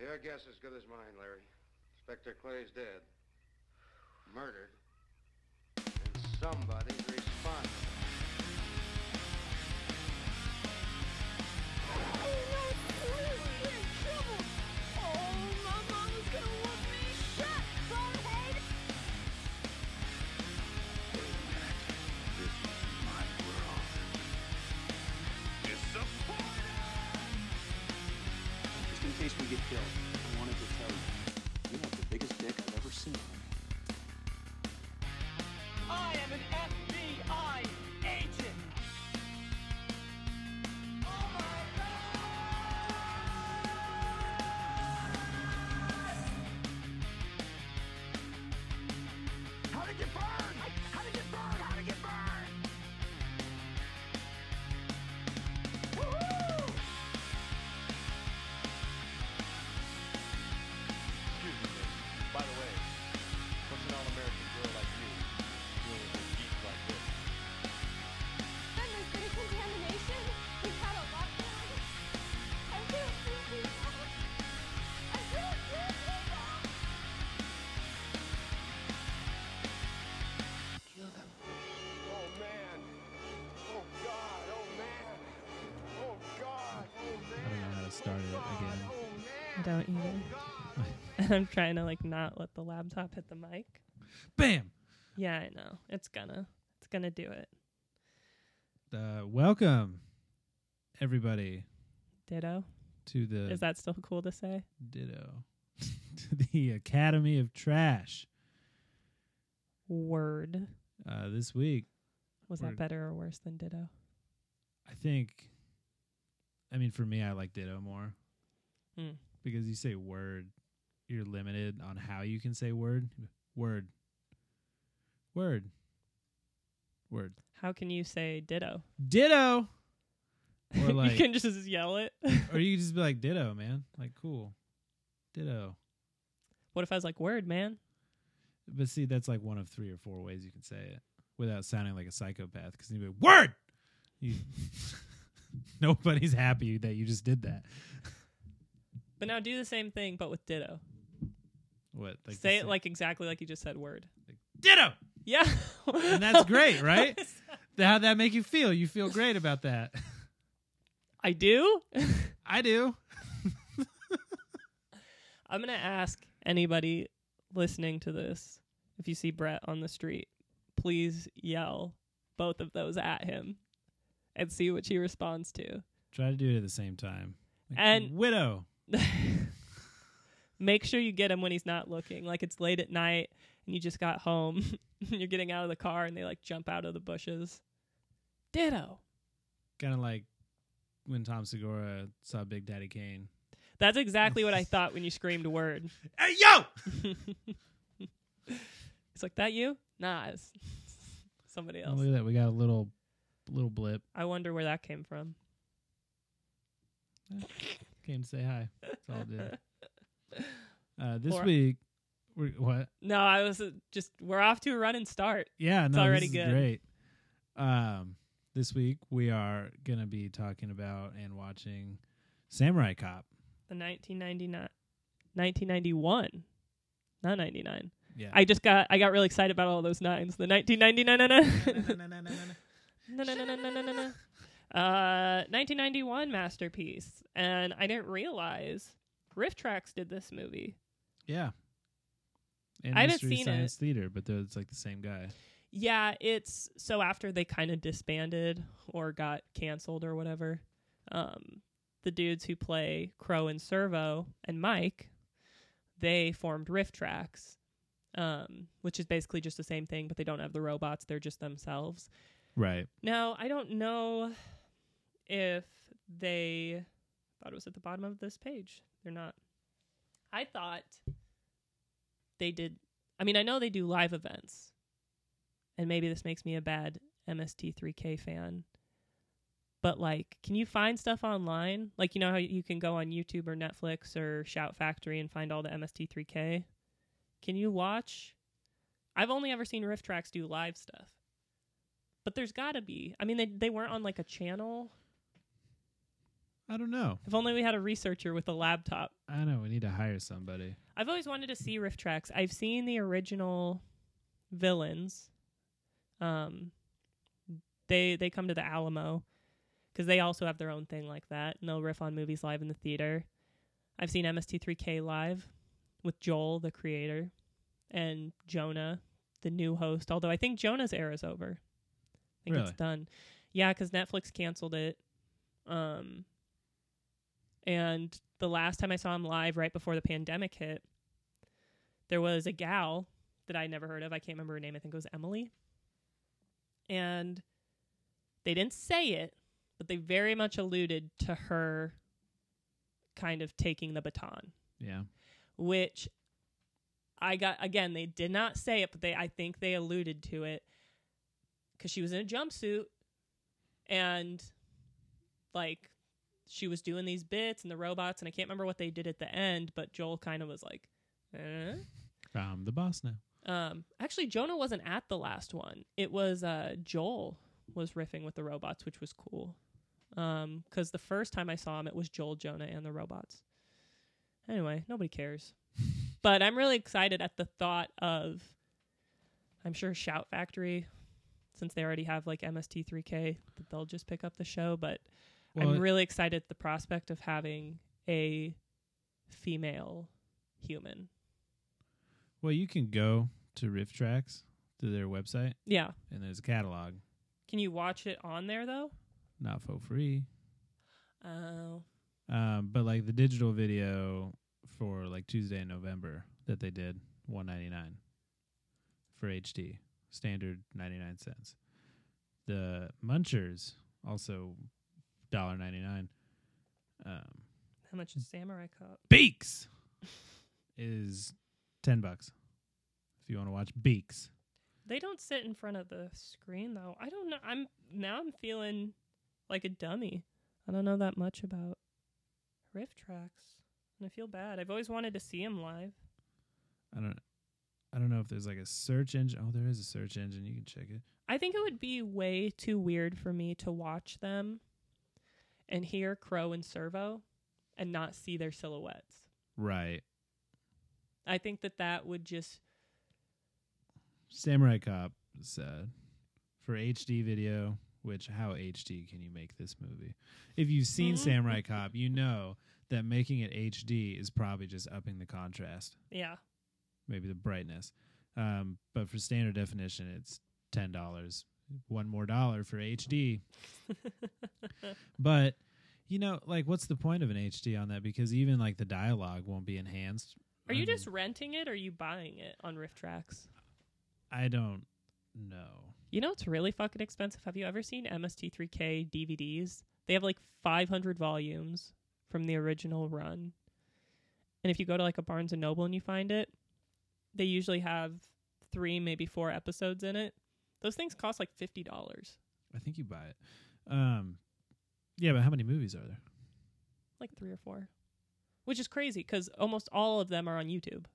Your guess is good as mine, Larry. Inspector Clay's dead. Murdered. And somebody's responsible. Just in case we get killed, I wanted to tell you, you have the biggest dick I've ever seen. I am an FBI agent. How to get burned? How to get burned? How to get burned? Woohoo! Excuse me, miss. By the way, what's an all-American girl like you doing with a geek like this? Then there's been a contamination. We've had a lockdown. I feel sleepy. I feel sleepy. Oh man! Oh God! Oh man! Oh God! Oh man! I don't know how to start it Oh man! again. I don't either. And I'm trying to like not let the laptop hit the mic. Bam. Yeah, I know. It's gonna. It's gonna do it. Uh, welcome, everybody, Ditto. to the Is that still cool to say? ditto to the Academy of Trash. Word. Uh, this week, Was Word. that better or worse than ditto? I think. I mean, for me, I like ditto more Hmm. because you say word, you're limited on how you can say word, word, word, word. How can you say ditto? Ditto. Or like, you can just yell it. or you could just be like ditto, man. Like cool, ditto. what if I was like word, man? But see, that's like one of three or four ways you can say it without sounding like a psychopath. Because you'd be like, word. You, nobody's happy that you just did that. But now do the same thing but with ditto. What? Like say this- it like exactly like you just said word. ditto, Yeah. and that's great, right? How'd that make you feel? You feel great about that. I do. I do. I'm gonna ask anybody listening to this, if you see Brett on the street, please yell both of those at him and see what he responds to. Try to do it at the same time. Like, And- widow. Make sure you get him when he's not looking. Like it's late at night and you just got home and you're getting out of the car and they like jump out of the bushes. Ditto. Kind of like when Tom Segura saw Big Daddy Kane. That's exactly what I thought when you screamed word. Hey yo! It's like that you? Nah, it's somebody Oh, else. look at that. We got a little, little blip. I wonder where that came from. Came to say hi. That's all it did. Uh, this Or- week, we're, what? No, I was uh, just we're off to a running start. Yeah, no, already this is good. great. Um, this week we are gonna be talking about and watching Samurai Cop. The 1999 1991 not 99. Yeah, I just got I got really excited about all those nines. The 1999 no, no, no, no, no, no, no, no. Uh, 1991 masterpiece, and I didn't realize Riff Tracks did this movie. yeah. And I haven't Mystery seen Science Theater, but they're- it's like the same guy. Yeah, it's so after they kind of disbanded or got canceled or whatever, um, the dudes who play Crow and Servo and Mike, they formed Riff Tracks, um, which is basically just the same thing, but they don't have the robots; they're just themselves. Right. Now, I don't know if they thought it was at the bottom of this page. They're not. I thought they did. I mean, I know they do live events. And maybe this makes me a bad MST3K fan. But like, can you find stuff online? Like, you know how you can go on YouTube or Netflix or Shout Factory and find all the MST3K? Can you watch? I've only ever seen Riff Tracks do live stuff. But there's got to be. I mean, they they weren't on like a channel. I don't know. If only we had a researcher with a laptop. I know. We need to hire somebody. I've always wanted to see riff tracks. I've seen the original villains. Um, they they come to the Alamo because they also have their own thing like that, and they'll riff on movies live in the theater. I've seen MST3K live with Joel, the creator, and Jonah, the new host. Although I think Jonah's era is over. I think Really? it's done. Yeah, because Netflix canceled it. Um, and the last time I saw him live, right before the pandemic hit, there was a gal that I never heard of. I can't remember her name. I think it was Emily. And they didn't say it, but they very much alluded to her kind of taking the baton, Yeah. which I got again, they did not say it, but they I think they alluded to it cuz she was in a jumpsuit and like she was doing these bits and the robots and I can't remember what they did at the end, but Joel kind of was like, eh? I'm the boss now. Um, actually, Jonah wasn't at the last one. It was uh, Joel was riffing with the robots, which was cool. Um, 'cause the first time I saw him, it was Joel, Jonah, and the robots. Anyway, nobody cares. but I'm really excited at the thought of, I'm sure Shout Factory, since they already have like MST3K, that they'll just pick up the show. But Well, I'm really excited at the prospect of having a female human. well, you can go to Riff Tracks to their website, Yeah. and there's a catalog. Can you watch it on there though? Not for free. Oh, Um, but like the digital video for like Tuesday in November that they did, one ninety nine for HD, standard ninety nine cents. The Munchers also dollar ninety nine. Um, how much is Samurai Cop? Beaks is ten bucks if you want to watch Beaks. They don't sit in front of the screen though. I don't know. I'm now I'm feeling like a dummy. I don't know that much about riff tracks, and I feel bad. I've always wanted to see him live. I don't. I don't know if there's like a search engine. Oh, there is a search engine. You can check it. I think it would be way too weird for me to watch them and hear Crow and Servo and not see their silhouettes. Right. I think that that would just Samurai Cop said for HD video, which how HD can you make this movie? If you've seen Mm-hmm. Samurai Cop, you know that making it HD is probably just upping the contrast, yeah. maybe the brightness. Um, but for standard definition, it's ten dollars, one more dollar for HD. but you know, like, what's the point of an HD on that? Because even like the dialogue won't be enhanced. Are you Um, just renting it or are you buying it on riff tracks? I don't know. You know, it's really fucking expensive. Have you ever seen MST3K DVDs? They have like 500 volumes from the original run. And if you go to like a Barnes and Noble and you find it, they usually have three, maybe four episodes in it. Those things cost like $50. I think you buy it. Um, yeah, but how many movies are there? Like three or four. Which is crazy because almost all of them are on YouTube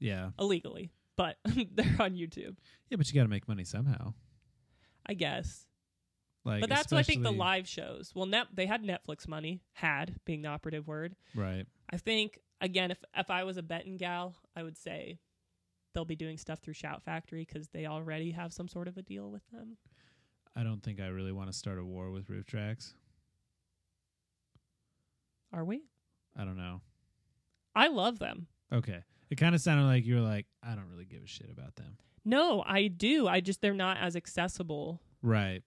Yeah, illegally, but they're on YouTube, yeah, but you got to make money somehow. I guess. Like, but that's what I think the especially- live shows. Well, net they had Netflix money, had being the operative word. right? I think again, if if I was a betting gal, I would say they'll be doing stuff through Shout Factory because they already have some sort of a deal with them. I don't think I really want to start a war with Roof Tracks. Are we? I don't know. I love them. Okay, it kind of sounded like you were like, I don't really give a shit about them, No, I do. I just they're not as accessible right?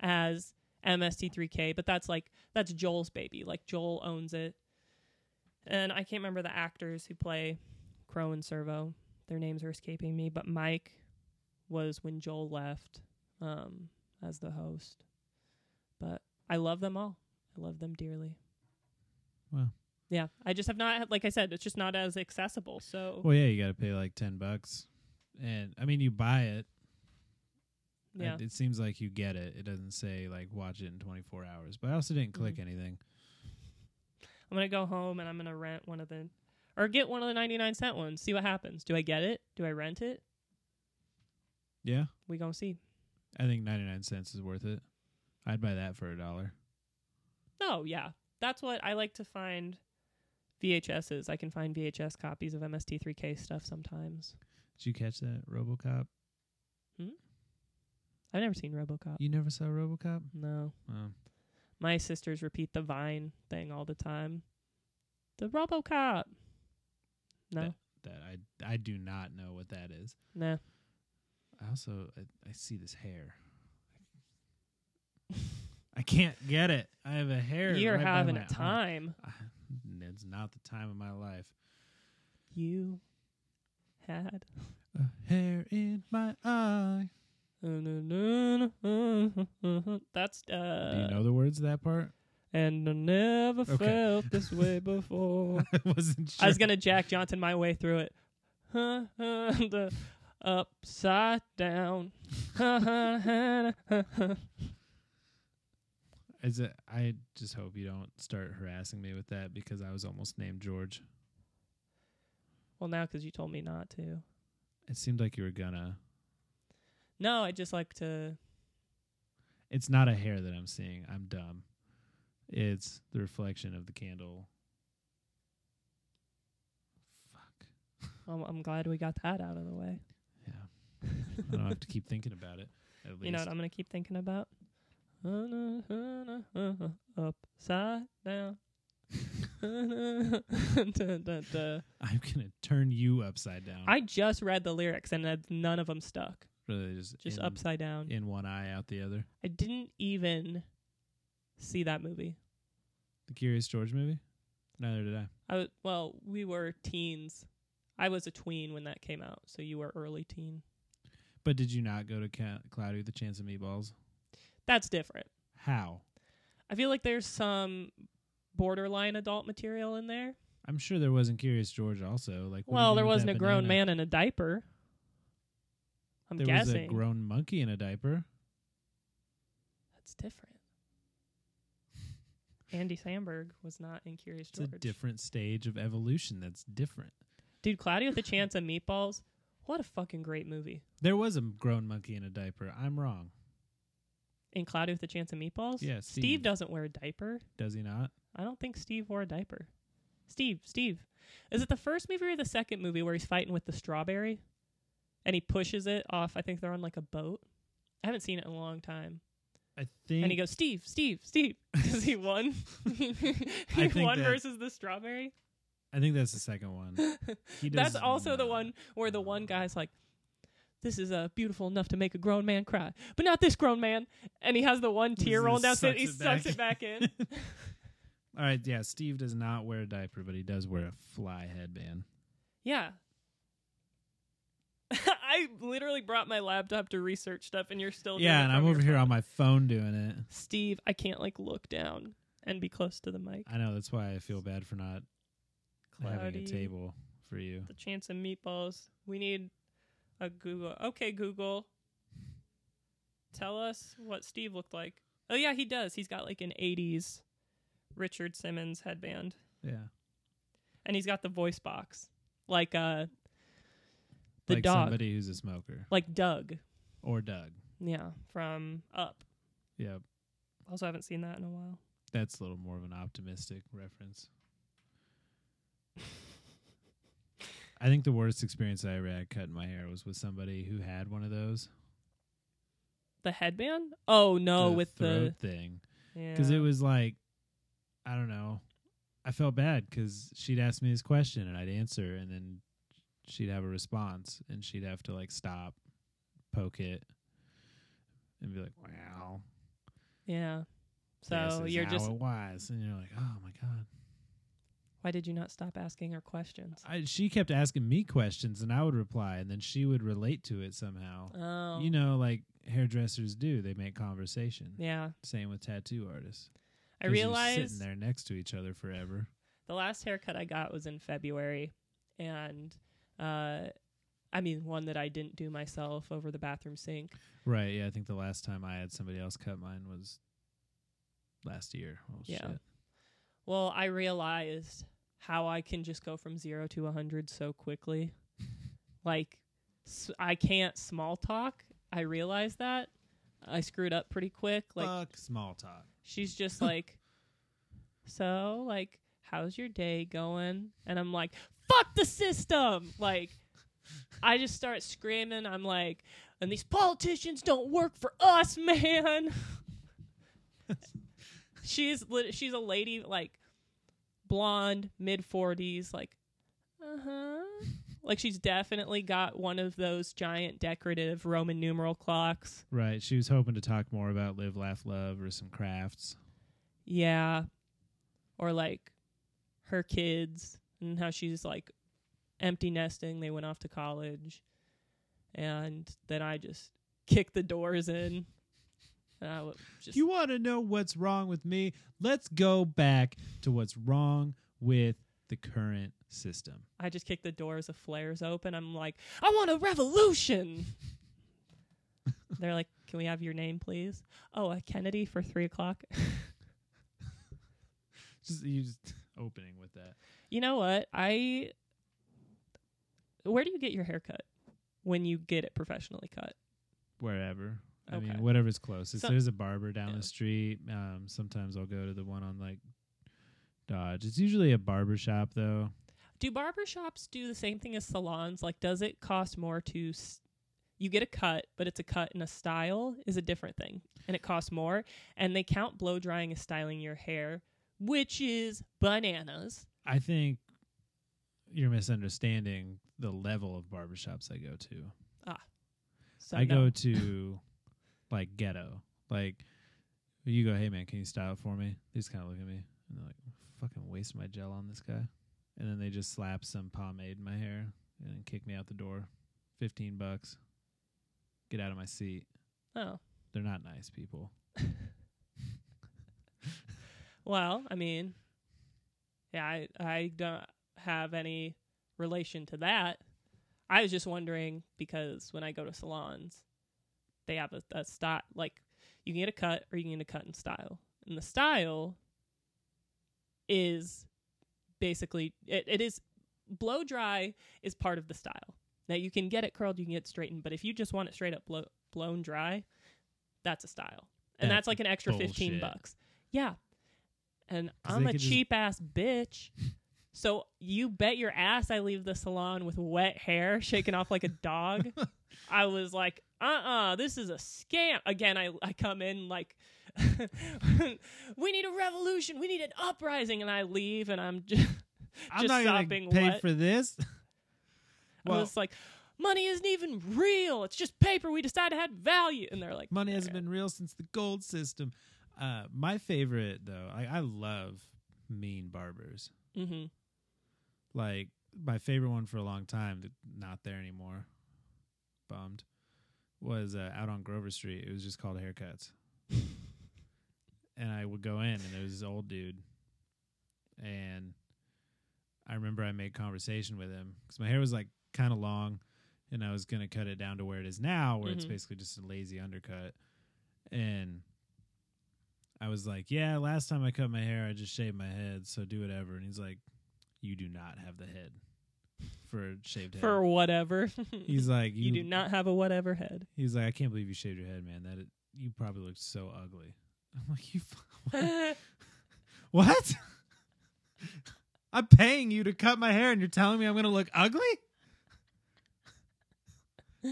as MST3K, but that's like that's Joel's baby. Like Joel owns it. And I can't remember the actors who play Crow and Servo. Their names are escaping me, but Mike was when Joel left um as the host. But I love them all. I love them dearly. Wow. Yeah, I just have not like I said, it's just not as accessible. So Well, yeah, you got to pay like ten bucks, and I mean, you buy it. I- yeah. It, seems like you get it. It doesn't say like watch it in twenty four hours, but I also didn't click Mm-hmm. anything. I'm gonna go home and I'm gonna rent one of the or get one of the 99 cent ones. See what happens. Do I get it? Do I rent it? Yeah, We gonna see. I think ninety nine cents is worth it. I'd buy that for a dollar. Oh yeah, that's what I like to find VHSs. I can find VHS copies of MST3K stuff sometimes. Did you catch that RoboCop? I've never seen RoboCop. You never saw RoboCop? No. Oh. My sisters repeat the Vine thing all the time. The RoboCop. No. That I I do not know what that is. Nah. I also I, I see this hair. I can't get it. I have a hair. You're right by having my a eye. time. I- it's not the time of my life. You had. A hair in my eye. That's uh do you know the words to that part? and I never Okay. felt this way before. I wasn't sure. I was gonna Jack Johnson my way through it. Huh, huh, the upside down. Huh, huh, huh, huh, huh. Is it, I just hope you don't start harassing me with that because I was almost named George. well, now 'cause you told me not to. It seemed like you were gonna. No, I just like to. It's not a hair that I'm seeing. I'm dumb. It's the reflection of the candle. Fuck. I'm, I'm glad we got that out of the way. Yeah. I don't have to keep thinking about it. At least. You know what I'm gonna keep thinking about? Upside down. Duh, duh, duh. I'm gonna turn you upside down. I just read the lyrics and uh, none of them stuck. really just Just in, upside down. in one eye, out the other. I didn't even see that movie. The Curious George movie. Neither did I. I was, well, we were teens. I was a tween when that came out, so you were early teen. But did you not go to Ca- Cloudy with a Chance of Meatballs? That's different. How? I feel like there's some borderline adult material in there. I'm sure there wasn't Curious George also. Like, what are well, you there doing with wasn't that a grown banana? man in a diaper. I'm There was a guessing grown monkey in a diaper. that's different. Andy Samberg was not in Curious It's George. a different stage of evolution that's different. Dude, Cloudy with a Chance of Meatballs. What a fucking great movie. There was a grown monkey in a diaper. I'm wrong. In Cloudy with a Chance of Meatballs? Yeah, Steve. Steve. doesn't wear a diaper. Does he not? I don't think Steve wore a diaper. Steve, Steve. Is it the first movie or the second movie where he's fighting with the strawberry? And he pushes it off. I think they're on like a boat. I haven't seen it in a long time. I think. And he goes, Steve, Steve, Steve. Because he won. he think won that- versus the strawberry. I think that's the second one. He does That's also the not. one where the one guy's like, "This is uh, beautiful enough to make a grown man cry, but not this grown man." And he has the one tear He roll down, so sucks he it sucks it back. back in. All right, yeah. Steve does not wear a diaper, but he does wear a fly headband. yeah. I literally brought my laptop to research stuff, and you're still doing Yeah, it and from I'm your over here phone. on my phone doing it. Steve, I can't like look down and be close to the mic. I know that's why I feel bad for not having Cloudy. a table for you. The chance of meatballs. We need a Google. Okay, Google. Tell us what Steve looked like. Oh yeah, he does. He's got like an '80s Richard Simmons headband, Yeah, and he's got the voice box, like uh, the like dog, somebody who's a smoker like Doug. or Doug. Yeah, from Up. Yeah, Also, haven't seen that in a while. that's a little more of an optimistic reference. I think the worst experience I ever had cutting my hair was with somebody who had one of those. The headband? Oh no, the with throat the thing. yeah. because it was like i don't know i felt bad because she'd ask me this question and i'd answer and then she'd have a response and she'd have to like stop poke it and be like wow yeah. this So is you're how just it was and you're like oh my god why did you not stop asking her questions? I, she kept asking me questions and i would reply and then she would relate to it somehow Oh, you know like hairdressers do they make conversation yeah. same with tattoo artists I 'Cause you're realized sitting there next to each other forever the last haircut I got was in February, and uh, I mean one that I didn't do myself over the bathroom sink. Right. Yeah. I think the last time I had somebody else cut mine was last year. Oh, Yeah. Shit. Well, I realized how I can just go from zero to a hundred so quickly. like s- I can't small talk. I realized that I screwed up pretty quick. Like Fuck small talk. she's just like, so like how's your day going and i'm like fuck the system like i just start screaming i'm like and these politicians don't work for us man she's lit- she's a lady like blonde mid 40s like uh-huh like she's definitely got one of those giant decorative roman numeral clocks Right. She was hoping to talk more about live, laugh, love, or some crafts. Yeah. Or like her kids and how she's like empty nesting. They went off to college. And then I just kicked the doors in. And I was just. You want to know what's wrong with me? Let's go back to what's wrong with the current system. I just kicked the doors of flares open. I'm like, I want a revolution. They're like, can we have your name, please? Oh, a Kennedy for three o'clock. Just you just opening with that. You know what? I. Where do you get your hair cut when you get it professionally cut? Wherever. I Okay. mean, whatever's closest. So- There's a barber down Yeah. the street. Um, sometimes I'll go to the one on like Dodge. It's usually a barber shop though. Do barbershops do the same thing as salons? Like, does it cost more to. S- you get a cut, but it's a cut in a style is a different thing, and it costs more. And they count blow drying as styling your hair, which is bananas. I think you're misunderstanding the level of barbershops I go to. So I no. go to like ghetto. Like you go, hey man, can you style it for me? They just kind of look at me and they're like, fucking waste my gel on this guy. And then they just slap some pomade in my hair and kick me out the door. Fifteen bucks. Get out of my seat. Oh They're not nice people. well, I mean, yeah, I I don't have any relation to that. I was just wondering because when I go to salons, they have a, a style like you can get a cut or you can get a cut in style, and the style is basically it, it is blow dry is part of the style. Now you can get it curled, you can get it straightened, but if you just want it straight up blow, blown dry, that's a style, and That's that's, like an extra fifteen bullshit. bucks. Yeah, and 'Cause I'm they a could just- cheap ass bitch. So you bet your ass I leave the salon with wet hair shaking off like a dog. I was like, uh uh this is a scam. Again, I, I come in like, we need a revolution. We need an uprising. And I leave and I'm just, I'm Just not sopping gonna pay wet. for this. I well, was like, money isn't even real. It's just paper. We decided it had value. And they're like, money hasn't been real since the gold system. Uh, my favorite though, I, I love mean barbers. hmm like my favorite one for a long time that not there anymore bummed was uh, out on grover street it was just called haircuts and i would go in and there was this old dude and i remember i made conversation with him because my hair was like kind of long and i was going to cut it down to where it is now where it's Mhm. basically just a lazy undercut and i was like yeah last time i cut my hair i just shaved my head so do whatever and he's like you do not have the head for a shaved head. for whatever. he's like you, you do not have a whatever head. He's like I can't believe you shaved your head, man. That it, you probably look so ugly. I'm like you. fu- What? I'm paying you to cut my hair, and you're telling me I'm gonna look ugly?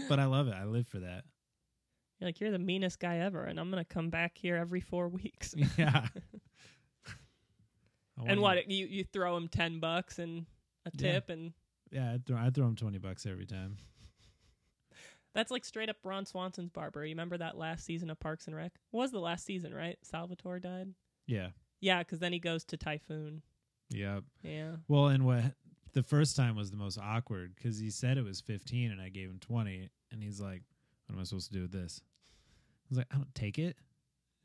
but I love it. I live for that. You're like, you're the meanest guy ever, and I'm gonna come back here every four weeks. Yeah. I and wanna- what you you throw him ten bucks and a Yeah. tip, and Yeah, I throw, I throw him twenty bucks every time. that's like straight up Ron Swanson's barber. You remember that last season of Parks and Rec? Was the last season right? Salvatore died. Yeah. Yeah, because then he goes to Typhoon. Yep. Yeah. Well, and what the first time was the most awkward because he said it was 15 and I gave him 20, and he's like, "What am I supposed to do with this?" I was like, "I don't take it."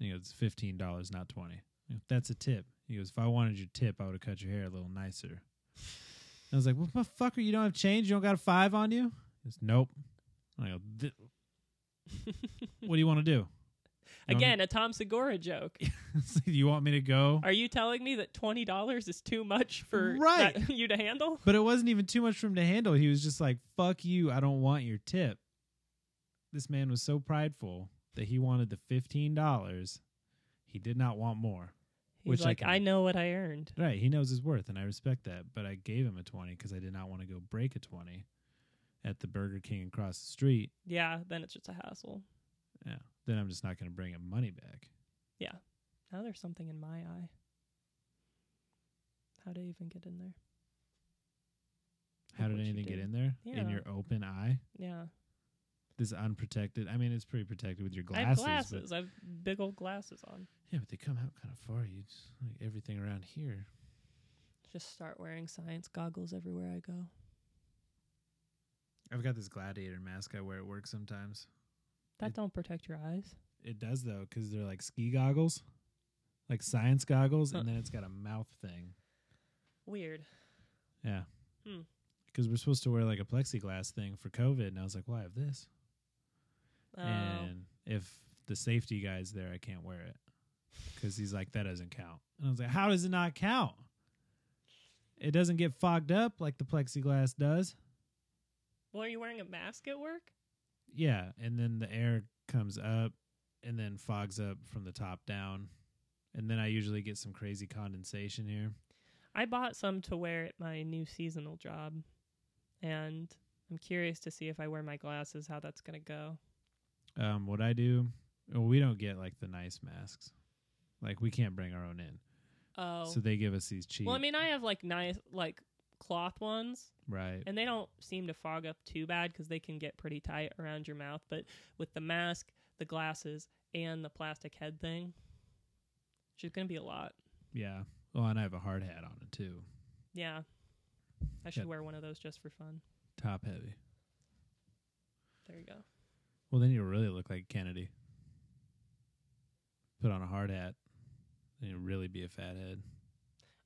And he goes, "15 dollars, not 20." I go, That's a tip. He goes, "If I wanted your tip, I would have cut your hair a little nicer." And I was like, "What the fucker? You don't have change? You don't got a five on you?" He goes, "Nope." And I go, "Th- "What do you want to do?" You want me- Again, a Tom Segura joke. It's like, do you want me to go? Are you telling me that twenty dollars is too much for Right. that- you to handle? But it wasn't even too much for him to handle. He was just like, fuck you. I don't want your tip. This man was so prideful that he wanted the $15. He did not want more. He's Which I like, can- I know what I earned. Right, he knows his worth, and I respect that. But I gave him a twenty because I did not want to go break a twenty at the Burger King across the street. Yeah, then it's just a hassle. Yeah, then I'm just not going to bring him money back. Yeah. Now there's something in my eye. How do you even get in there? How Look did what you anything get did. in there? In Yeah. your open eye, Yeah. this unprotected. I mean, it's pretty protected with your I have glasses. glasses. But, I have big old glasses on. yeah, but they come out kind of far. You just, like everything around here. Just start wearing science goggles everywhere I go. I've got this gladiator mask I wear at work sometimes. That It- don't protect your eyes. It does though, because they're like ski goggles, like science goggles, Huh. and then it's got a mouth thing. Weird. Yeah. Hmm. Because we're supposed to wear like a plexiglass thing for COVID, and I was like, "Well, I have this." Oh, And if the safety guy's there, I can't wear it because he's like, "That doesn't count." And I was like, "How does it not count? It doesn't get fogged up like the plexiglass does." well, are you wearing a mask at work? Yeah, and then the air comes up and then fogs up from the top down. And then I usually get some crazy condensation here. I bought some to wear at my new seasonal job, and I'm curious to see if I wear my glasses how that's gonna go. Um, what I do, well, we don't get like the nice masks. Like we can't bring our own in. Oh, So they give us these cheap, well, I mean, I have like nice like cloth ones, right? and they don't seem to fog up too bad because they can get pretty tight around your mouth. But with the mask, the glasses, and the plastic head thing, she's gonna be a lot. yeah. Well, and I have a hard hat on it too, Yeah, I should Yeah. wear one of those just for fun. top heavy. There you go. Well, then you really look like Kennedy. Put on a hard hat, and you really be a fathead.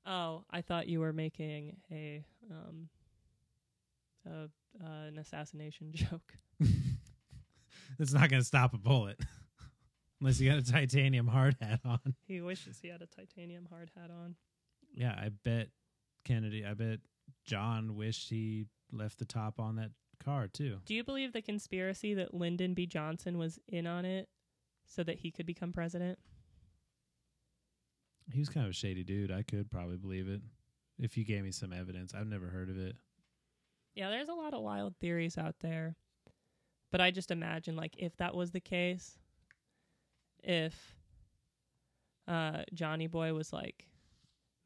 Oh, I thought you were making a um a, uh, an assassination joke. That's not going to stop a bullet, unless you got a titanium hard hat on. He wishes he had a titanium hard hat on. Yeah, I bet Kennedy. I bet John wished he left the top on that car too. Do you believe the conspiracy that Lyndon B. Johnson was in on it so that he could become president? He was kind of a shady dude. I could probably believe it if you gave me some evidence. I've never heard of it. Yeah, there's a lot of wild theories out there. But I just imagine like if that was the case, if uh Johnny Boy was like,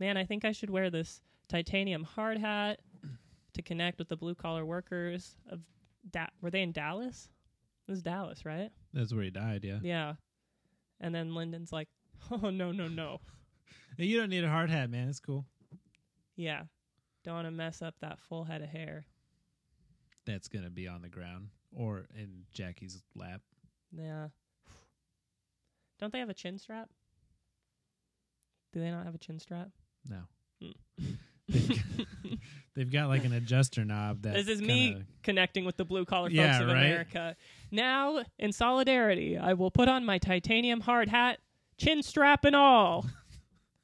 "Man, I think I should wear this titanium hard hat to connect with the blue collar workers of that were they in Dallas? It was Dallas, right? That's where he died. Yeah. Yeah. And then Lyndon's like, "Oh, no, no, no. Hey, you don't need a hard hat, man. It's cool. Yeah. Don't want to mess up that full head of hair." That's gonna be on the ground or in Jackie's lap. Yeah. Don't they have a chin strap? Do they not have a chin strap? No. Mm. They've- They've got like an adjuster knob that this is me kinda- connecting with the blue collar folks Yeah, of right? America. Now, in solidarity, I will put on my titanium hard hat, chin strap and all.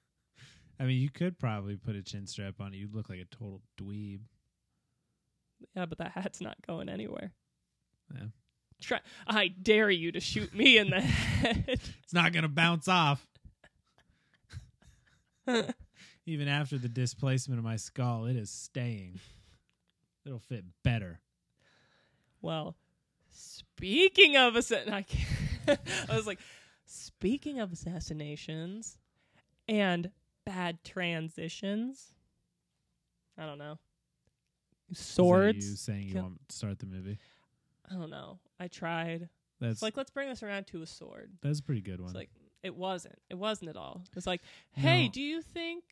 I mean, you could probably put a chin strap on it. You'd look like a total dweeb. yeah, but that hat's not going anywhere. Yeah. Try- I dare you to shoot me in the head. It's not going to bounce off. Even after the displacement of my skull, it is staying. It'll fit better. Well, speaking of assassin, I, can't- I was like, speaking of assassinations and bad transitions. I don't know. Is that you Swords. saying you Kill- want to start the movie? I don't know. I tried. That's It's like let's bring this around to a sword. that's a pretty good one. It's like it wasn't. It wasn't at all. It's like, hey, No. do you think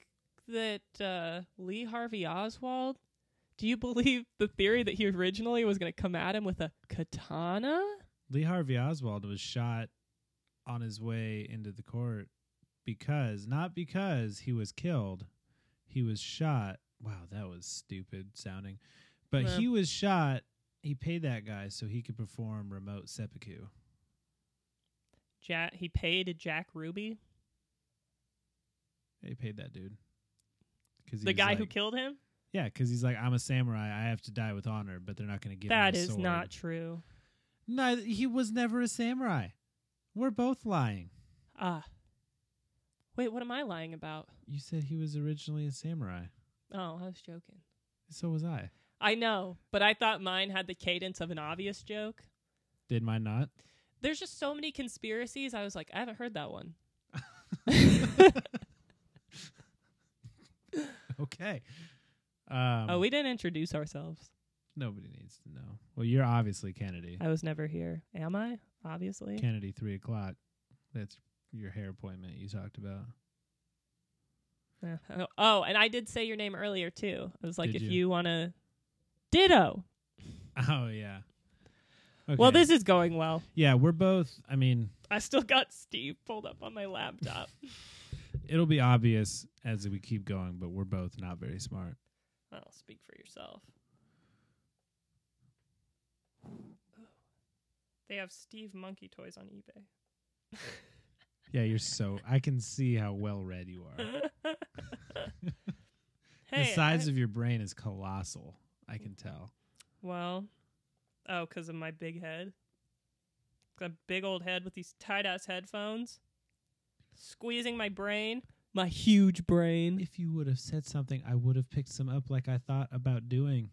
that uh, Lee Harvey Oswald? Do you believe the theory that he originally was going to come at him with a katana? Lee Harvey Oswald was shot on his way into the court because not because he was killed, he was shot. Wow, that was stupid sounding. But Yeah. he was shot. He paid that guy so he could perform remote seppuku. Jack he paid Jack Ruby, They paid that dude. Cause the he's guy like, who killed him. Yeah, because he's like, I'm a samurai. I have to die with honor, but they're not going to give. That me a is sword." not true. Neither he was never a samurai. We're both lying. Ah, Wait, what am I lying about? You said he was originally a samurai. Oh, I was joking. So was I. I know, but I thought mine had the cadence of an obvious joke. Did mine not? There's just so many conspiracies. I was like, I haven't heard that one. Okay. Um, oh, we didn't introduce ourselves. nobody needs to know. Well, you're obviously Kennedy. I was never here. Am I? Obviously. Kennedy, three o'clock. That's your hair appointment you talked about. Yeah. Oh, and I did say your name earlier too. I was like, Did if you? you, want to, ditto. Oh yeah. Okay. Well, this is going well. yeah, we're both. I mean, I still got Steve pulled up on my laptop. it'll be obvious as we keep going, but we're both not very smart. well, speak for yourself. They have Steve monkey toys on eBay. Yeah, you're so. I can see how well read you are. the Hey, size I- of your brain is colossal. I can tell. well, oh, because of my big head, got a big old head with these tight ass headphones, squeezing my brain, my huge brain. If you would have said something, I would have picked some up like I thought about doing.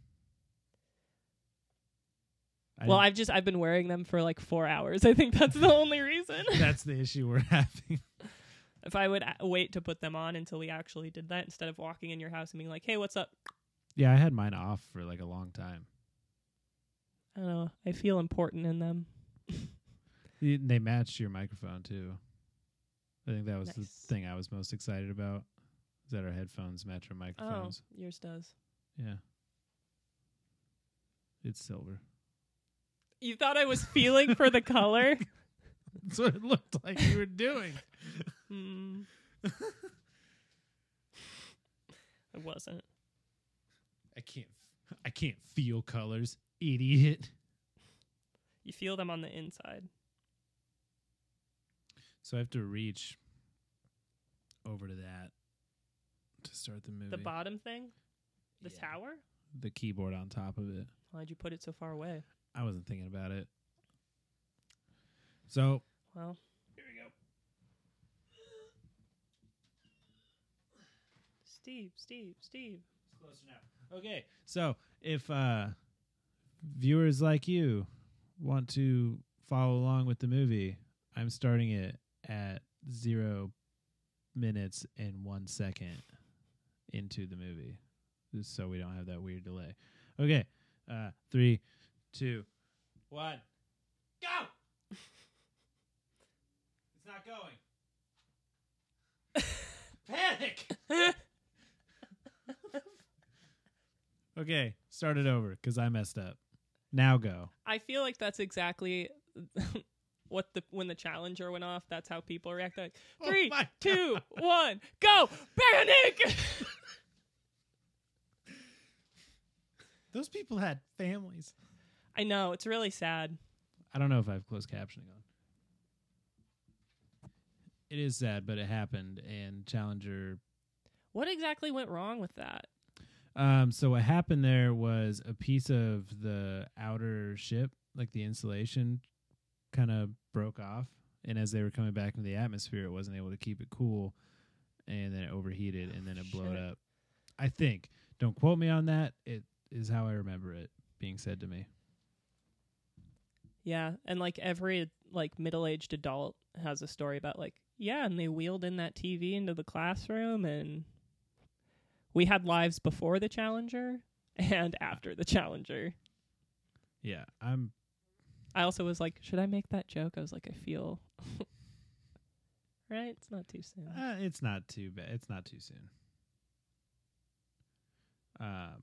I well, didn't- I've just I've been wearing them for like four hours. I think that's the only reason. that's the issue we're having. if I would a- wait to put them on until we actually did that, instead of walking in your house and being like, "Hey, what's up?" Yeah, I had mine off for like a long time. I don't know. I feel important in them. Y- They matched your microphone too. I think that was the Nice. thing I was most excited about. Is that our headphones match our microphones? Oh, yours does. Yeah. It's silver. You thought I was feeling for the color? That's what it looked like you were doing. Hmm. I wasn't. I can't I can't feel colors, idiot. You feel them on the inside. So I have to reach over to that to start the movie. The bottom thing, the Yeah. tower. The keyboard on top of it. Why'd you put it so far away? I wasn't thinking about it. So Well, here we go. Steve, Steve, Steve. Okay, so if uh, viewers like you want to follow along with the movie, I'm starting it at zero minutes and one second into the movie, just so we don't have that weird delay. Okay, uh, three, two, one, go! it's not going. Panic! Okay, start it over because I messed up. Now go. I feel like that's exactly what the when the challenger went off. That's how people react. Like Oh three, my two, one, go! Panic! Those people had families. I know it's really sad. I don't know if I have closed captioning on. It is sad, but it happened. And Challenger. What exactly went wrong with that? Um, so what happened there was a piece of the outer ship, like the insulation, kind of broke off. And as they were coming back into the atmosphere, it wasn't able to keep it cool, and then it overheated, and then it blowed shit. up. I think. Don't quote me on that. It is how I remember it being said to me. Yeah, and like every like middle-aged adult has a story about like yeah, and they wheeled in that TV into the classroom and we had lives before the challenger and after the challenger. Yeah, I'm I also was like, should I make that joke? I was like, I feel right. It's not too soon. Uh, it's not too bad. It's not too soon. Uh,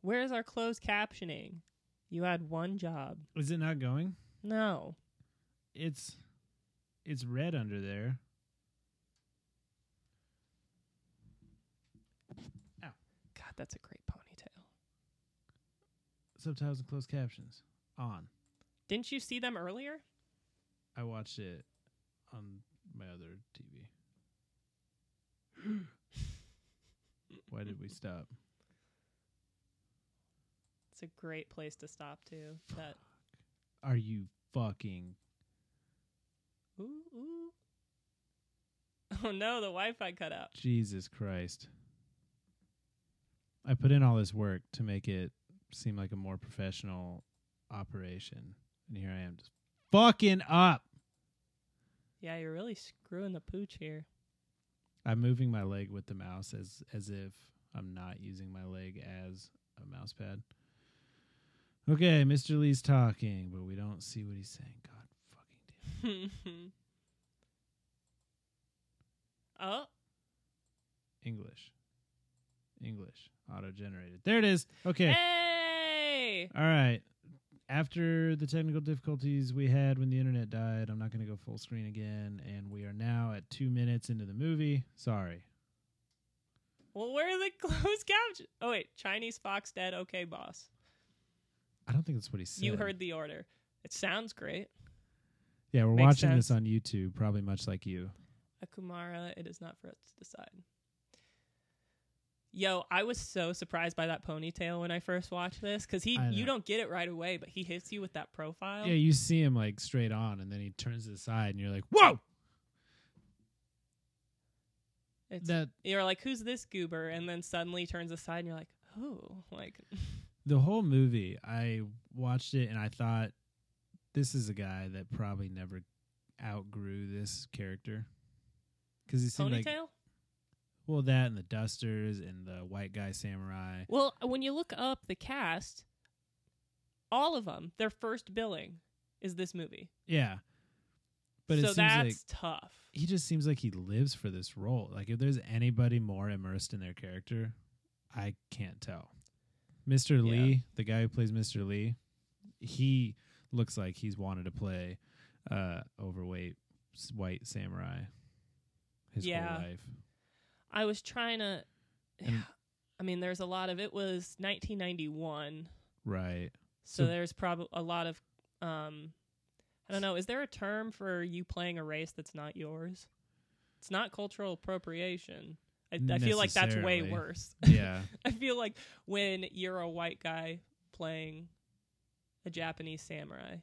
Where is our closed captioning? You had one job. is it not going? No. It's it's red under there. God, that's a great ponytail. Subtitles and closed captions on. Didn't you see them earlier? I watched it on my other TV. Why did we stop? It's a great place to stop to. That Are you fucking ooh ooh. Oh no, the Wi-Fi cut out. Jesus Christ. I put in all this work to make it seem like a more professional operation. And here I am just fucking up. Yeah, you're really screwing the pooch here. I'm moving my leg with the mouse as as if I'm not using my leg as a mouse pad. Okay, Mr. Lee's talking, but we don't see what he's saying. God fucking damn. it. oh, English. English. Auto generated. There it is. Okay. hey! All right. After the technical difficulties we had when the internet died, I'm not going to go full screen again. And we are now at two minutes into the movie. Sorry. Well, where are the closed captions? Oh wait, Chinese fox dead. Okay, boss. I don't think that's what he said. You heard the order. It sounds great. Yeah, we're Makes watching this sense. on YouTube, probably much like you. Akumara, it is not for us to decide. Yo, I was so surprised by that ponytail when I first watched this because he, I know. you don't get it right away, but he hits you with that profile. Yeah, you see him like straight on, and then he turns to the side, and you're like, whoa! It's- That you're like, who's this goober? And then suddenly turns aside and you're like, oh, like, the whole movie, I watched it and I thought, this is a guy that probably never outgrew this character. Because he seemed ponytail? like Well, that and the dusters and the white guy samurai. well, when you look up the cast, all of them, their first billing is this movie. Yeah. But it so seems that's like tough. he just seems like he lives for this role. Like if there's anybody more immersed in their character, I can't tell. Mr. Yeah. Lee, the guy who plays Mr. Lee, he looks like he's wanted to play uh overweight s- white samurai his Yeah. whole life. I was trying to. And- I mean, there's a lot of it was 1991, Right. so, So- there's probably a lot of. um I don't know. Is there a term for you playing a race that's not yours? It's not cultural appropriation. I, I feel like that's way Necessarily. worse. Yeah. I feel like when you're a white guy playing a Japanese samurai,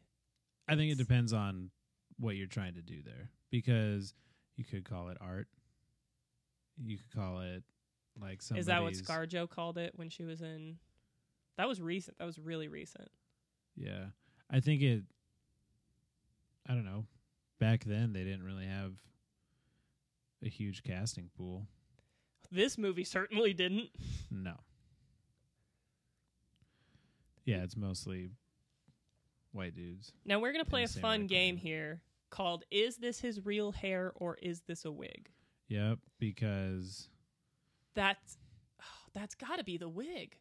I think it It's- depends on what you're trying to do there because you could call it art. You could call it like somebody's is that what ScarJo called it when she was in? That was recent. That was really recent. Yeah. I think it I don't know. Back then they didn't really have a huge casting pool. This movie certainly didn't. No. Yeah, it's mostly white dudes. Now we're gonna play a And Samurai fun game Clown. here called "Is this his real hair or is this a wig?" Yep, because That's oh, that's got to be the wig,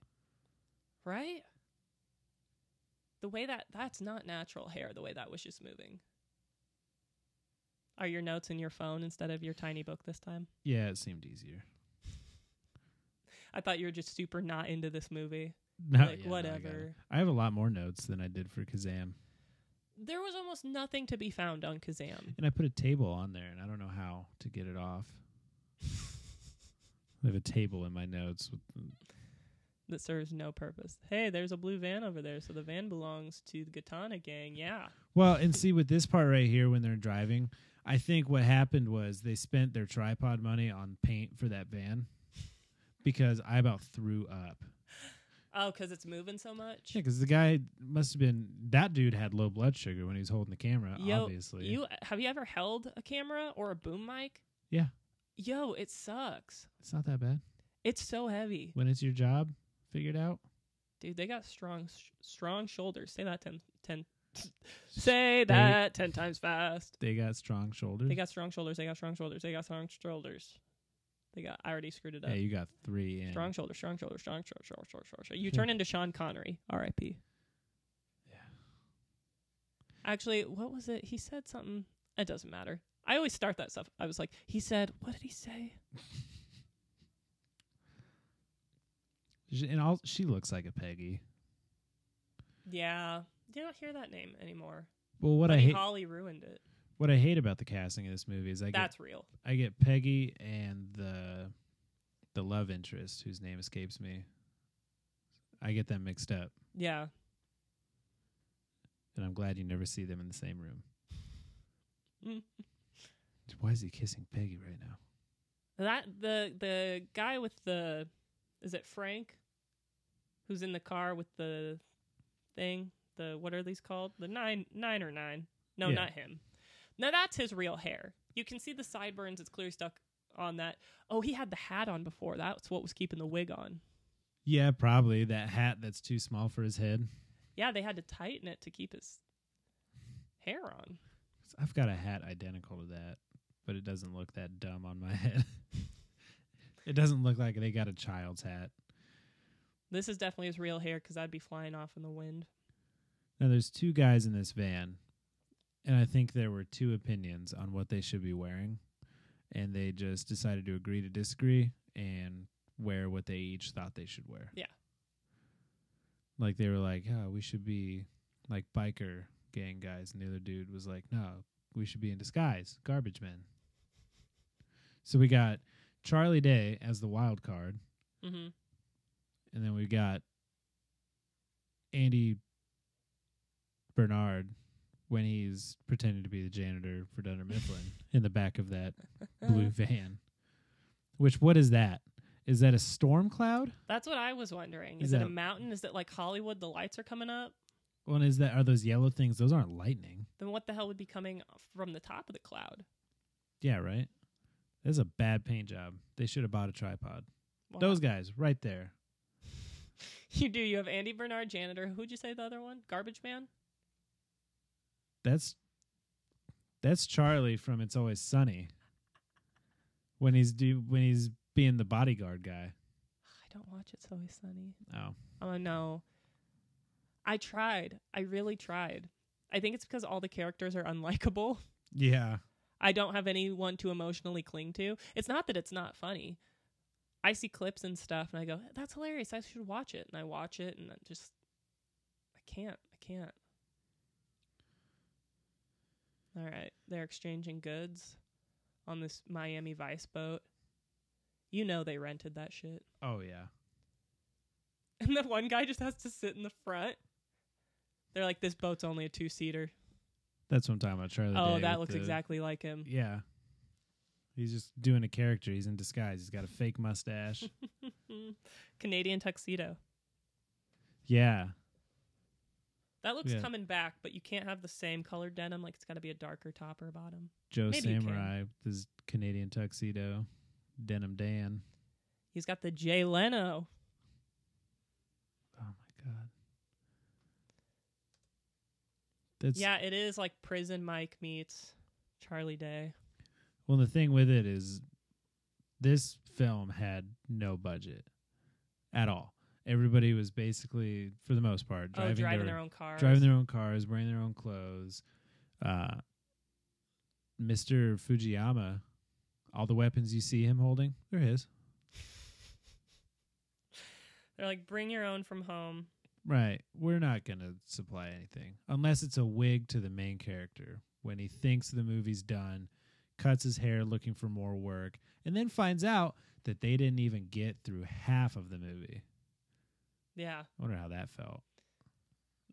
right? The way that that's not natural hair. The way that was just moving. Are your notes in your phone instead of your tiny book this time? yeah, it seemed easier. I thought you were just super not into this movie. No, Like, Oh, yeah, no, I got it. whatever. I have a lot more notes than I did for Kazam. There was almost nothing to be found on Kazam. And I put a table on there, and I don't know how to get it off. I have a table in my notes. With that serves no purpose. Hey, there's a blue van over there, so the van belongs to the Gatana gang. Yeah. well, and see with this part right here when they're driving, I think what happened was they spent their tripod money on paint for that van because I about threw up. Oh, because it's moving so much. Yeah, because the guy must have been that dude had low blood sugar when he was holding the camera. Yo, obviously, you have you ever held a camera or a boom mic? yeah, Yo, it sucks. it's not that bad It's so heavy, when it's your job figured out. dude. They got strong, sh- strong shoulders. Say that ten, ten. say that ten times fast. They got strong shoulders. They got strong shoulders. They got strong shoulders. They got strong shoulders. They got. I already screwed it up. yeah, you got three. In. Strong shoulders. Strong shoulders. Strong shoulders. Strong shoulders. Strong shoulders. You turn into Sean Connery. R.I.P. Yeah. Actually, what was it? He said something. It doesn't matter. I always start that stuff. I was like, he said, what did he say? She- and all she looks like a Peggy. Yeah. You don't hear that name anymore. Well, what I Buddy hate, Holly ruined it. what I hate about the casting of this movie is I get That's real. I get Peggy and the the love interest whose name escapes me. I get them mixed up, Yeah. and I'm glad you never see them in the same room. Mm. Why is he kissing Peggy right now? That the the guy with the is it Frank who's in the car with the thing? The what are these called? The nine nine or nine. No, Yeah. not him. No, that's his real hair. You can see the sideburns, it's clearly stuck on that. Oh, he had the hat on before. That's what was keeping the wig on. Yeah, probably that hat that's too small for his head. Yeah, they had to tighten it to keep his hair on. I've got a hat identical to that, but it doesn't look that dumb on my head. it doesn't look like they got a child's hat. This is definitely his real hair because I'd be flying off in the wind. Now there's two guys in this van, and I think there were two opinions on what they should be wearing, and they just decided to agree to disagree and wear what they each thought they should wear. Yeah. Like they were like, "Oh, we should be like biker gang guys," and the other dude was like, "No, we should be in disguise, garbage men." So we got Charlie Day as the wild card, hmm and then we got Andy Bernard when he's pretending to be the janitor for Dunder Mifflin in the back of that blue van. Which what is that? Is that a storm cloud? That's what I was wondering. Is Is, it that- a mountain? Is it like Hollywood? The lights are coming up. One is that are those yellow things? Those aren't lightning. Then what the hell would be coming from the top of the cloud? Yeah, right. That's a bad paint job. They should have bought a tripod. Well, Those guys right there. You do. You have Andy Bernard, janitor. Who'd you say the other one? Garbage man. That's that's Charlie from It's Always Sunny. When he's do when he's being the bodyguard guy. I don't watch It's Always Sunny. Oh. Oh no. I tried. I really tried. I think it's because all the characters are unlikable. Yeah. I don't have anyone to emotionally cling to. It's not that it's not funny. I see clips and stuff and I go, that's hilarious. I should watch it. And I watch it and I just, I can't. I can't. All right. They're exchanging goods on this Miami Vice boat. You know they rented that shit. Oh yeah. And the one guy just has to sit in the front. They're like, this boat's only a two seater. That's what I'm talking about. Charlie. Oh, Day that with looks the- exactly like him. Yeah. He's just doing a character. He's in disguise. He's got a fake mustache. Hmm. Canadian tuxedo. yeah. That looks Yeah. coming back, but you can't have the same colored denim. Like it's got to be a darker top or bottom. Joe Maybe you can. Samurai, with his Canadian tuxedo, denim Dan. He's got the Jay Leno. Oh my god. That's yeah, it is like prison Mike meets Charlie Day. Well, the thing with it is, this film had no budget at all. Everybody was basically, for the most part, driving, oh, driving their, own car. driving their own cars, wearing their own clothes. Uh, Mr. Fujiyama, all the weapons you see him holding, they're his. They're like, bring your own from home. Right. We're not going to supply anything unless it's a wig to the main character when he thinks the movie's done, cuts his hair looking for more work, and then finds out that they didn't even get through half of the movie. Yeah. I wonder how that felt.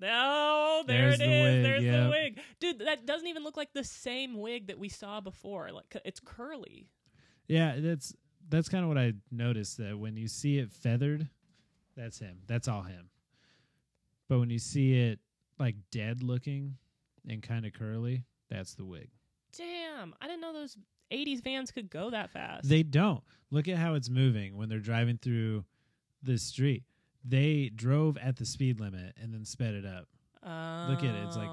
Oh, there There's it the is. wig, There's yeah. the wig, dude. That doesn't even look like the same wig that we saw before. Like c- it's curly. Yeah, that's that's kind of what I noticed that when you see it feathered, that's him. That's all him. But when you see it like dead looking and kind of curly, that's the wig. Damn, I didn't know those '80s vans could go that fast. They don't. Look at how it's moving when they're driving through the street. They drove at the speed limit and then sped it up. Oh. at it, it's like-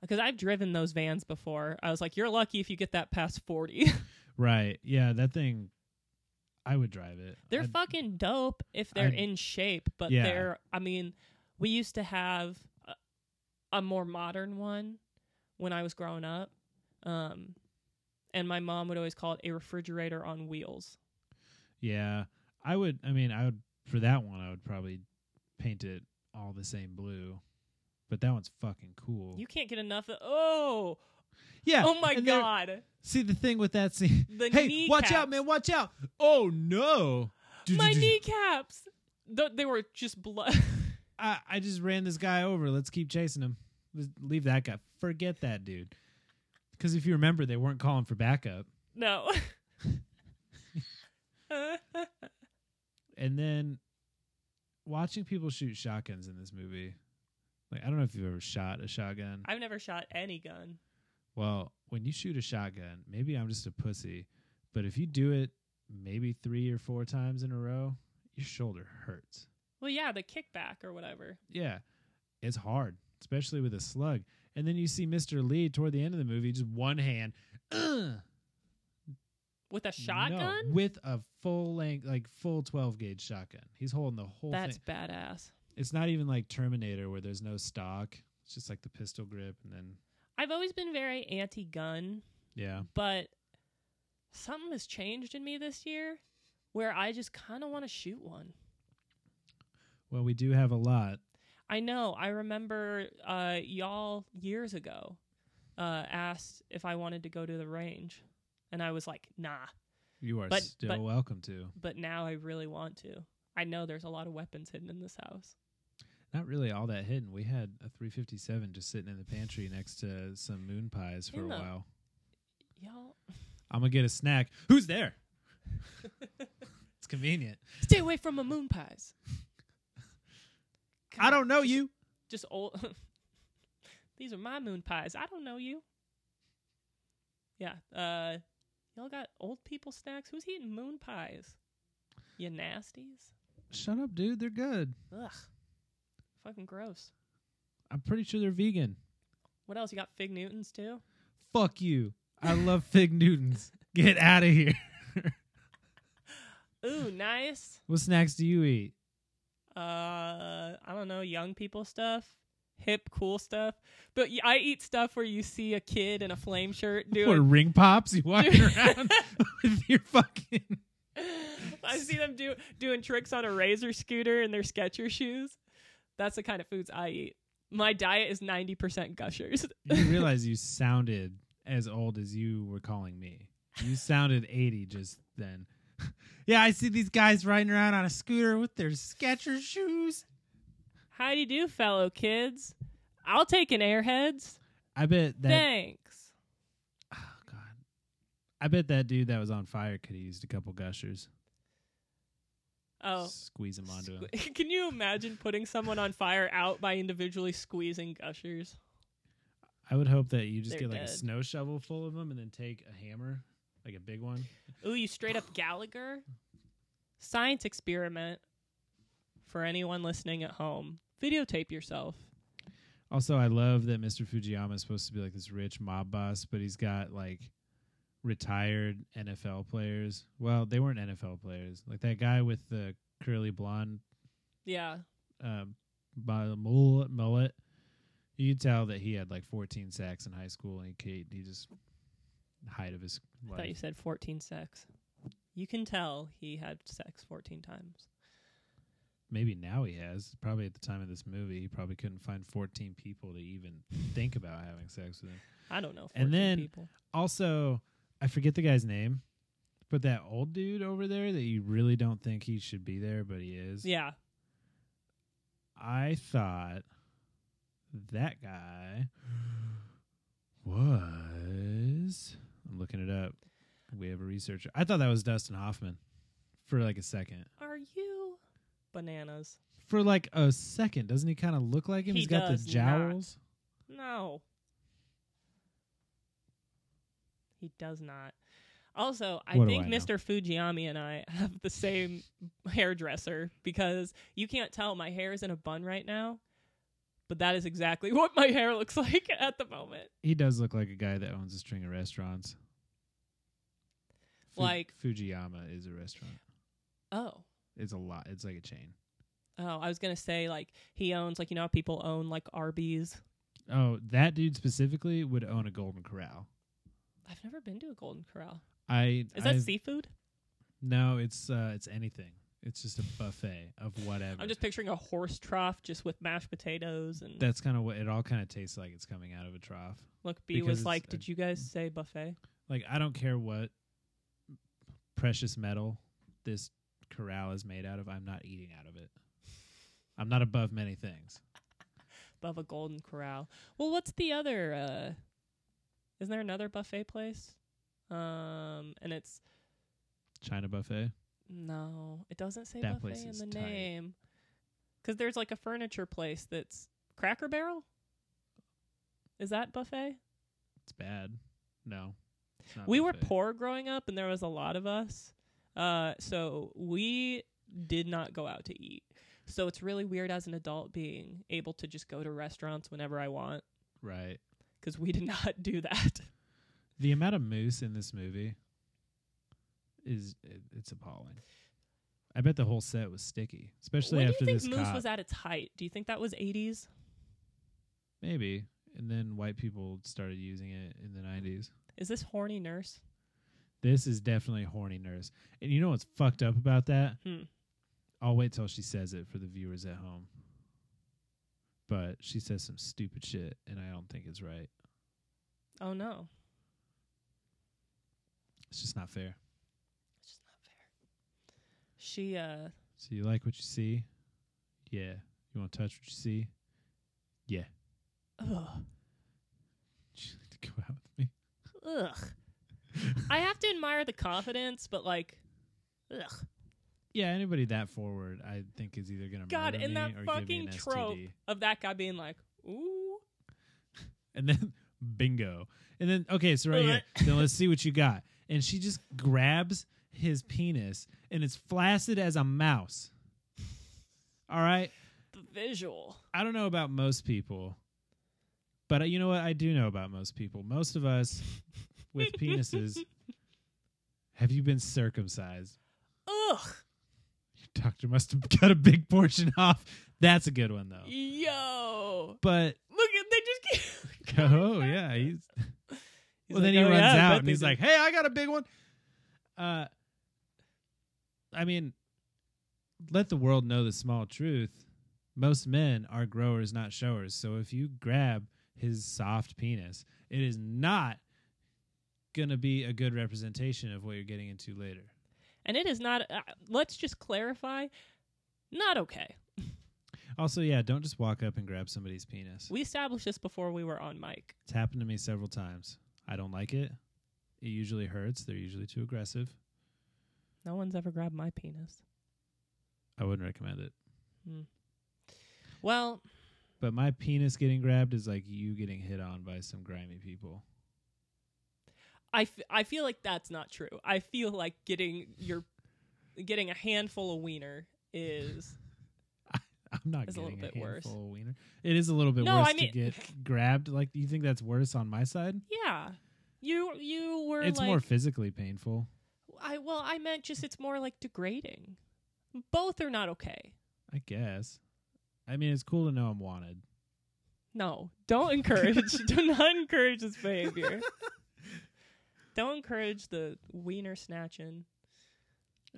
because I've driven those vans before. I was like, you're lucky if you get that past forty. Right. Yeah, that thing I would drive it. they're I'd- fucking dope if they're I'd- in shape, but Yeah. they're. I mean, we used to have a, a more modern one when I was growing up, um, and my mom would always call it a refrigerator on wheels. Yeah. I would I mean, I would for that one I would probably paint it all the same blue. But that one's fucking cool. You can't get enough. Of, oh, yeah. oh my and they're- god! See the thing with that scene. The hey, watch kneecaps. out, man! Watch out! Oh no! My kneecaps. Th- they were just blood. I, I just ran this guy over. Let's keep chasing him. Let's leave that guy. Forget that dude. Because if you remember, they weren't calling for backup. no. and then watching people shoot shotguns in this movie like i don't know if you've ever shot a shotgun I've never shot any gun. well when you shoot a shotgun maybe i'm just a pussy but if you do it maybe three or four times in a row your shoulder hurts Well, yeah, the kickback or whatever. yeah it's hard especially with a slug and then you see mr lee toward the end of the movie just one hand With a No, shotgun? with a full length like full 12 gauge shotgun he's holding the whole That's thing badass. it's not even like Terminator where there's no stock. It's just like the pistol grip and then I've always been very anti gun, yeah. but something has changed in me this year where I just kind of want to shoot one. Well, we do have a lot. I know. I remember uh, y'all years ago uh, asked if I wanted to go to the range, and I was like, nah. You are But- still but- welcome to. But now I really want to. I know there's a lot of weapons hidden in this house. Not really all that hidden. We had a 357 just sitting in the pantry next to some moon pies for In a the- while. Y'all, I'm gonna get a snack. Who's there? it's convenient. stay away from my moon pies. I don't know you. Just old. These are my moon pies. I don't know you. Yeah. Uh, y'all got old people snacks. Who's eating moon pies? You nasties. Shut up, dude. They're good. Ugh. Fucking gross. I'm pretty sure they're vegan. What else? You got fig Newtons too? Fuck you. I love fig Newtons. Get out of here. Ooh, nice. what snacks do you eat? Uh, I don't know, young people stuff, hip, cool stuff. But y- I eat stuff where you see a kid in a flame shirt What doing. ring pops? You walking around with your fucking I see them do doing tricks on a razor scooter in their Skechers shoes. That's the kind of foods I eat. My diet is ninety percent gushers. You realize you sounded as old as you were calling me. You sounded 80 just then. yeah, I see these guys riding around on a scooter with their Skechers shoes. How do you do, fellow kids? I'll take an Airheads. I bet that. Thanks. Oh, God. I bet that dude that was on fire could have used a couple gushers. Oh, Squeeze them onto him. Sque- Can you imagine putting someone on fire out by individually squeezing gushers? I would hope that you just They're get like a dead. snow shovel full of them and then take a hammer, like a big one. Ooh, you straight up Gallagher? Science experiment for anyone listening at home. Videotape yourself. Also, I love that Mr. Fujiyama is supposed to be like this rich mob boss, but he's got like retired NFL players. Well, they weren't NFL players. Like that guy with the curly blonde Yeah. uh, bu- mullet, mullet. You could tell that he had like 14 sacks in high school, and he ca- he just height of his I thought you life. said 14 sex. You can tell he had sex 14 times. Maybe now he has. Probably at the time of this movie, he probably couldn't find 14 people to even think about having sex with him. I don't know. 14 And then- people. also I forget the guy's name, but that old dude over there that you really don't think he should be there, but he is. Yeah. I thought that guy was I'm looking it up. We have a researcher. I thought that was Dustin Hoffman for like a second. Are you bananas? For like a second. Doesn't he kind of look like him? He has got the does not. jowls. No. He does not. Also, I What do think I know? Mr. Fujiyami and I have the same hairdresser because you can't tell my hair is in a bun right now, but that is exactly what my hair looks like at the moment. He does look like a guy that owns a string of restaurants. Fu- Like- Fujiyama is a restaurant. Oh. It's a lot. It's like a chain. Oh, I was going to say like he owns like you know how people own like Arby's. Oh, that dude specifically would own a Golden Corral. I've never been to a Golden Corral. I Is that I've- seafood? No, it's uh, it's anything. It's just a buffet of whatever. I'm just picturing a horse trough just with mashed potatoes and That's kind of what it all kind of tastes like. It's coming out of a trough. look B because was it's like, a- mm. "Did you guys say buffet?" Like I don't care what precious metal this corral is made out of. I'm not eating out of it. I'm not above many things. above a golden corral. Well, what's the other uh isn't there another buffet place? Um and it's China buffet. No, it doesn't say That buffet place in is the tight. name. Because there's like a furniture place that's Cracker Barrel. Is that buffet? It's bad. No. it's not we were buffet. poor growing up, and there was a lot of us, uh, so we did not go out to eat. So it's really weird as an adult being able to just go to restaurants whenever I want Right. because we did not do that. The amount of moose in this movie is it, it's appalling. I bet the whole set was sticky, especially when do after you think this moose cop. was at its height? Do you think that was 80s? Maybe, and then white people started using it in the '90s. Is this horny nurse? This is definitely horny nurse. And you know what's fucked up about that? Hmm. I'll wait till she says it for the viewers at home. But she says some stupid shit, and I don't think it's right. Oh no, It's just not fair. it's just not fair. She uh So you like what you see? Yeah. You want to touch what you see? Yeah. Ugh. She'd like to go out with me. Ugh. I have to admire the confidence, but like, ugh. Yeah, anybody that forward, I think, is either gonna God, murder and me that or give me fucking an trope STD. of that guy being like, ooh. And then bingo. And then okay, so right here, then let's see what you got. And she just grabs his penis, and it's flaccid as a mouse. All right, the visual. I don't know about most people, but uh, you know what? I do know about most people. Most of us with penises, have you been circumcised? Ugh. Your doctor must have cut a big portion off. That's a good one though. Yo. But Look at they just keep going oh back. yeah, he's, He's well like, then he "Oh, runs yeah, I bet out and they he's do." like, "Hey, I got a big one." Uh, I mean, let the world know the small truth: most men are growers, not showers. So if you grab his soft penis, it is not gonna be a good representation of what you're getting into later. And it is not uh, let's just clarify, not okay. Also, yeah, don't just walk up and grab somebody's penis. We established this before we were on mic. It's happened to me several times. I don't like it. It usually hurts. They're usually too aggressive. No one's ever grabbed my penis. I wouldn't recommend it. Well, But my penis getting grabbed is like you getting hit on by some grimy people. I, f- I feel like that's not true. I feel like getting your getting a handful of wiener is I'm not It's a getting little a, bit worse. handful of wiener. It is a little bit No, worse I mean- to get grabbed. Like, do you think that's worse on my side? yeah. You you were It's like more physically painful. I well I meant just it's more like degrading. Both are not okay. I guess. I mean, it's cool to know I'm wanted. No, don't encourage. do not encourage this behavior. don't encourage the wiener snatching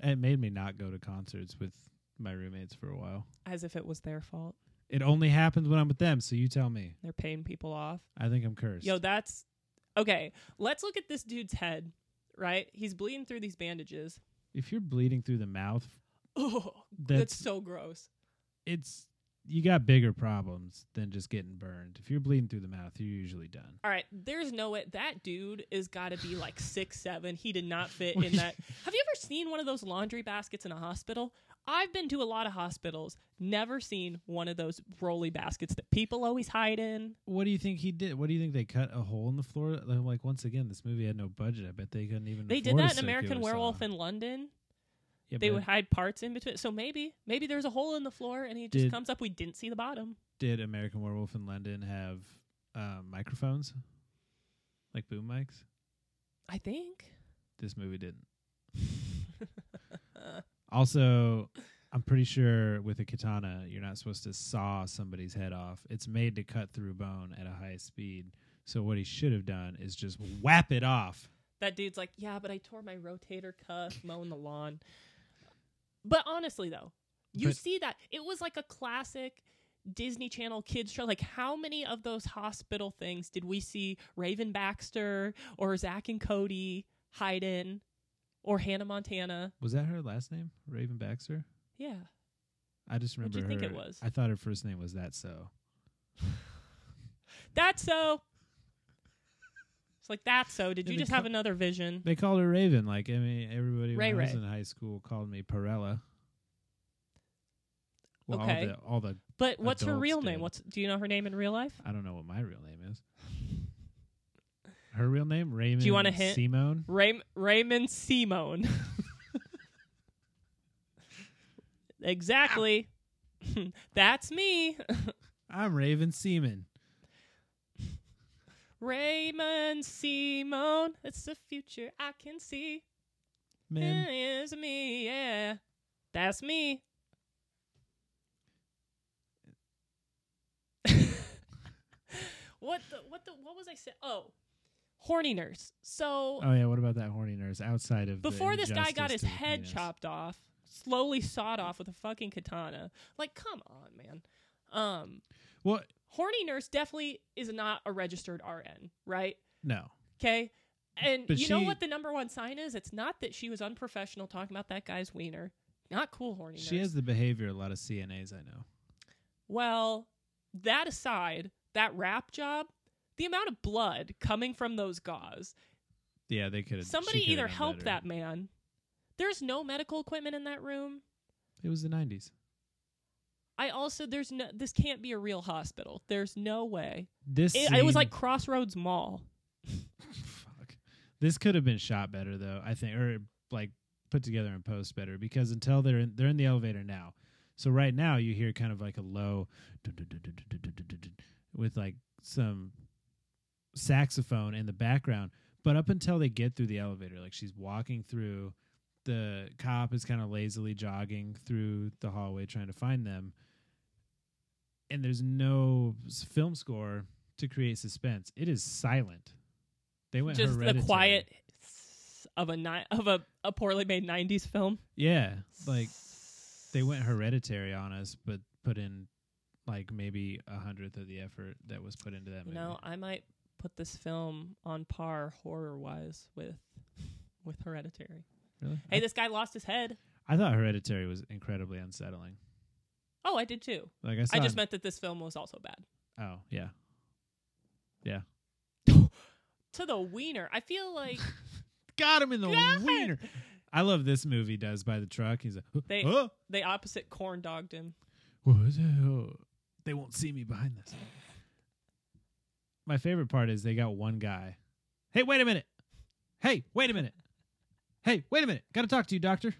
It made me not go to concerts with my roommates for a while. as if it was their fault. It only happens when I'm with them, so you tell me. They're paying people off. I think I'm cursed. Yo, that's okay. Let's look at this dude's head. Right, he's bleeding through these bandages. if you're bleeding through the mouth, Oh, that's, that's so gross. it's you got bigger problems than just getting burned. If you're bleeding through the mouth, you're usually done. All right, there's no way that dude is got to be like six seven. He did not fit Well, in yeah. that. Have you ever seen one of those laundry baskets in a hospital? I've been to a lot of hospitals, never seen one of those rolly baskets that people always hide in. What do you think he did? What do you think they cut a hole in the floor? Like, like, once again, this movie had no budget. I bet they couldn't even. They did afford a that in American circular Werewolf saw. in London. uh, yeah, They but would hide parts in between. So maybe, maybe there's a hole in the floor and he just Did- comes up. We didn't see the bottom. Did American Werewolf in London have um, microphones, like boom mics? I think. This movie didn't. Also, I'm pretty sure with a katana, you're not supposed to saw somebody's head off. It's made to cut through bone at a high speed. So what he should have done is just whap it off. That dude's like, yeah, but I tore my rotator cuff mowing the lawn. But honestly, though, you But- see that it was like a classic Disney Channel kids show. Like, how many of those hospital things did we see Raven Baxter or Zach and Cody hide in or Hannah Montana? Was that her last name, Raven Baxter? Yeah. I just What'd remember. you think it her- was? I thought her first name was that. So That's so. It's like that. So did Yeah, you they just have co- another vision? They called her Raven. Like I mean, everybody Ray when I was Ray. in high school called me Perella. Well, all Okay. the all the But what's her adults real did. name? What's do you know her name in real life? I don't know what my real name is. Her real name Raymond. want a hint? Simone. Ray- Raymond Simone. exactly. That's me. I'm Raven Seaman. Raymond Simone. It's the future I can see. Man, It is me, yeah. That's me. what the what the what was I say? Oh. Horny nurse. So Oh yeah, what about that horny nurse outside of the before this guy got injustice his to the head penis? chopped off, slowly sawed off with a fucking katana. Like, come on, man. Um, Well, horny nurse definitely is not a registered RN, right? no. Okay. And But you know she- what the number one sign is? It's not that she was unprofessional talking about that guy's wiener. Not cool, horny She nurse. has the behavior a lot of CNAs I know. Well, that aside, that rap job, the amount of blood coming from those gauze, Yeah, they could have. somebody either help that man. There's no medical equipment in that room. It was the '90s. I also there's no this can't be a real hospital. There's no way. This It, it scene- was like Crossroads Mall. Fuck. This could have been shot better though, I think, or like put together in post better because until they're in, they're in the elevator now. So right now you hear kind of like a low dun- dun- dun- dun- dun- dun- dun- dun- dun- dun with like some saxophone in the background, but up until they get through the elevator, like she's walking through the cop is kind of lazily jogging through the hallway trying to find them and there's no s- film score to create suspense it is silent they went Just the hereditary. quiet of a ni- of a, a poorly made 90s film. Yeah, like they went hereditary on us, but put in like maybe a hundredth of the effort that was put into that You movie. know, I might put this film on par horror-wise with with Hereditary. really? Hey, I, this guy lost his head. I thought Hereditary was incredibly unsettling. Oh, I did too. Like I saw. I just an- meant that this film was also bad. Oh yeah, To the wiener. I feel like got him in the God! wiener. I love this movie. Does by the truck. He's like, They- "Huh? the opposite corn dogged him. What was it? Oh, They won't see me behind this. My favorite part is they got one guy. Hey, wait a minute. Hey, wait a minute. Hey, wait a minute. Got to talk to you, doctor.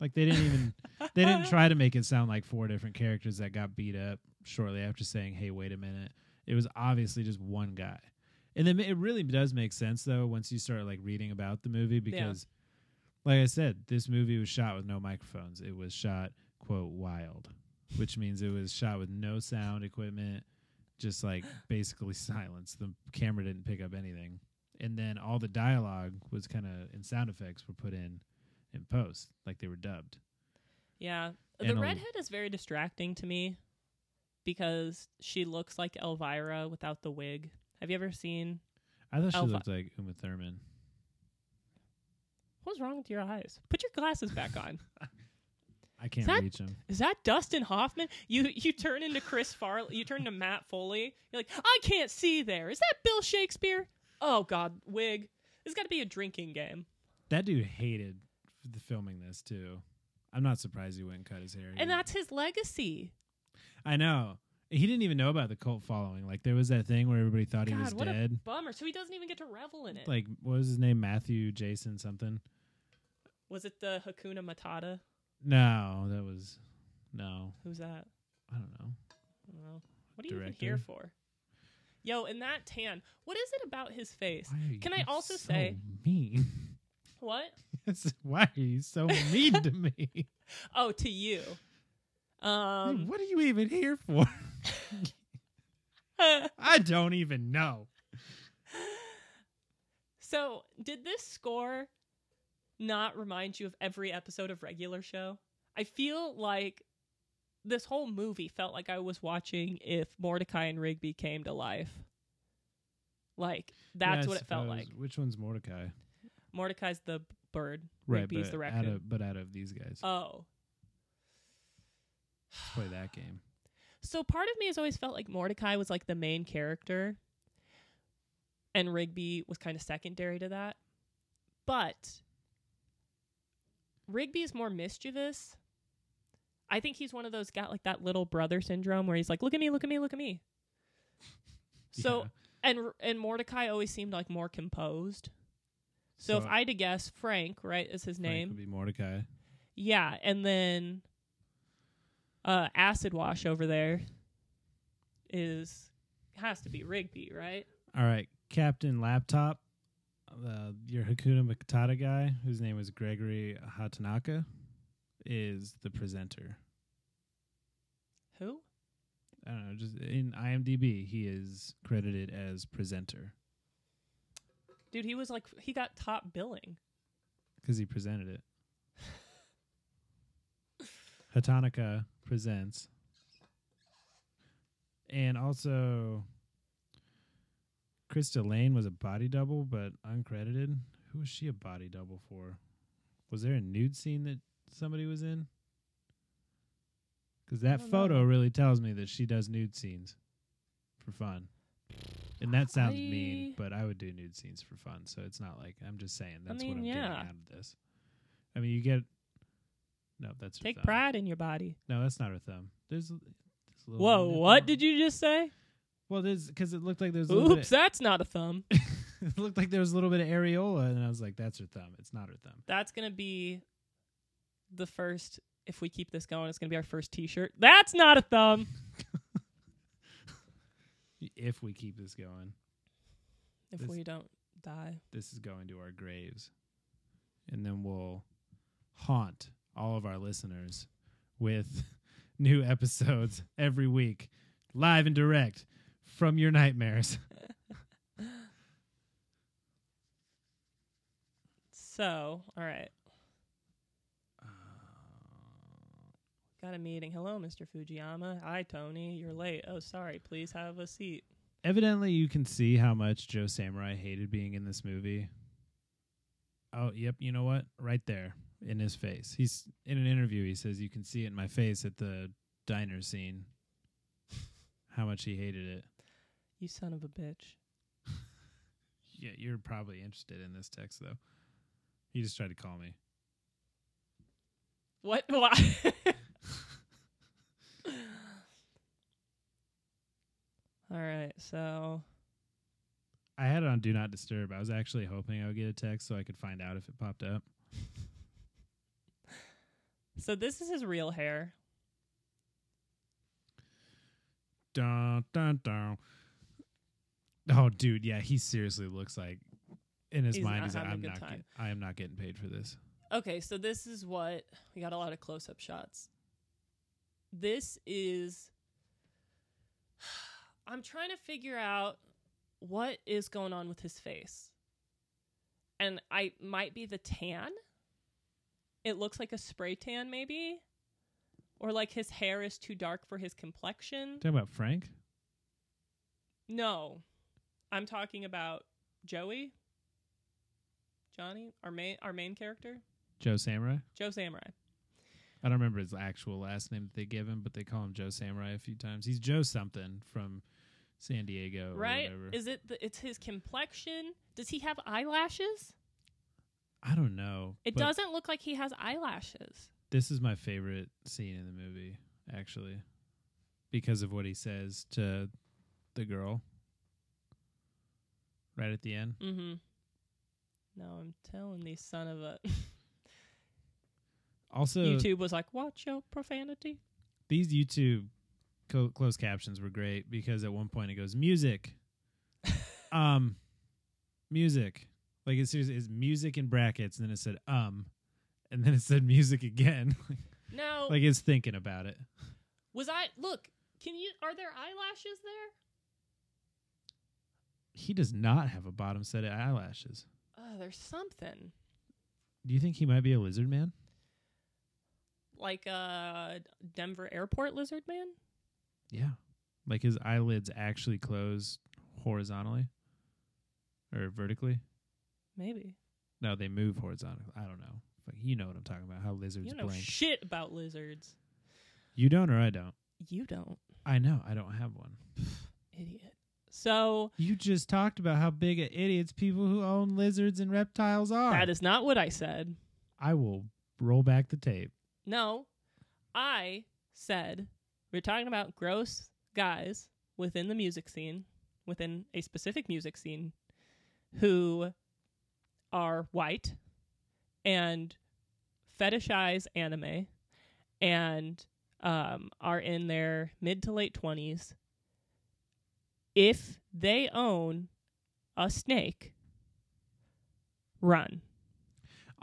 Like they didn't even they didn't try to make it sound like four different characters that got beat up shortly after saying, "Hey, wait a minute." It was obviously just one guy. And then it really does make sense though once you start like reading about the movie because like I said, this movie was shot with no microphones. It was shot quote wild, which means it was shot with no sound equipment, just like basically silence. The camera didn't pick up anything. And then all the dialogue was kind of and sound effects were put in in post, like they were dubbed. Yeah. The And um, a- redhead is very distracting to me because she looks like Elvira without the wig. Have you ever seen I thought she Alpha. looked like Uma Thurman. What's wrong with your eyes? Put your glasses back on. I can't that- reach him. Is that Dustin Hoffman? You you turn into Chris Farley, you turn into Matt Foley. You're like, "I can't see there. Is that Bill Shakespeare?" Oh god, wig. This got to be a drinking game. That dude hated the filming this too. I'm not surprised he wouldn't cut his hair. And either. that's his legacy. I know. He didn't even know about the cult following. Like there was that thing where everybody thought he God, was what dead. a bummer. So he doesn't even get to revel in it. like what was his name? Matthew Jason something. Was it the Hakuna Matata? No, that was no. Who's that? I don't know. I don't know. What are you even Director? here for? Yo, and that tan. What is it about his face? Why are Can I you also so say- mean? What? Why are you so mean to me? Oh, to you. Um what are you even here for? I don't even know. So, did this score not remind you of every episode of regular show? I feel like this whole movie felt like I was watching if Mordecai and Rigby came to life. Like that's Yeah, I what it felt suppose. like. Which one's Mordecai? Mordecai's the b- bird, Right, Rigby's but the out raccoon. of but out of these guys, oh. let's play that game. So part of me has always felt like Mordecai was like the main character, and Rigby was kind of secondary to that. But Rigby is more mischievous. I think he's one of those got like that little brother syndrome where he's like, "Look at me, look at me, look at me." So Yeah. and and Mordecai always seemed like more composed. So, if I had to guess, Frank, right, is his Frank name. would be Mordecai. Yeah, and then uh acid wash over there is has to be Rigby, right? All right, Captain Laptop, uh, your Hakuna Matata guy, whose name is Gregory Hatanaka, is the presenter. Who? I don't know, just in IMDb, he is credited as presenter Dude, he was like he got top billing. because he presented it. Hatanaka presents, and also Krista Lane was a body double, but uncredited. Who was she a body double for? Was there a nude scene that somebody was in? Because that don't photo really tells me that she does nude scenes for fun. And that sounds mean, I- but I would do nude scenes for fun. So it's not like I'm just saying that's what mean, I'm yeah. getting out of this. I mean, you get no. That's her Take thumb. pride in your body. No, that's not her thumb. There's, a- there's a little Whoa, nipple. what did you just say? Well, there's because it looked like there's a little Oops, bit. that's not a thumb. it looked like there was a little bit of areola, and I was like, "That's her thumb. It's not her thumb." That's going to be the first if we keep this going, it's going to be our first t-shirt. That's not a thumb. If we keep this going, If This- we don't die. this is going to our graves, and then we'll haunt all of our listeners with new episodes every week, live and direct from your nightmares. So, all right. Uh, Got a meeting. Hello, Mr. Fujiyama. Hi, Tony. You're late. Oh, sorry. Please have a seat. evidently you can see how much Joe Samurai hated being in this movie. Oh, yep, you know what? Right there in his face. He's in an interview he says you can see it in my face at the diner scene how much he hated it. You son of a bitch. Yeah, you're probably interested in this text though. He just tried to call me. What? Why? all right. So, I had it on do not disturb. I was actually hoping I would get a text so I could find out if it popped up. so this is his real hair. Dun, dun, dun. Oh, dude, yeah, he seriously looks like in his He's mind not he's like, having a I'm good not, time. get, I am not getting paid for this. Okay, so this is what we got a lot of close up shots. This is I'm trying to figure out what is going on with his face. And I might be the tan. It looks like a spray tan maybe. Or like his hair is too dark for his complexion. Talking about Frank, No. I'm talking about Joey. Johnny, our main our main character, Joe Samurai. Joe Samurai. I don't remember his actual last name that they give him, but they call him Joe Samurai a few times. He's Joe something from San Diego, or right whatever. is it the, it's his complexion does he have eyelashes I don't know. it but doesn't look like he has eyelashes This is my favorite scene in the movie, actually, because of what he says to the girl right at the end. mm-hmm no i'm telling these son of a Also, youtube was like watch your profanity these YouTube co- closed captions were great because at one point it goes music, um, music. Like it's seriously it's music in brackets, and then it said um, and then it said music again. no like it's thinking about it. was i look can you are there eyelashes there He does not have a bottom set of eyelashes. oh there's something Do you think he might be a lizard man? like uh denver airport lizard man Yeah, like his eyelids actually close horizontally or vertically. maybe No, they move horizontally. I don't know. But you know what I'm talking about. How lizards you know blink. shit about lizards you don't or I don't. you don't I know. I don't have one. idiot So You just talked about how big of idiots people who own lizards and reptiles are. that is not what I said. I will roll back the tape. No, I said we're talking about gross guys within the music scene, within a specific music scene, who are white and fetishize anime and um, are in their mid to late 20s. If they own a snake, run.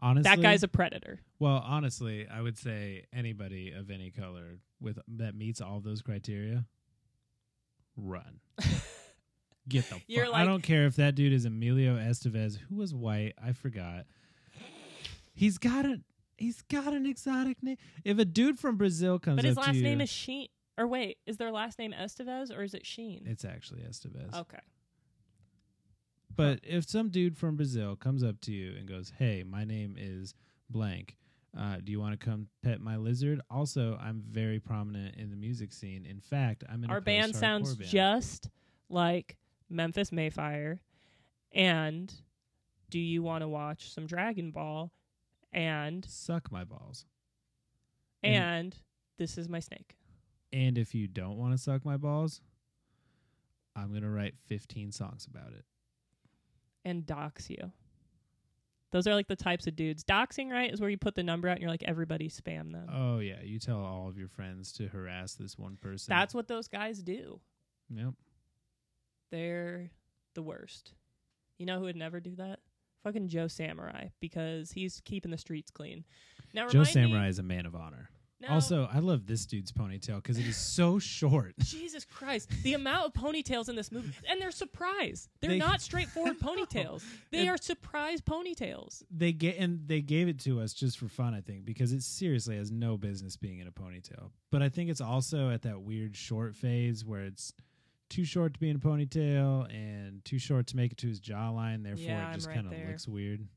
Honestly, That guy's a predator. well. Honestly, I would say anybody of any color with that meets all those criteria, run. Get the. You're fu- I like- don't care if that dude is Emilio Estevez, who was white. I forgot. He's got a. He's got an exotic name. If a dude from Brazil comes, But his up last to you, name is Sheen. Or wait, is their last name Estevez or is it Sheen? It's actually Estevez. okay. But if some dude from Brazil comes up to you and goes, "Hey, my name is blank. Uh, do you want to come pet my lizard?" Also, I'm very prominent in the music scene. In fact, I'm in a Our band post-hardcore sounds band. just like Memphis Mayfire. And do you want to watch some Dragon Ball? And suck my balls. and, And- this is my snake. And if you don't want to suck my balls, I'm gonna write 15 songs about it. And dox you. Those are like the types of dudes. Doxing, right, is where you put the number out and you're like, everybody spam them. Oh yeah, you tell all of your friends to harass this one person. That's what those guys do. yep. They're the worst. You know who would never do that? Fucking Joe Samurai because he's keeping the streets clean. Now Joe remind me- Samurai is a man of honor. now- Also, I love this dude's ponytail because it is so short. Jesus Christ, the amount of ponytails in this movie, and they're surprise. They're They- not straightforward ponytails. They And- are surprise ponytails. they get and they gave it to us just for fun, I think, because it seriously has no business being in a ponytail. But I think it's also at that weird short phase where it's too short to be in a ponytail and too short to make it to his jawline. Therefore, Yeah, I'm it just right kind of there. looks weird.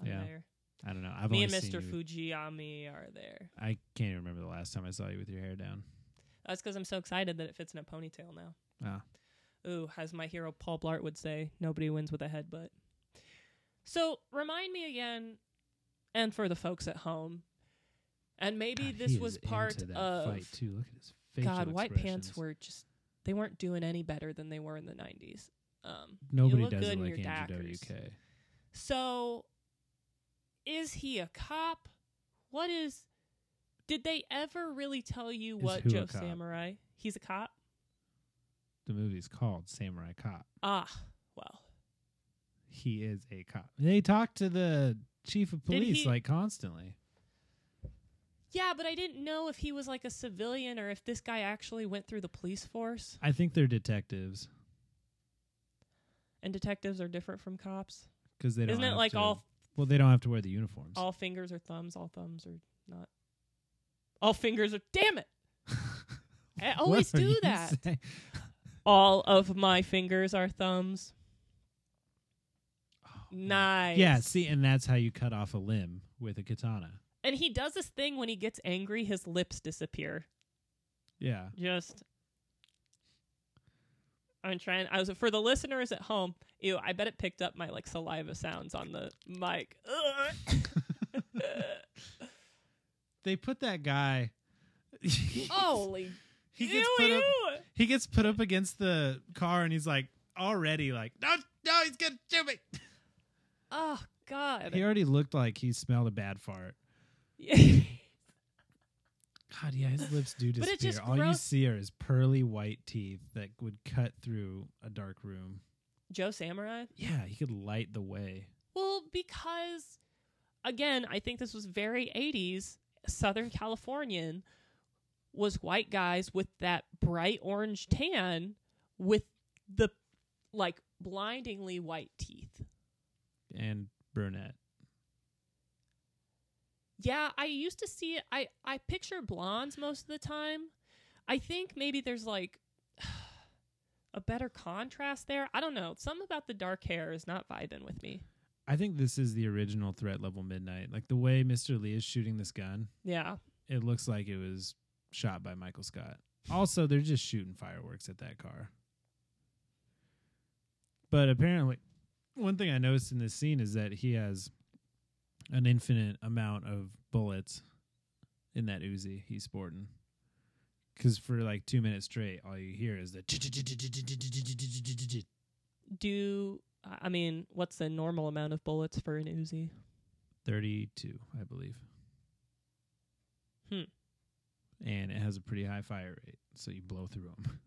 I'm Yeah. there. I don't know. I've Me and only seen Mr. you- Fujiyami are there. I can't even remember the last time I saw you with your hair down. That's because I'm so excited that it fits in a ponytail now. Ah. Ooh, as my hero Paul Blart would say, nobody wins with a headbutt. So remind me again, and for the folks at home, and maybe God, this he was is part into that of fight too. Look at his face. God, white pants were just they weren't doing any better than they were in the nineties. Um you nobody look does good it in like your Andrew Dackers. WK. So is he a cop? What is did they ever really tell you Is what who a Joe cop? Samurai? He's a cop? The movie's called Samurai Cop. Ah, well. he is a cop. They talk to the chief of Did police he- like constantly. Yeah, but I didn't know if he was like a civilian or if this guy actually went through the police force. I think they're detectives And detectives are different from cops. because they don't. Isn't it have like to- all Well, they don't have to wear the uniforms. all fingers are thumbs, all thumbs are not. All fingers are. Damn it! I What always are do you that. saying? All of my fingers are thumbs. Nice. Oh, Yeah. See, and that's how you cut off a limb with a katana. And he does this thing when he gets angry, his lips disappear. Yeah. Just. I'm trying. I was for the listeners at home. Ew! I bet it picked up my like saliva sounds on the mic. They put that guy. Holy! he ew! gets put ew. up. He gets put up against the car, and he's like already like no, no, he's gonna shoot me. Oh God! He already looked like he smelled a bad fart. God, yeah, his lips do But disappear. it's just All you gross. see are his pearly white teeth that would cut through a dark room. Joe Samurai. Yeah, he could light the way. Well, because again, I think this was very 80s Southern Californian was white guys with that bright orange tan with the like blindingly white teeth. And brunette. Yeah, I used to see it. I I picture blondes most of the time. I think maybe there's like a better contrast there. I don't know. Some about the dark hair is not vibing with me. I think this is the original threat level midnight. Like the way Mr. Lee is shooting this gun, Yeah. it looks like it was shot by Michael Scott. Also, they're just shooting fireworks at that car. But apparently, one thing I noticed in this scene is that he has an infinite amount of bullets in that Uzi he's sporting. Because for like two minutes straight, all you hear is the. Do I- I mean what's the normal amount of bullets for an Uzi? 32, I believe. Hmm. And it has a pretty high fire rate, so you blow through them.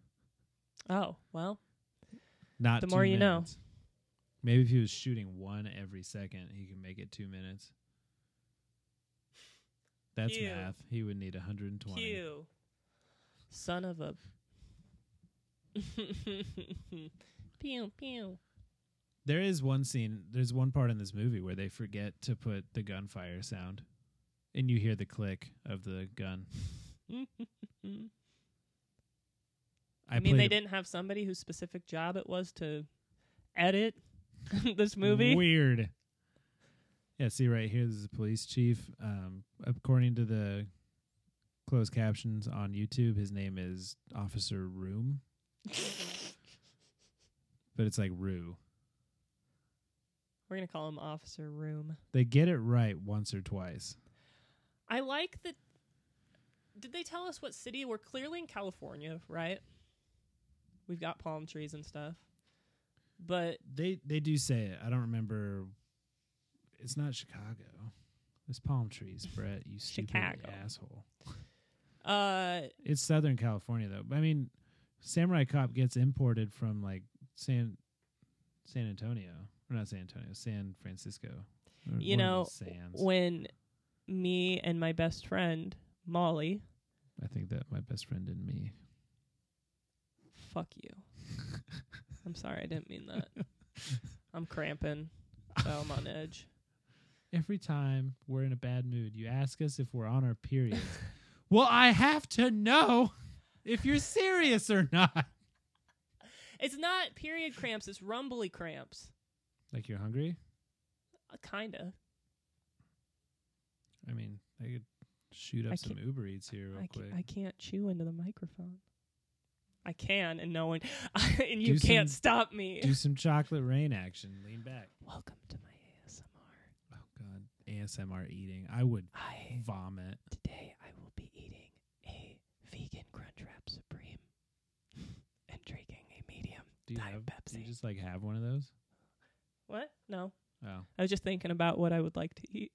Oh well, Not The two more you know. minutes. Maybe if he was shooting one every second, he could make it two minutes. That's Phew. math. He would need 120. Q. Son of a. pew pew. There is one scene, there's one part in this movie where they forget to put the gunfire sound, and you hear the click of the gun. I, mean, they played a didn't have somebody whose specific job it was to edit this movie. Weird. Yeah, see right here, this is the police chief. Um, according to the closed captions on YouTube, his name is Officer Room. but it's like Rue. We're gonna call him Officer Room. They get it right once or twice. I like that. Did they tell us what city? We're clearly in California, right? We've got palm trees and stuff. But They they do say it. I don't remember it's not Chicago. It's palm trees, Brett, you stupid Chicago. asshole. uh It's Southern California though. I mean, Samurai Cop gets imported from like San San Antonio, or not San Antonio, San Francisco. Or You one of know, those Sans. when me and my best friend Molly, I think that my best friend and me. fuck you. I'm sorry, I didn't mean that. I'm cramping, so I'm on edge. Every time we're in a bad mood, you ask us if we're on our periods. well, I have to know if you're serious or not. It's not period cramps; it's rumbly cramps. Like you're hungry? Uh, kinda. I mean, I could shoot up I some Uber Eats here real I, quick. ca- I can't chew into the microphone. I can, and no one, and you Do some- can't stop me. Do some chocolate rain action. Lean back. Welcome to my ASMR. Oh God, ASMR eating. I would I vomit. today I will be eating a vegan Crunchwrap Supreme and drinking a medium Do you diet have? Do Pepsi. you just like have one of those? what? No, Oh, I was just thinking about what I would like to eat.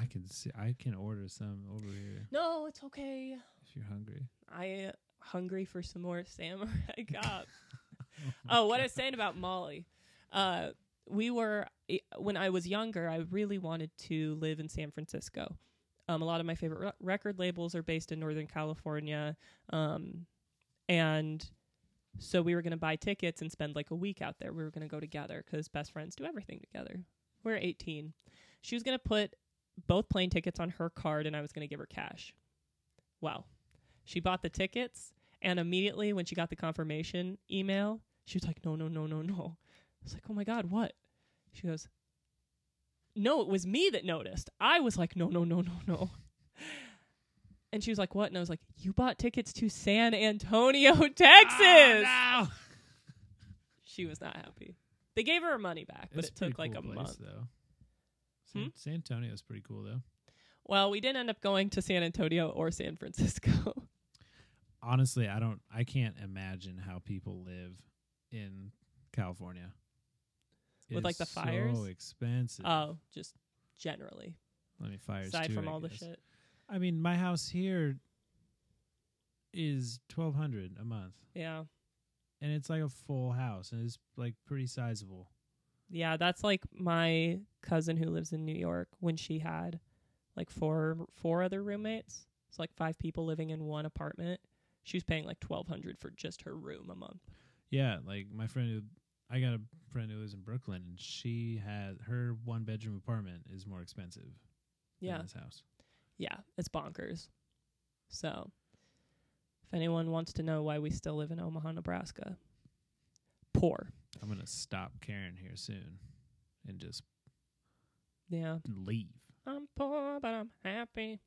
I can see. I can order some over here No, it's okay. if you're hungry. I uh, hungry for some more samurai cop. oh, what I was saying about Molly. Uh, we were eh, when I was younger. I really wanted to live in San Francisco. Um, a lot of my favorite re- record labels are based in Northern California, um, and so we were going to buy tickets and spend like a week out there. We were going to go together because best friends do everything together. We're 18. She was going to put both plane tickets on her card, and I was going to give her cash. Well, she bought the tickets, and immediately when she got the confirmation email, she was like, "No, no, no, no, no." I was like, "Oh my god, what?" She goes, "No, it was me that noticed." I was like, "No, no, no, no, no." And she was like, "What?" And I was like, "You bought tickets to San Antonio, Texas." Oh, She was not happy. They gave her her money back, but It's it took pretty like cool a place, month. though. San, Hmm? San Antonio's pretty cool though. Well, we didn't end up going to San Antonio or San Francisco. Honestly, I don't. I can't imagine how people live in California. It With, is like, the fires? so expensive. oh, just generally, I mean, fires aside too, from I all the guess. shit. I mean, my house here is twelve hundred a month, Yeah. and it's like a full house, and it's like pretty sizable. Yeah, that's like my cousin who lives in New York when she had like four four other roommates. It's like five people living in one apartment. She was paying like twelve hundred for just her room a month. Yeah, like my friend who I got a friend who lives in Brooklyn, and she had her one bedroom apartment is more expensive Yeah. than this house. Yeah. It's bonkers. So if anyone wants to know why we still live in Omaha, Nebraska. Poor. I'm gonna stop Karen here soon, and just Yeah. leave. I'm poor but I'm happy.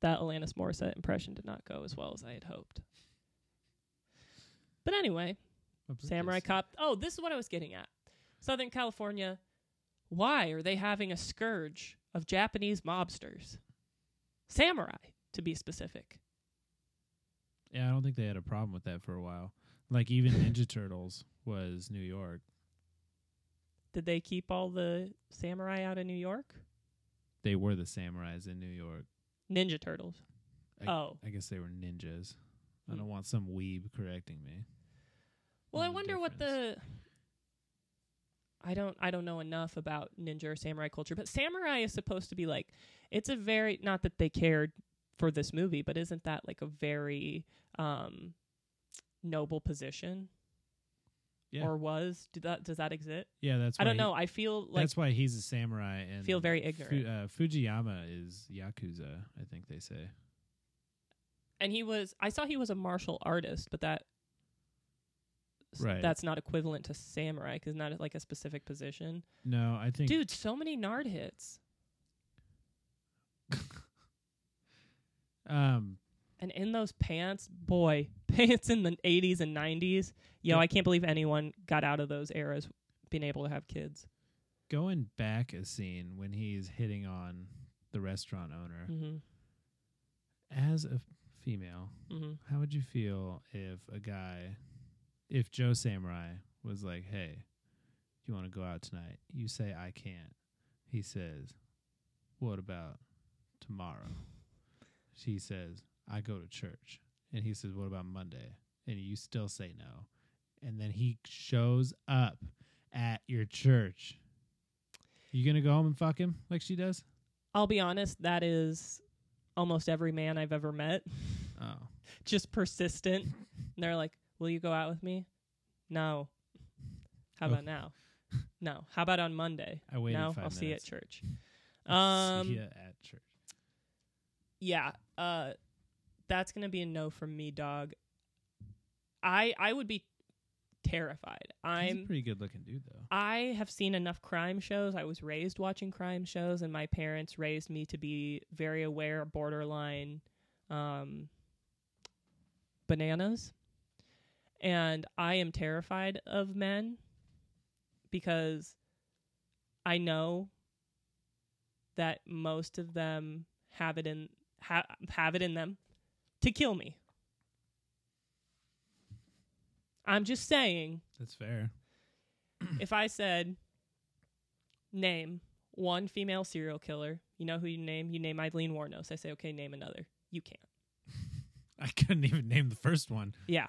That Alanis Morissette impression did not go as well as I had hoped. But anyway, a purchase. Samurai Cop. Oh, this is what I was getting at. Southern California. Why are they having a scourge of Japanese mobsters? Samurai, to be specific. Yeah, I don't think they had a problem with that for a while. Like even Ninja Turtles was New York. Did they keep all the samurai out of New York? They were the samurais in New York. Ninja Turtles. I, Oh. I guess they were ninjas. I Hmm. don't want some weeb correcting me. Well, I on the wonder what the difference. I don't I don't know enough about ninja or samurai culture, but samurai is supposed to be like it's a very not that they cared for this movie, but isn't that like a very um noble position? Yeah. Or was? Do that does that exist? Yeah, that's. I why don't he- know. I feel like that's why he's a samurai and Feel very Fu- ignorant. uh, Fujiyama is yakuza. I think they say. and he was I saw he was a martial artist, but that s- Right. that's not equivalent to samurai cuz not like a specific position. No, I think Dude, so many nard hits. Um, And in those pants, boy, pants in the 80s and 90s. Yo, Yeah. I can't believe anyone got out of those eras being able to have kids. going back a scene when he's hitting on the restaurant owner hmm as a female, hmm how would you feel if a guy, if Joe Samurai was like, "Hey, you want to go out tonight?" You say, "I can't." He says, "What about tomorrow?" She says, "I go to church." And he says, "What about Monday?" And you still say no. And then he shows up at your church. You gonna go home and fuck him like she does? I'll be honest, that is almost every man I've ever met. Oh, Just persistent. and they're like, Will you go out with me? No. How about Okay. now? No. How about on Monday? I waited no, five I'll see you minutes. at church. see Um, ya at church. yeah uh that's gonna be a no from me dog i i would be terrified He's a i'm pretty good looking dude though. i have seen enough crime shows i was raised watching crime shows and my parents raised me to be very aware borderline um bananas and i am terrified of men because i know that most of them have it in ha- have it in them to kill me. I'm just saying, That's fair. if I said name one female serial killer, you know who you name? You name Eileen Warnos. I say, okay, name another. You can't. I couldn't even name the first one. Yeah.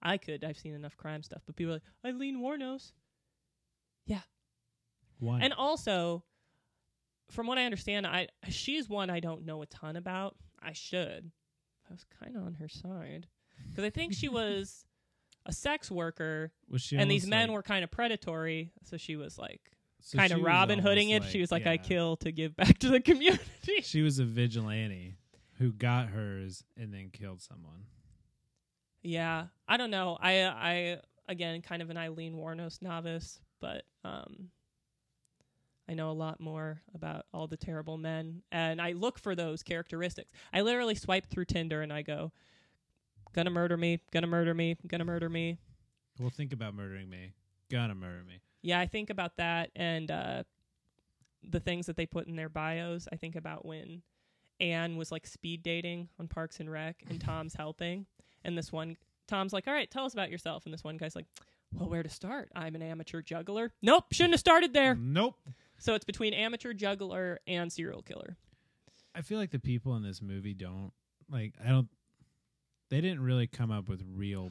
I could. I've seen enough crime stuff, but people are like, Eileen Warnos. One. And also, from what I understand, I she's one I don't know a ton about. I should. I was kind of on her side because I think she was a sex worker, was she and almost these men like- were kind of predatory. So she was like so kind she of was Robin Hooding it. almost she was like, "I yeah. kill to give back to the community." She was a vigilante who got hers and then killed someone. yeah, I don't know. I I again kind of an Eileen Warnos novice, but um. I know a lot more about all the terrible men, and I look for those characteristics. I literally swipe through Tinder and I go, "Gonna murder me, gonna murder me, gonna murder me." Well, think about murdering me. Gonna murder me. Yeah, I think about that and uh, the things that they put in their bios. I think about when Anne was like speed dating on Parks and Rec, and Tom's helping, and this one Tom's like, "All right, tell us about yourself," and this one guy's like. Well, where to start? I'm an amateur juggler. Nope, shouldn't have started there. Nope. So it's between amateur juggler and serial killer. I feel like the people in this movie don't like. I don't. They didn't really come up with real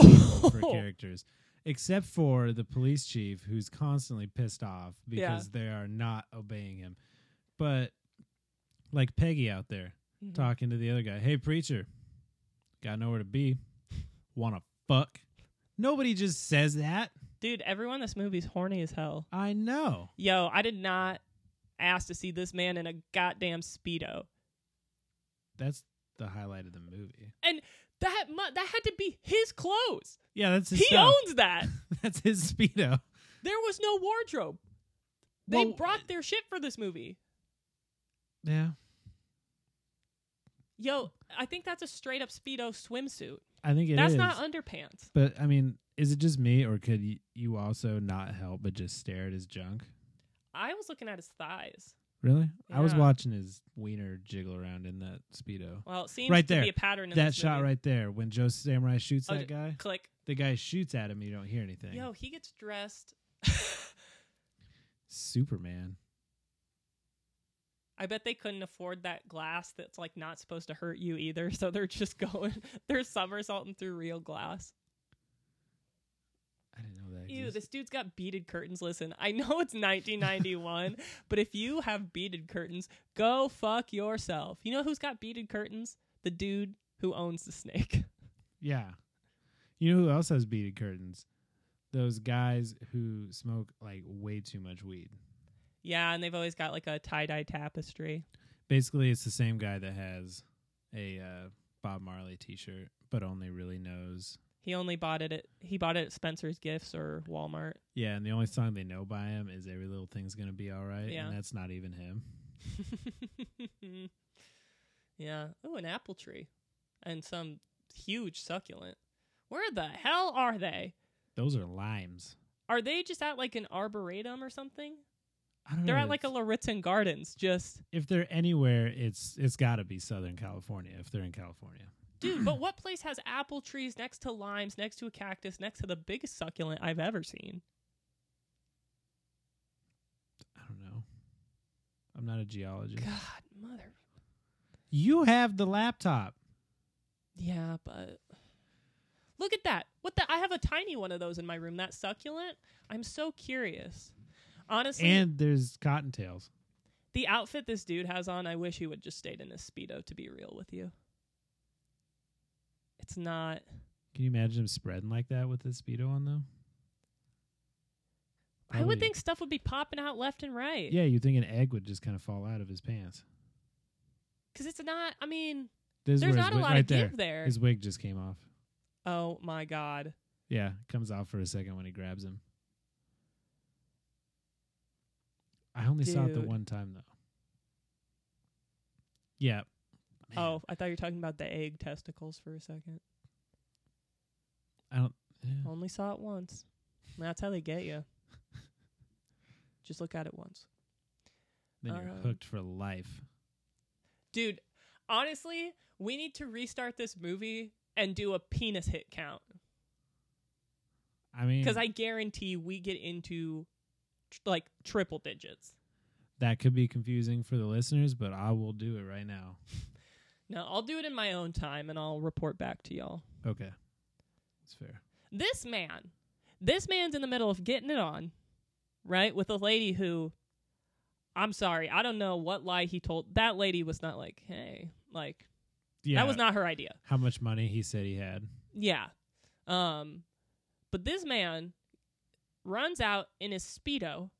people for Oh, characters, except for the police chief, who's constantly pissed off because they are not obeying him. But like Peggy out there Mhm. talking to the other guy, "Hey preacher, got nowhere to be, wanna fuck." Nobody just says that. dude, everyone in this movie's horny as hell. I know. Yo, I did not ask to see this man in a goddamn speedo. That's the highlight of the movie. And that mu- that had to be his clothes. Yeah, that's his he stuff. owns that. that's his speedo. There was no wardrobe. They Well- brought their shit for this movie. Yeah. Yo, I think that's a straight up speedo swimsuit. I think it is. That's not underpants. but I mean, is it just me, or could y- you also not help but just stare at his junk? I was looking at his thighs. Really? I was Yeah. watching his wiener jiggle around in that speedo. Well, it seems Right to there. be a pattern in that this shot movie. right there when Joe Samurai shoots Oh, that d- guy. Click. The guy shoots at him. You don't hear anything. Yo, he gets dressed. Superman. I bet they couldn't afford that glass that's like not supposed to hurt you either, so they're just going they're somersaulting through real glass. I didn't know that. Ew, existed. this dude's got beaded curtains. Listen, I know it's 1991, but if you have beaded curtains, go fuck yourself. You know who's got beaded curtains? The dude who owns the snake. Yeah. You know who else has beaded curtains? Those guys who smoke like way too much weed. Yeah, and they've always got like a tie dye tapestry. Basically, it's the same guy that has a uh, Bob Marley T-shirt, but only really knows. He only bought it at he bought it at Spencer's Gifts or Walmart. Yeah, and the only song they know by him is "Every Little Thing's Gonna Be All Right," Yeah. and that's not even him. yeah. Oh, an apple tree. And some huge succulent. Where the hell are they? Those are limes. Are they just at like an arboretum or something? I don't They're know. at like a It's- Lauritzen Gardens. Just, if they're anywhere, it's it's got to be Southern California. If they're in California, dude, Hmm. but what place has apple trees next to limes, next to a cactus, next to the biggest succulent I've ever seen? I don't know. I'm not a geologist. God, mother. You have the laptop. Yeah, but look at that. What the? I have a tiny one of those in my room. That succulent. I'm so curious. Honestly, And there's cottontails. the outfit this dude has on, I wish he would just stayed in his speedo. To be real with you, it's not. Can you imagine him spreading like that with his speedo on though? I Probably- would think stuff would be popping out left and right. Yeah, you'd think an egg would just kind of fall out of his pants. because it's not. I mean, This is There's where his not a wig- lot of right there. give there. His wig just came off. oh my god, Yeah, comes off for a second when he grabs him. I only saw it the Dude. one time though. Yeah. Man, oh, I thought you were talking about the egg testicles for a second. I don't. yeah. Only saw it once. And that's how they get you. just look at it once. Then you're Um, hooked for life. Dude, honestly, we need to restart this movie and do a penis hit count I mean, because I guarantee we get into tr- like triple digits. that could be confusing for the listeners, but I will do it right now. No, I'll do it in my own time and I'll report back to y'all. Okay, that's fair. This man, this man's in the middle of getting it on, right? With a lady who, I'm sorry, I don't know what lie he told. That lady was not like, hey, like, Yeah, that was not her idea. how much money he said he had. Yeah. Um but this man runs out in his speedo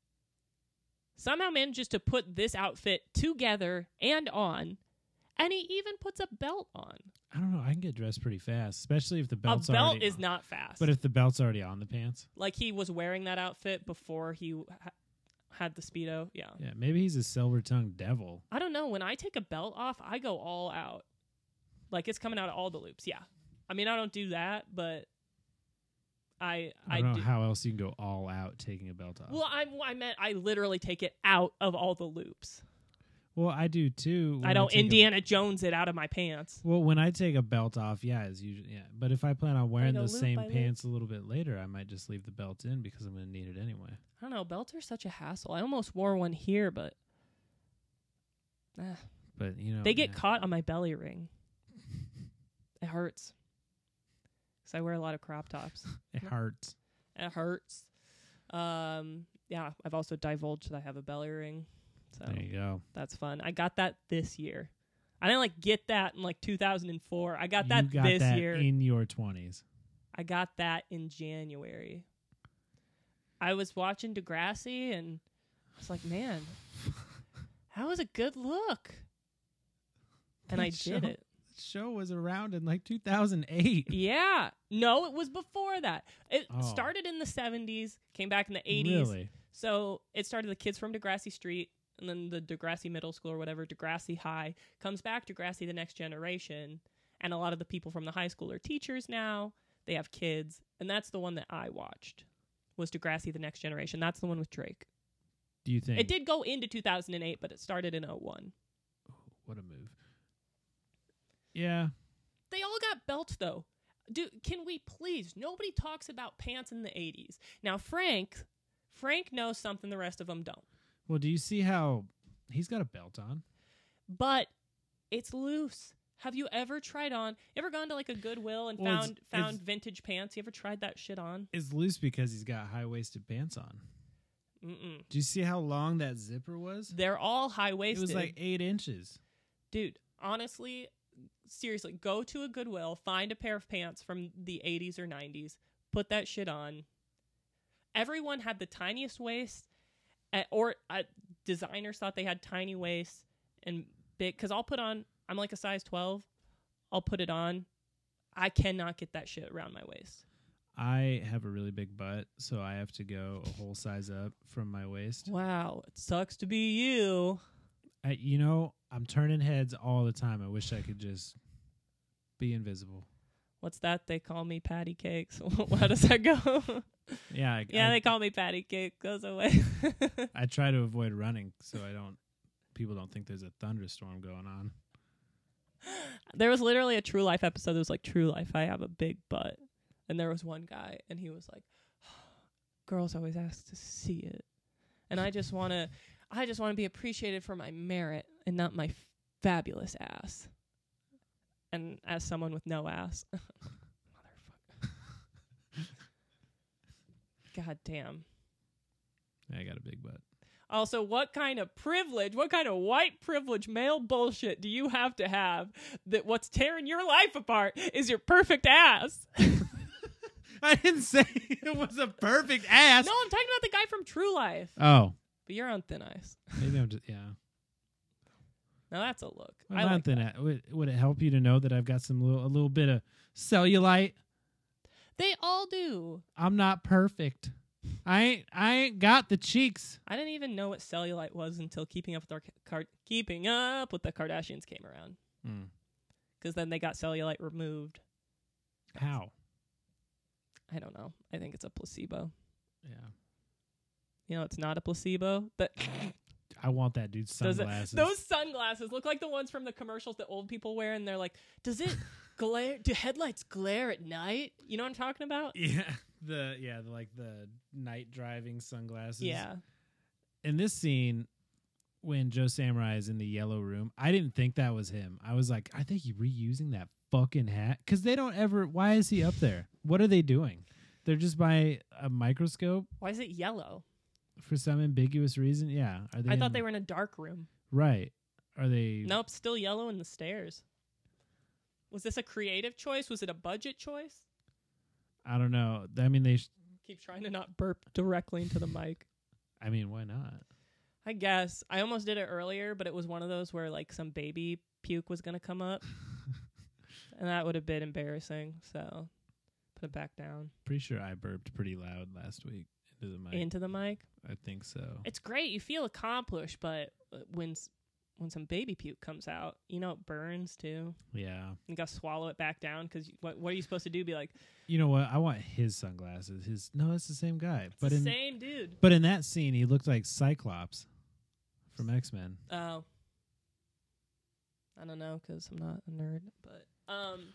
somehow manages to put this outfit together and on and he even puts a belt on. I don't know. I can get dressed pretty fast, especially if the belt's a belt already is on. not fast. But if the belt's already on the pants, like he was wearing that outfit before he ha- had the speedo. Yeah. yeah, maybe he's a silver-tongued devil. I don't know, when I take a belt off, I go all out. Like it's coming out of all the loops. Yeah. I mean, I don't do that, but I I I, don't know do. how uh, else you can go all out taking a belt off. Well, I, I meant I literally take it out of all the loops. Well, I do too. when I don't take a- Indiana Jones it out of my pants. well, when I take a belt off, yeah, it's usually yeah. But if I plan on wearing go those loop same by loop. pants a little bit later, I might just leave the belt in because I'm going to need it anyway. I don't know. Belts are such a hassle. I almost wore one here, but Ah, But you know, they get Oh, yeah. caught on my belly ring. It hurts. Because I wear a lot of crop tops. It hurts. It hurts. Um, yeah, I've also divulged that I have a belly ring. So There you go. that's fun. I got that this year. I didn't like get that in like 2004. I got You that got this that year. in your twenties. I got that in January. I was watching Degrassi and I was like, man, that was a good look. And I That show- did it. That show was around in like 2008. E, Yeah. No, it was before that. It Oh. started in the 70s, came back in the 80s. Really? So it started the kids from Degrassi Street and then the Degrassi Middle School or whatever, Degrassi High, comes back Degrassi the Next Generation. and a lot of the people from the high school are teachers now. They have kids, and that's the one that I watched. Was Degrassi the Next Generation? That's the one with Drake. Do you think It did go into 2008, but it started in 01. What a move. Yeah, They all got belts though. Do can we please? Nobody talks about pants in the 80s. Now Frank, Frank knows something the rest of them don't. Well, do you see how he's got a belt on? but it's loose. Have you ever tried on? Ever gone to like a Goodwill and Well, it's- found found it's- vintage pants? You ever tried that shit on? It's loose because he's got high waisted pants on. Mm-mm. Do you see how long that zipper was? They're all high It waisted. was like eight inches. dude, honestly, seriously, go to a Goodwill, find a pair of pants from the '80s or '90s, put that shit on. Everyone had the tiniest waist, eh, or uh, designers thought they had tiny waists and big. Because I'll put on, I'm like a size 12. I'll put it on. I cannot get that shit around my waist. I have a really big butt, so I have to go a whole size up from my waist. Wow, it sucks to be you. I, you know, I'm turning heads all the time. I wish I could just be invisible. What's that? They call me patty cakes. How does that go? Yeah, I, yeah, I, they call me patty cake. Goes away. I try to avoid running so I don't. People don't think there's a thunderstorm going on. there was literally a True Life episode that was like, True Life, I have a big butt. And there was one guy, and he was like, Girls always ask to see it. And I just want to. I just want to be appreciated for my merit and not my fabulous ass. And as someone with no ass, motherfucker. God damn. I got a big butt. Also, what kind of privilege, what kind of white privilege male bullshit do you have to have that what's tearing your life apart is your perfect ass? no, I didn't say it was a perfect ass. I'm talking about the guy from True Life. Oh, But you're on thin ice. maybe I'm just yeah. Now that's a look. I'm I not like thin that. ass. Would, would it help you to know that I've got some little a little bit of cellulite? They all do. I'm not perfect. I ain't I ain't got the cheeks. I didn't even know what cellulite was until Keeping Up with our Car- Keeping Up with the Kardashians came around. Mm. Because then they got cellulite removed. How? I don't know. I think it's a placebo. Yeah. You know, it's not a placebo. But I want that dude's Does it- sunglasses. those sunglasses look like the ones from the commercials that old people wear, and they're like, "Does it glare? Do headlights glare at night?" You know what I'm talking about? yeah. The yeah, the, like the night driving sunglasses. Yeah, In this scene when Joe Samurai is in the yellow room, I didn't think that was him. I was like, I think he's reusing that fucking hat cuz they don't ever why is he up there? What are they doing? They're just by a microscope why is it yellow? for some ambiguous reason. Yeah, are they I thought in- they were in a dark room. right. Are they Nope, still yellow in the stairs. Was this a creative choice? Was it a budget choice? I don't know. I mean, they. Sh- Keep trying to not burp directly into the mic. I mean, why not? I guess I almost did it earlier, but it was one of those where like some baby puke was gonna come up, and that would have been embarrassing. So put it back down Pretty sure I burped pretty loud last week into the mic. into the mic. I think so. It's great. You feel accomplished, but uh, when s- when some baby puke comes out, you know it burns too. Yeah. You gotta swallow it back down because what what are you supposed to do? Be like You know what? I want his sunglasses. His no, it's the same guy. it's but the in same dude. but in that scene, he looked like Cyclops from X Men. Oh, I don't know because I'm not a nerd, but um,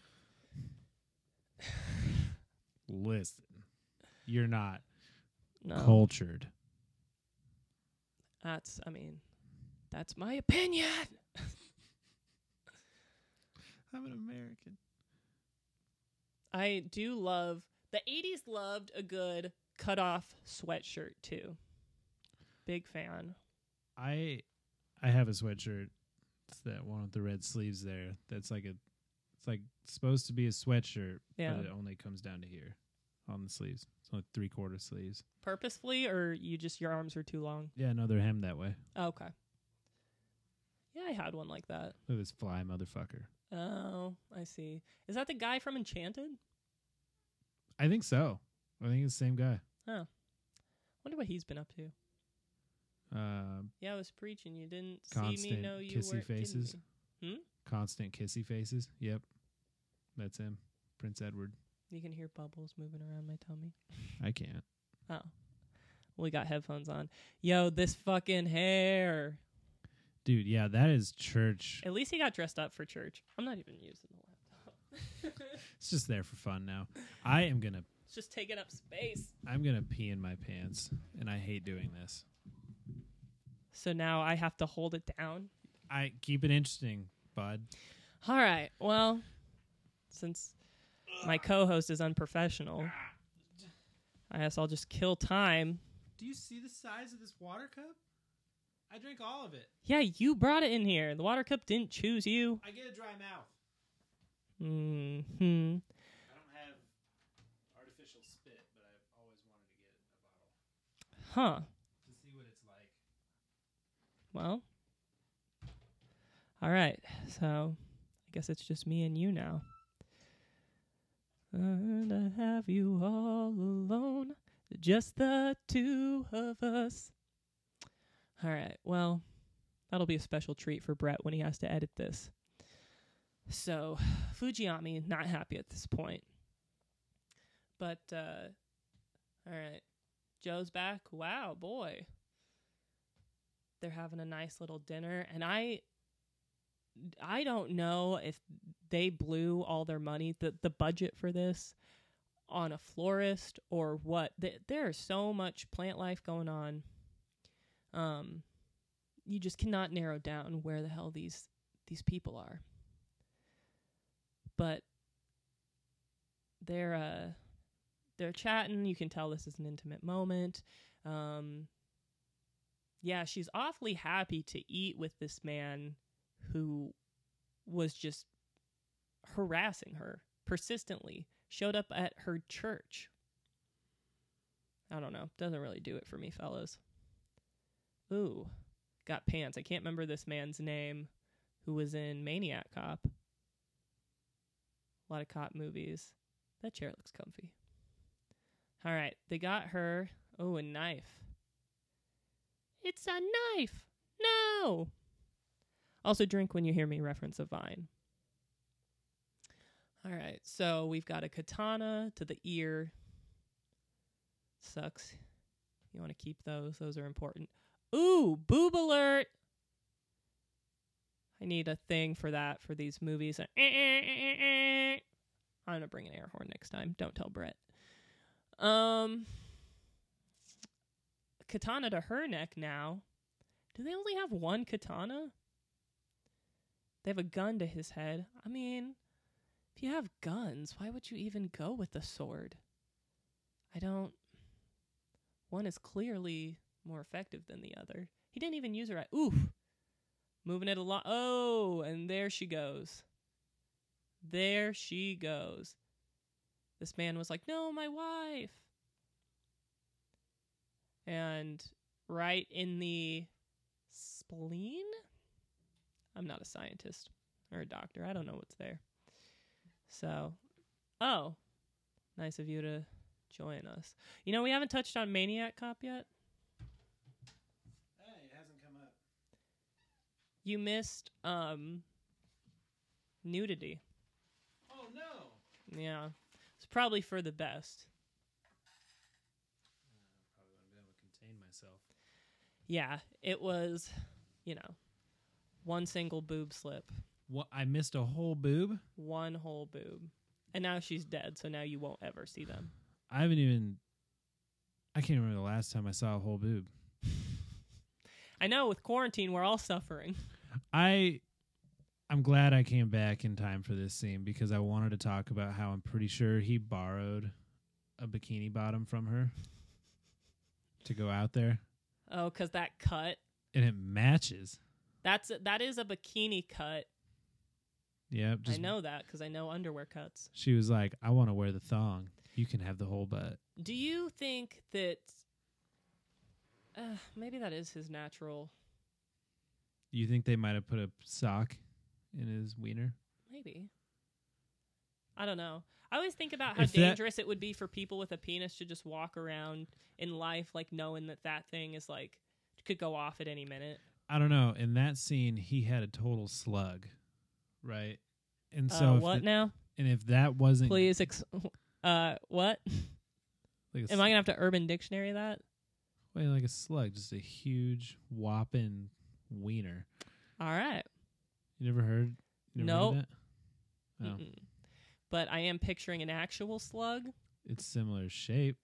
Listen, you're not no, cultured. that's I mean, that's my opinion. I'm an American. I do love the '80s. Loved a good cut off sweatshirt too. Big fan. I I have a sweatshirt. It's that one with the red sleeves there. That's like a it's like supposed to be a sweatshirt, Yeah. but it only comes down to here on the sleeves. It's only three quarter sleeves. Purposefully, or you just your arms are too long. Oh, Yeah, no, they're hemmed that way. Okay. Yeah, I had one like that. Look at this fly motherfucker. Oh, I see. Is that the guy from Enchanted? I think so. I think it's the same guy. Wonder what he's been up to. Uh, Yeah, I was preaching. You didn't see me. Constant No, you kissy weren't kidding faces. me. constant kissy faces. Yep. That's him, Prince Edward. You can hear bubbles moving around my tummy. I can't. Oh. We got headphones on. Yo, this fucking hair. Dude, yeah, that is church. At least he got dressed up for church. I'm not even using the laptop. It's just there for fun now. I am gonna it's just taking up space. I'm gonna pee in my pants, and I hate doing this. So now I have to hold it down. I keep it interesting, bud. All right. Well, since my co-host is unprofessional, I guess I'll just kill time. Do you see the size of this water cup? I drink all of it. Yeah, you brought it in here. The water cup didn't choose you. I get a dry mouth. Hmm. I don't have artificial spit, but I've always wanted to get a bottle Huh. to see what it's like. Well. All right. So, I guess it's just me and you now. And I have you all alone, just the two of us. All right. Well, that'll be a special treat for Brett when he has to edit this. So, Fujiyami not happy at this point. But uh all right. Joe's back. Wow, boy they're having a nice little dinner and i i don't know if they blew all their money the the budget for this on a florist or what Th there is so much plant life going on um you just cannot narrow down where the hell these these people are but they're uh they're chatting you can tell this is an intimate moment um yeah, she's awfully happy to eat with this man who was just harassing her persistently, showed up at her church. I don't know. Doesn't really do it for me, fellas. Ooh, got pants. I can't remember this man's name who was in Maniac Cop. A lot of cop movies. That chair looks comfy. All right, they got her. Oh, a knife. It's a knife. No. Also, drink when you hear me reference a vine. All right, so we've got a katana to the ear. Sucks. You want to keep those, those are important. Ooh, boob alert. I need a thing for that for these movies. I'm going to bring an air horn next time. Don't tell Brett. Um katana to her neck now. Do they only have one katana? They have a gun to his head. I mean, if you have guns, why would you even go with the sword? I don't. One is clearly more effective than the other. He didn't even use her. Right. Oof. Moving it a lot. Oh, and there she goes. There she goes. This man was like, No, my wife and right in the spleen. I'm not a scientist or a doctor. I don't know what's there. So, oh, nice of you to join us. You know, we haven't touched on Maniac Cop yet. Hey, it hasn't come up. You missed um nudity. Oh no! Yeah. It's probably for the best. Probably wouldn't be able to contain myself. Yeah, it was, you know, one single boob slip. What? I missed a whole boob. one whole boob. And now she's dead, so now you won't ever see them. I haven't even. I can't remember the last time I saw a whole boob. I know with quarantine we're all suffering. I. I'm glad I came back in time for this scene because I wanted to talk about how I'm pretty sure he borrowed a bikini bottom from her to go out there, Oh, cuz that cut. and it matches. That's that is a bikini cut. Yep. Just, I know that cuz I know underwear cuts. She was like, "I want to wear the thong. You can have the whole butt." Do you think that uh, maybe that is his natural You think they might have put a sock in his wiener? maybe. I don't know. I always think about how If that- dangerous it would be for people with a penis to just walk around in life like knowing that that thing is like could go off at any minute. I don't know. In that scene, he had a total slug, right? And so uh, if what the- now? And if that wasn't Please, ex- uh, what? like a, Am I gonna have to Urban Dictionary that? well, like a slug, just a huge whopping wiener. All right. You never heard? You never Nope. Heard that? Oh, Mm-mm. But I am picturing an actual slug, it's similar shape.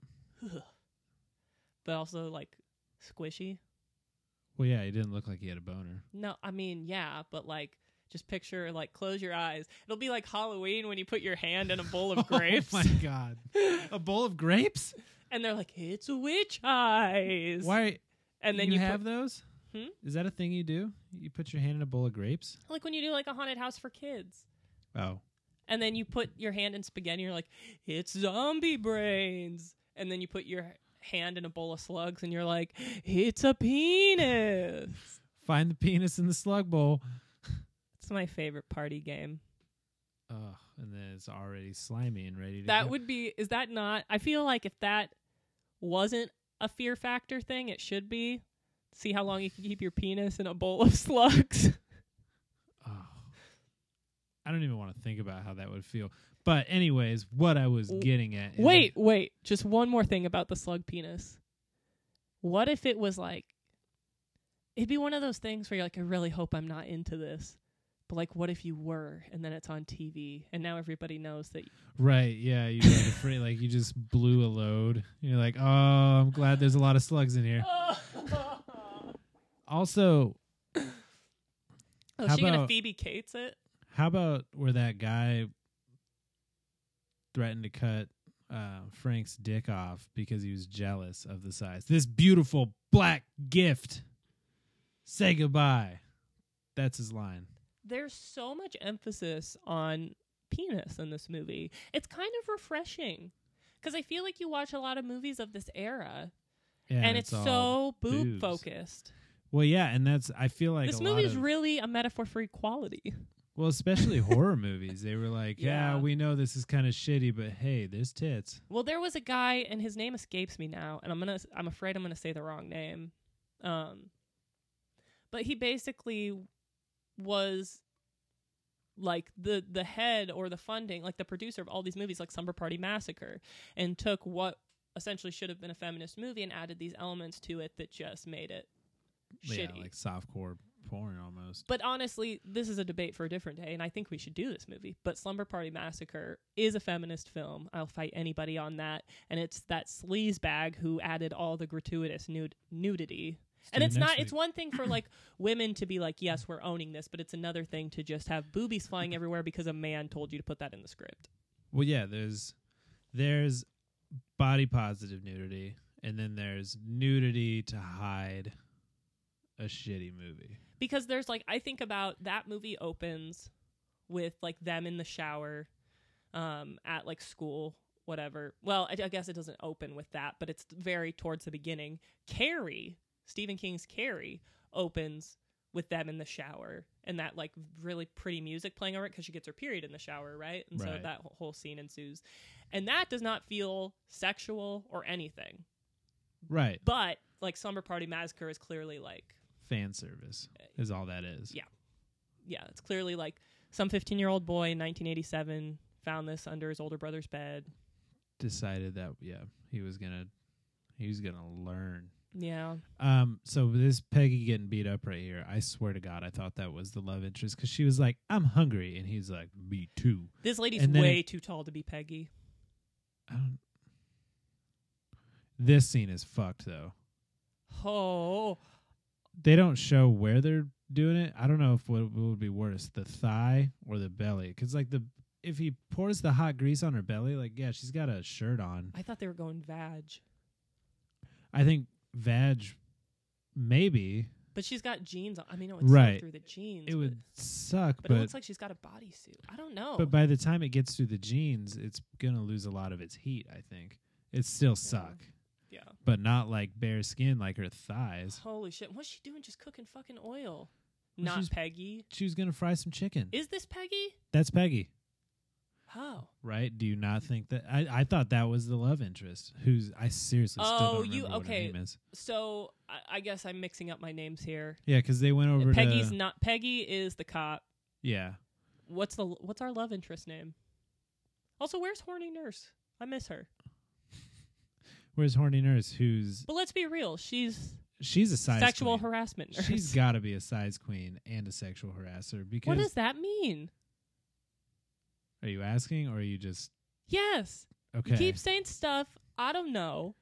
but also like squishy. Well, yeah, he didn't look like he had a boner. No, I mean, yeah, but like just picture like close your eyes. It'll be like Halloween when you put your hand in a bowl of grapes Oh my god, a bowl of grapes? and they're like, "It's witch eyes." Why? And then you, you, have put- those? Hmm? Is that a thing you do? You put your hand in a bowl of grapes? like when you do like a haunted house for kids. Oh, And then you put your hand in spaghetti and you're like, "It's zombie brains." And then you put your hand in a bowl of slugs and you're like, "It's a penis." find the penis in the slug bowl. It's my favorite party game. Oh, and then it's already slimy and ready to. That go. would be is that not I feel like if that wasn't a fear factor thing, it should be. See how long you can keep your penis in a bowl of slugs. Oh, I don't even want to think about how that would feel. But anyways, what I was W- getting at. is- wait, wait. Just one more thing about the slug penis. What if it was like it'd be one of those things where you're like, I really hope I'm not into this. But like what if you were and then it's on TV and now everybody knows that Right? Yeah, you like, afraid, like you just blew a load. You're like, oh, I'm glad there's a lot of slugs in here. Also, Oh, is How she gonna about- Phoebe Cates it? How about where that guy threatened to cut uh, Frank's dick off because he was jealous of the size? This beautiful black gift. Say goodbye. That's his line. there's so much emphasis on penis in this movie. It's kind of refreshing because I feel like you watch a lot of movies of this era Yeah, and, it's, all- so boobs. boob focused. well, yeah, and that's I feel like this a movie lot is of- really a metaphor for equality. well, especially horror movies. They were like, yeah, Yeah. we know this is kind of shitty, but hey, there's tits. Well, there was a guy and his name escapes me now and I'm going to I'm afraid I'm going to say the wrong name. Um but he basically was like the the head or the funding, like the producer of all these movies like Summer Party Massacre and took what essentially should have been a feminist movie and added these elements to it that just made it shitty. Yeah, like softcore porn almost. But honestly, this is a debate for a different day, and I think we should do this movie. But Slumber Party Massacre is a feminist film. I'll fight anybody on that. And it's that sleaze bag who added all the gratuitous nude nudity. and do it it's next not week. it's one thing for like women to be like, Yes, we're owning this, but it's another thing to just have boobies flying everywhere because a man told you to put that in the script. Well, yeah, there's there's body positive nudity, and then there's nudity to hide a shitty movie. because there's like I think about that movie opens with like them in the shower um at like school whatever. Well, I, I guess it doesn't open with that, but it's very towards the beginning. Carrie, Stephen King's Carrie opens with them in the shower and that like really pretty music playing over it because she gets her period in the shower, right? And so Right. that wh- whole scene ensues. And that does not feel sexual or anything. Right. But like Summer Party Massacre is clearly like Fan service is all that is. Yeah. yeah, it's clearly like some 15 year old boy in 1987 found this under his older brother's bed. Decided that yeah, he was gonna he was gonna learn. Yeah. Um, so this Peggy getting beat up right here. I swear to God, I thought that was the love interest because she was like, "I'm hungry," and he's like, "Me too." This lady's And then way it- too tall to be Peggy. I don't. This scene is fucked though. Oh, they don't show where they're doing it. I don't know if what, what would be worse, the thigh or the belly, because like the if he pours the hot grease on her belly, like yeah, she's got a shirt on. I thought they were going vag. I think vag, maybe But she's got jeans on. I mean, it would right. Right. through the jeans. it but- would suck, But, but it looks like she's got a bodysuit. I don't know. but by the time it gets through the jeans, it's gonna lose a lot of its heat. I think it still suck, yeah. but not like bare skin like her thighs. Holy shit. What's she doing just cooking fucking oil? Well, Not she's- Peggy. She was gonna fry some chicken. Is this Peggy? That's Peggy. How? right? Do you not think that? I, I thought that was the love interest. Who's I seriously still Oh, don't remember you- what her okay. name is. So I, I guess I'm mixing up my names here. Yeah, because they went over Peggy's to not. Peggy is the cop. yeah. What's the what's our love interest name? Also, where's horny nurse? I miss her. Where's horny nurse? Who's But let's be real. She's she's a size sexual queen. harassment nurse. She's got to be a size queen and a sexual harasser because. what does that mean? are you asking or are you just Yes. okay? You keep saying stuff. I don't know.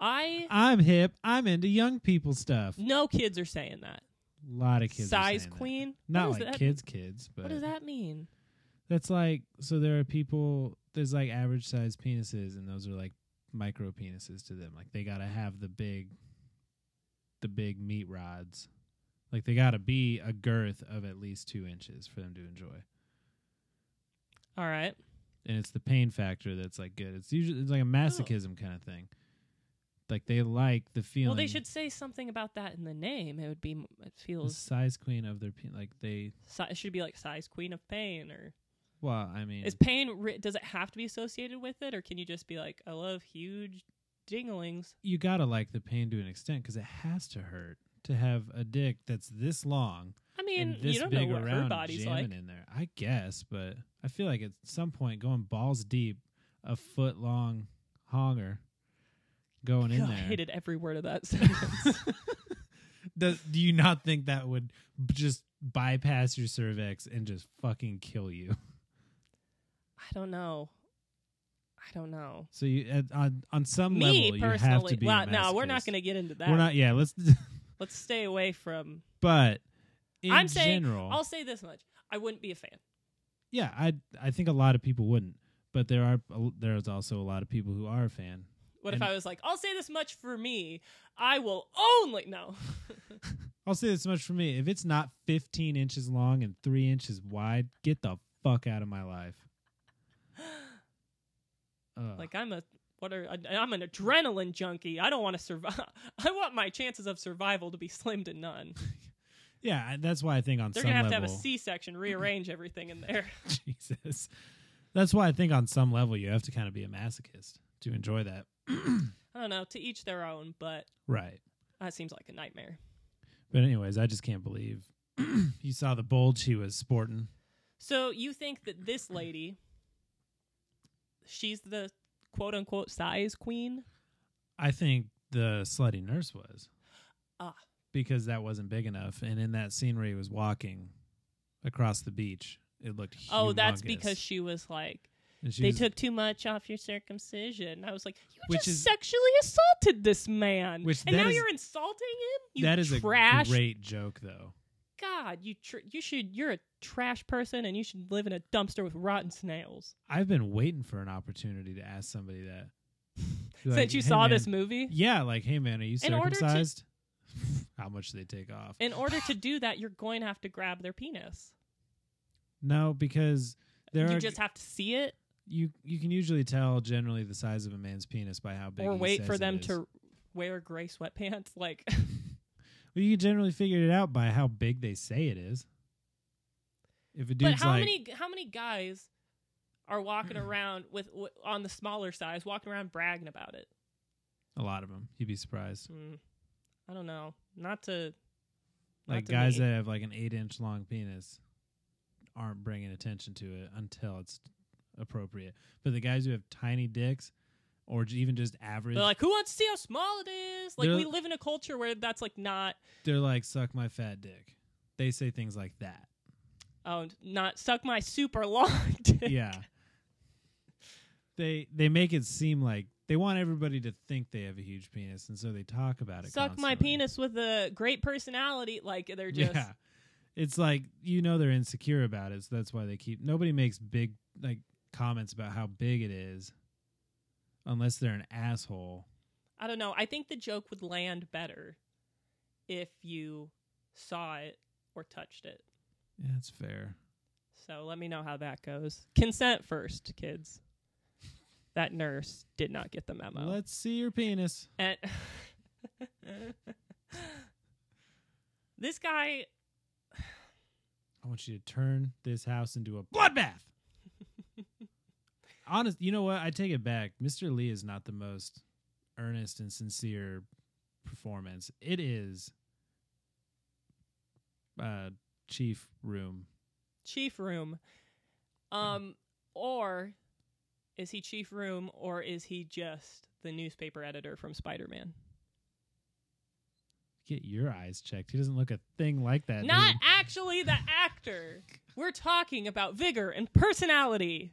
I I'm hip. I'm into young people stuff. A no kids are saying that. lot of kids. are Size saying that. queen. What Not does like that- kids, kids. But What does that mean? That's like so. There are people. There's like average sized penises, and those are like micro penises to them. Like they gotta have the big, the big meat rods. Like they gotta be a girth of at least two inches for them to enjoy. All right. and it's the pain factor that's like good. It's usually it's like Oh. a masochism kind of thing. Like they like the feeling. Well, they should say something about that in the name. It would be. m- It the feels. size queen of their pe- like they. Si- it should be like size queen of pain or Well, I mean, Is pain ri- does it have to be associated with it, or can you just be like, I love huge dinglings? you gotta like the pain to an extent because it has to hurt to have a dick that's this long I mean, and this you don't know big what around her body's jamming like. in there. I guess, but I feel like at some point going balls deep, a foot long honger going in God, I there. hated every word of that sentence. Does do you not think that would b- just bypass your cervix and just fucking kill you? I don't know. I don't know. So you at, on on some Me level you have to personally, be. a well, no, we're not masochist. going to get into that. We're not. Yeah, let's. Let's stay away from. but in I'm saying, general, I'll say this much: I wouldn't be a fan. yeah, I I think a lot of people wouldn't, but there are there's also a lot of people who are a fan. What And- if I was like, I'll say this much for me: I will only no. I'll say this much for me: if it's not 15 inches long and three inches wide, get the fuck out of my life. Ugh. Like I'm a what are I'm an adrenaline junkie. I don't want to survive. I want my chances of survival to be slim to none. yeah, I- that's why I think on They're some gonna have level, to have a C-section, rearrange everything in there. Jesus. That's why I think on some level you have to kind of be a masochist to enjoy that. I don't know. To each their own, but Right. that seems like a nightmare. But anyways, I just can't believe you saw the bulge he was sporting. So you think that this lady, she's the quote unquote size queen? I think the slutty nurse was. Ah. Because that wasn't big enough. And in that scene where he was walking across the beach, it looked humongous. Oh, that's because she was like, And she they was- took too much off your circumcision. I was like, you Which just is- sexually assaulted this man, Which and that now is- you're insulting him. You that is trash a great joke though. God, you tr- you should you're a trash person and you should live in a dumpster with rotten snails. I've been waiting for an opportunity to ask somebody that. Like, Since you "Hey, saw man, this movie, Yeah, like, hey man, are you In order to- circumcised? How much do they take off? in order to do that, you're going to have to grab their penis. no, because there you are just have to see it you you can usually tell generally the size of a man's penis by how big. or he wait for says it them is. to wear gray sweatpants. Like, Well, you can generally figure it out by how big they say it is. If a dude's but how like, many how many guys are walking around with w- on the smaller size, walking around bragging about it? a lot of them, you'd be surprised. Mm, I don't know. Not to not Like to guys me. that have like an eight-inch long penis aren't bringing attention to it until it's appropriate. But the guys who have tiny dicks, or j- even just average, They're like, who wants to see how small it is? Like, They're- we live in a culture where that's like not They're like, suck my fat dick. They say things like that. Oh, not suck my super long dick. Yeah. they they make it seem like they want everybody to think they have a huge penis, and so they talk about it. Suck my constantly. penis with a great personality. Like they're just Yeah. It's like you know they're insecure about it, so that's why they keep nobody makes big like comments about how big it is unless they're an asshole. I don't know. I think the joke would land better if you saw it or touched it. Yeah, that's fair. So let me know how that goes. Consent first, kids. That nurse did not get the memo. Let's see your penis. And this guy I want you to turn this house into a bloodbath. Honest, you know what? I take it back. Mr. Lee is not the most earnest and sincere performance. It is uh chief room. chief room um or Is he Chief Room or is he just the newspaper editor from Spider Man? Get your eyes checked. He doesn't look a thing like that. Not dude. actually the actor. We're talking about vigor and personality.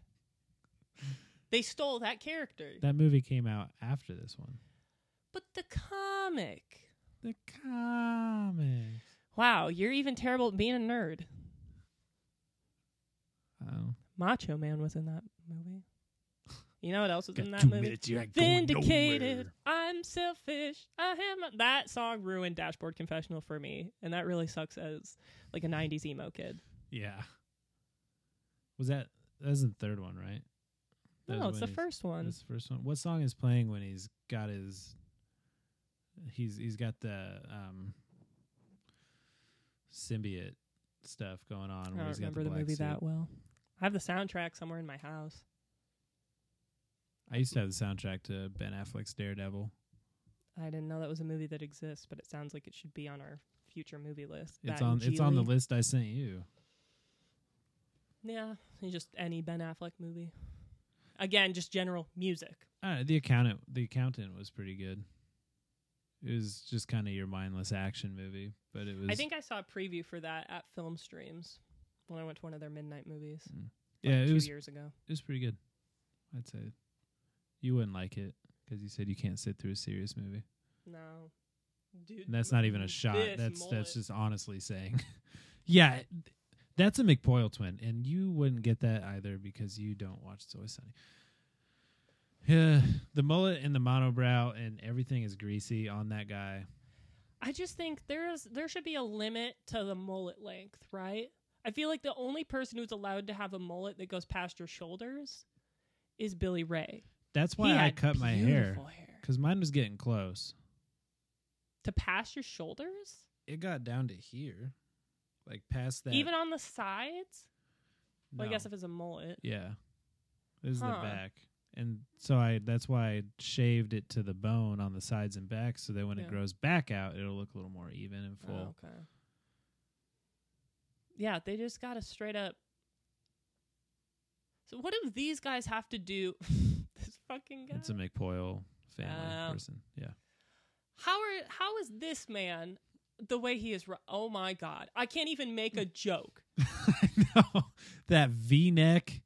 They stole that character. That movie came out after this one. But the comic. The comics. Wow, you're even terrible at being a nerd. Oh. Macho Man was in that movie. You know what else was in that two movie? minutes. You're not going Vindicated. nowhere. I'm selfish. I am. That song ruined Dashboard Confessional for me, and that really sucks as like a '90s emo kid. Yeah. Was that that was the third one, right? That no, was it's the when he's- first one. That's the first one. What song is playing when he's got his he's he's got the um symbiote stuff going on I where don't he's got the, remember the, black movie suit. that well. I have the soundtrack somewhere in my house. I used to have the soundtrack to Ben Affleck's Daredevil. I didn't know that was a movie that exists, but it sounds like it should be on our future movie list. That It's and on it's on the Geely. list I sent you. Yeah, just any Ben Affleck movie. Again, just general music. Uh, the accountant the accountant was pretty good. It was just kind of your mindless action movie, but it was I think I saw a preview for that at Film Streams when I went to one of their midnight movies. Mm. like, yeah, it two was years ago. it was pretty good. I'd say you wouldn't like it because you said you can't sit through a serious movie. No, dude, And that's not even a this shot. That's mullet. that's just honestly saying. yeah, th- that's a McPoyle twin, and you wouldn't get that either because you don't watch It's Always Sunny. Yeah, the mullet and the monobrow and everything is greasy on that guy. I just think there is there should be a limit to the mullet length, right? I feel like the only person who's allowed to have a mullet that goes past your shoulders is Billy Ray. That's He why I had cut my hair beautiful hair. because mine was getting close. to past your shoulders, It got down to here, like past that. even on the sides. Well, I No. guess if it's a mullet, Yeah. This is Huh. the back. And so I that's why I shaved it to the bone on the sides and back so that when Yeah. it grows back out it'll look a little more even and Oh, full. okay. Yeah, they just got to straight up. So what do these guys have to do? this fucking guy. It's a McPoyle family Oh. person. Yeah. how are how is this man the way he is? ru- Oh my god, I can't even make a joke. I know. That V neck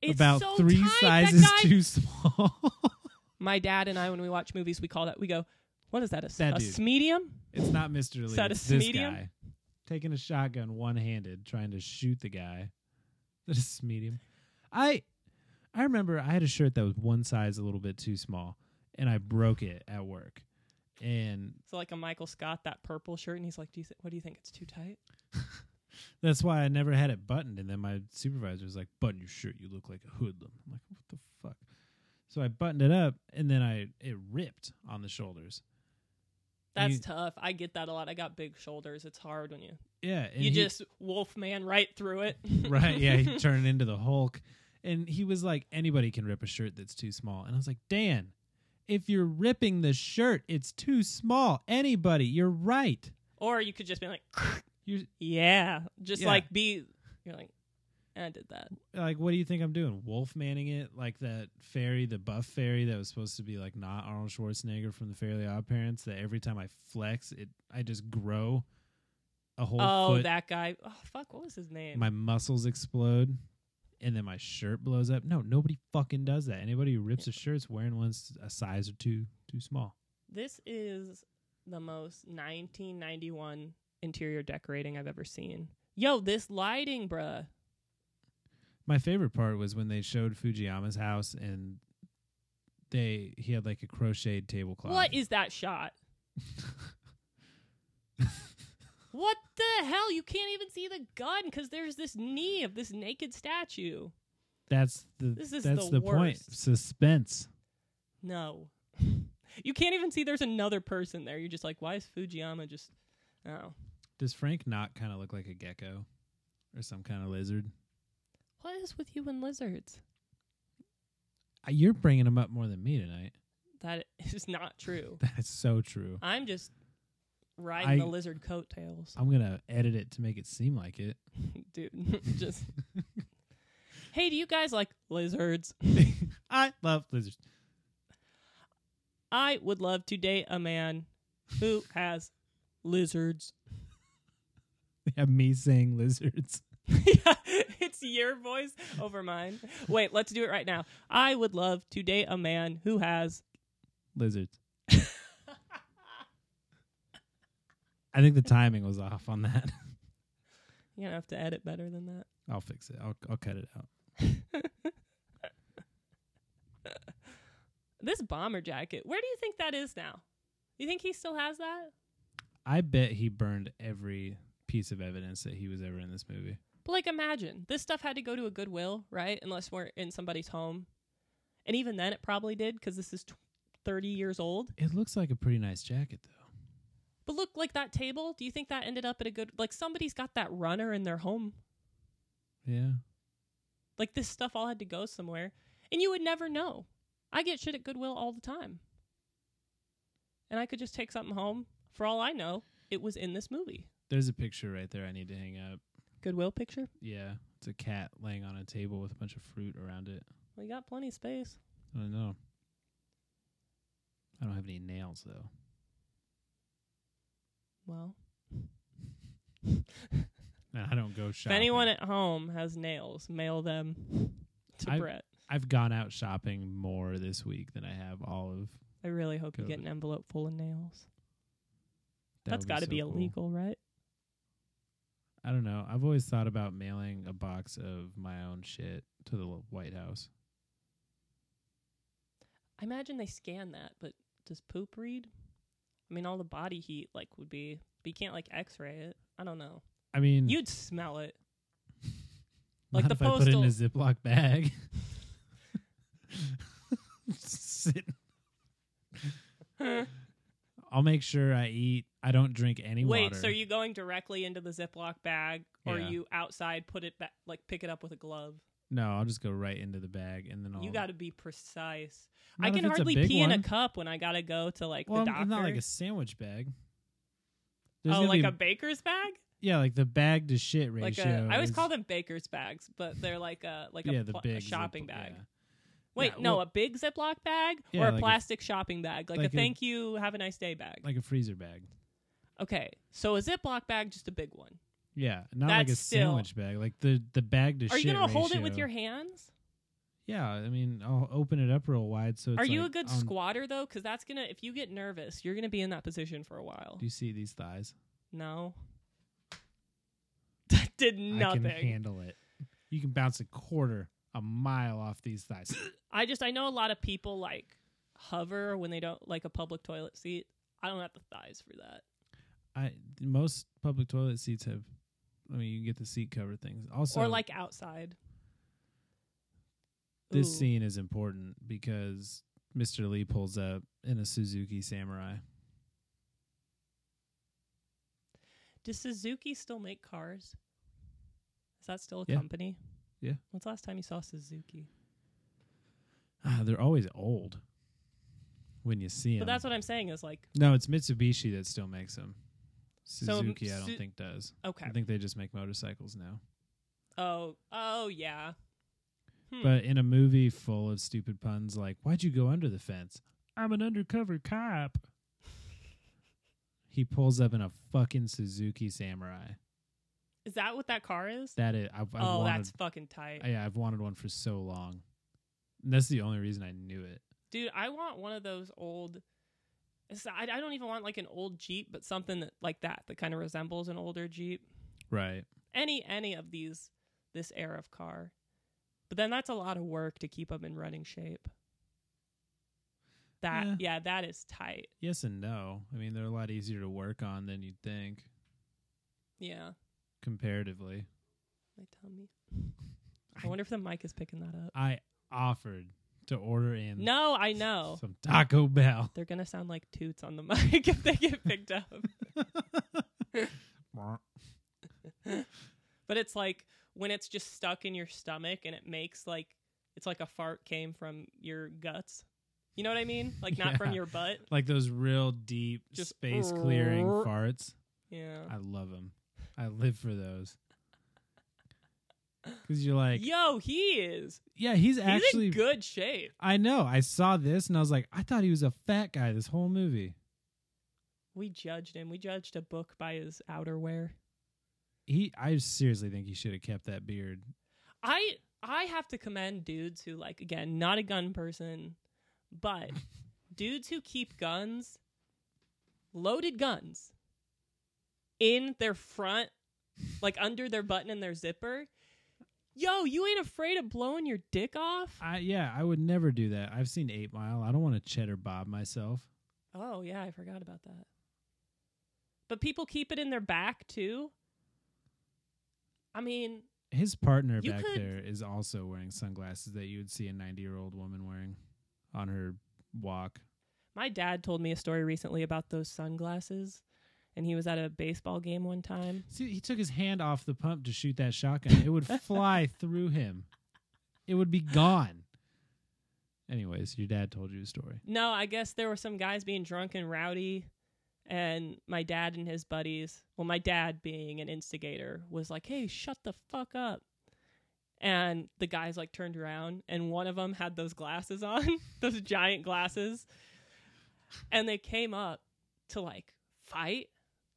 It's about so three tight, that sizes guy- too small. My dad and I, when we watch movies, we call that. We go, what is that? A, s- That a dude. medium? it's not Mr. Lee. Is that a it's this medium? guy. Taking a shotgun one handed, trying to shoot the guy. That is medium. I I remember I had a shirt that was one size a little bit too small and I broke it at work. And So like a Michael Scott, that purple shirt, and he's like, do you th- what do you think? It's too tight. that's why I never had it buttoned. And then my supervisor was like, Button your shirt, you look like a hoodlum. I'm like, what the fuck? So I buttoned it up and then I it ripped on the shoulders. That's You- tough. I get that a lot. I got big shoulders. It's hard when you Yeah. And you he- just wolf man right through it. right yeah he turned into the hulk and he was like anybody can rip a shirt that's too small and i was like dan if you're ripping the shirt it's too small anybody you're right or you could just be like, you're yeah, just Yeah. like be. You're like, "Eh, I did that. like what do you think i'm doing wolf manning it like that fairy the buff fairy that was supposed to be like not arnold schwarzenegger from the fairly odd parents that every time i flex it i just grow a whole oh, foot that guy. Oh fuck, what was his name? my muscles explode and then my shirt blows up. No, nobody fucking does that. Anybody who rips a shirt's wearing one s- a size or two too small. this is the most 1991 interior decorating I've ever seen. Yo, this lighting, bruh. My favorite part was when they showed Fujiyama's house and they he had like a crocheted tablecloth. What is that shot? what the hell? You can't even see the gun because there's this knee of this naked statue. that's the This is that's the the, point. worst. Suspense. No. you can't even see there's another person there. You're just like, why is Fujiyama just. Oh. Does Frank not kind of look like a gecko or some kind of lizard? What is with you and lizards? Uh, You're bringing him up more than me tonight. That is not true. That is so true. I'm just riding I- the lizard coattails. I'm gonna edit it to make it seem like it. Dude, just. hey, do you guys like lizards? I love lizards. I would love to date a man who has lizards. Yeah, me saying lizards. yeah, it's your voice over mine. Wait, let's do it right now. I would love to date a man who has. Lizards. I think the timing was off on that. You're gonna have to edit better than that. I'll fix it. I'll I'll cut it out. This bomber jacket. Where do you think that is now? You think he still has that? I bet he burned every piece of evidence that he was ever in this movie. But like, imagine this stuff had to go to a Goodwill, right? Unless we're in somebody's home, and even then, it probably did because this is t- thirty years old. It looks like a pretty nice jacket though. But look, like that table. Do you think that ended up at a good? Like somebody's got that runner in their home. Yeah. Like this stuff all had to go somewhere, and you would never know. I get shit at Goodwill all the time, and I could just take something home. For all I know, it was in this movie. There's a picture right there I need to hang up. Goodwill picture. Yeah. It's a cat laying on a table with a bunch of fruit around it. We got plenty of space. I don't know. I don't have any nails though. Well, And I don't go if shopping. anyone at home has nails, mail them to I- Brett. I've gone out shopping more this week than I have all of I really hope you get Good. an envelope full of nails. that That's would got to so be cool. illegal, right? I don't know. I've always thought about mailing a box of my own shit to the l- White House. I imagine they scan that, but does poop read? I mean, all the body heat like would be, but you can't like X-ray it. I don't know. I mean, You'd smell it. not like the if I put it in a postal- Ziploc bag. Sit. I'll make sure I eat. I don't drink any Wait, water. so are you going directly into the Ziploc bag, or Yeah. you outside put it back, like pick it up with a glove? No, I'll just go right into the bag and then I'll. You got to be precise. Not I if can it's a hardly big pee in one. a cup when I gotta go to like Well, the I'm- doctor. I'm not like a sandwich bag. There's oh, gonna like be- a baker's bag. yeah, like the bag to shit ratio. Like a, I always is- call them baker's bags, but they're like a like yeah, a, the pl- a big Ziploc- shopping bag. yeah. Wait, Yeah, no, well- a big Ziploc bag Yeah, or a like a- plastic shopping bag, like, like a a- thank you, have a nice day bag. like a freezer bag. okay, so a Ziploc bag, just a big one. Yeah, not like a That's still- sandwich bag. Like the the bag to Are shit you gonna hold it with ratio. your hands? Yeah, I mean, I'll open it up real wide. So it's Are you like um, a good on- squatter though? Because that's gonna if you get nervous, you're gonna be in that position for a while. Do you see these thighs? No, that did nothing. I can handle it. You can bounce a quarter a mile off these thighs. I just I know a lot of people like hover when they don't like a public toilet seat. I don't have the thighs for that. I most public toilet seats have. I mean, you can get the seat cover things. Also, or like outside. this Ooh. scene is important because Mr. Lee pulls up in a Suzuki Samurai. Does Suzuki still make cars? Is that still a Yeah. company? Yeah. When's the last time you saw Suzuki? Ah, they're always old when you see them. But that's what I'm saying is like no, it's Mitsubishi that still makes them. So, mm, Suzuki, I Su- don't think does. okay. I think they just make motorcycles now. oh oh yeah. Hmm. But in a movie full of stupid puns like, why'd you go under the fence? I'm an undercover cop. he pulls up in a fucking Suzuki Samurai. Is that what that car is? That is, I've, I've oh, wanted, that's fucking tight. yeah, I've wanted one for so long. And that's the only reason I knew it. Dude, I want one of those old it's- I, I don't even want like an old Jeep, but something that, like that that kind of resembles an older Jeep. Right. Any any of these this era of car. But then that's a lot of work to keep them in running shape. That Yeah. yeah that is tight. Yes and no. I mean, they're a lot easier to work on than you'd think, Yeah, comparatively. my tummy. I wonder if the mic is picking that up. I offered to order in No, I know. some Taco Bell. They're going to sound like toots on the mic if they get picked up. But it's like when it's just stuck in your stomach and it makes like, it's like a fart came from your guts. You know what I mean? Like not from Yeah. your butt. like those real deep Just space clearing rrrr. farts. Yeah. I love them. I live for those. Because you're like, Yo, he is. yeah, he's He's actually in good shape. I know. I saw this and I was like, I thought he was a fat guy this whole movie. We judged him. We judged a book by his outerwear. He, I seriously think he should have kept that beard. I I have to commend dudes who like again, not a gun person, but dudes who keep guns, loaded guns in their front, like under their button and their zipper. Yo, you ain't afraid of blowing your dick off? I, yeah, I would never do that. I've seen Eight Mile. I don't want to cheddar bob myself. Oh yeah, I forgot about that. But people keep it in their back too. I mean, His partner You back could- there is also wearing sunglasses that you would see a 90 year old woman wearing on her walk. My dad told me a story recently about those sunglasses, and he was at a baseball game one time. See, he took his hand off the pump to shoot that shotgun. It would fly through him. It would be gone. Anyways, your dad told you a story. No, I guess there were some guys being drunk and rowdy, and my dad and his buddies, well, my dad being an instigator, was like, hey, shut the fuck up. And the guys like turned around, and one of them had those glasses on, those giant glasses. And they came up to like fight,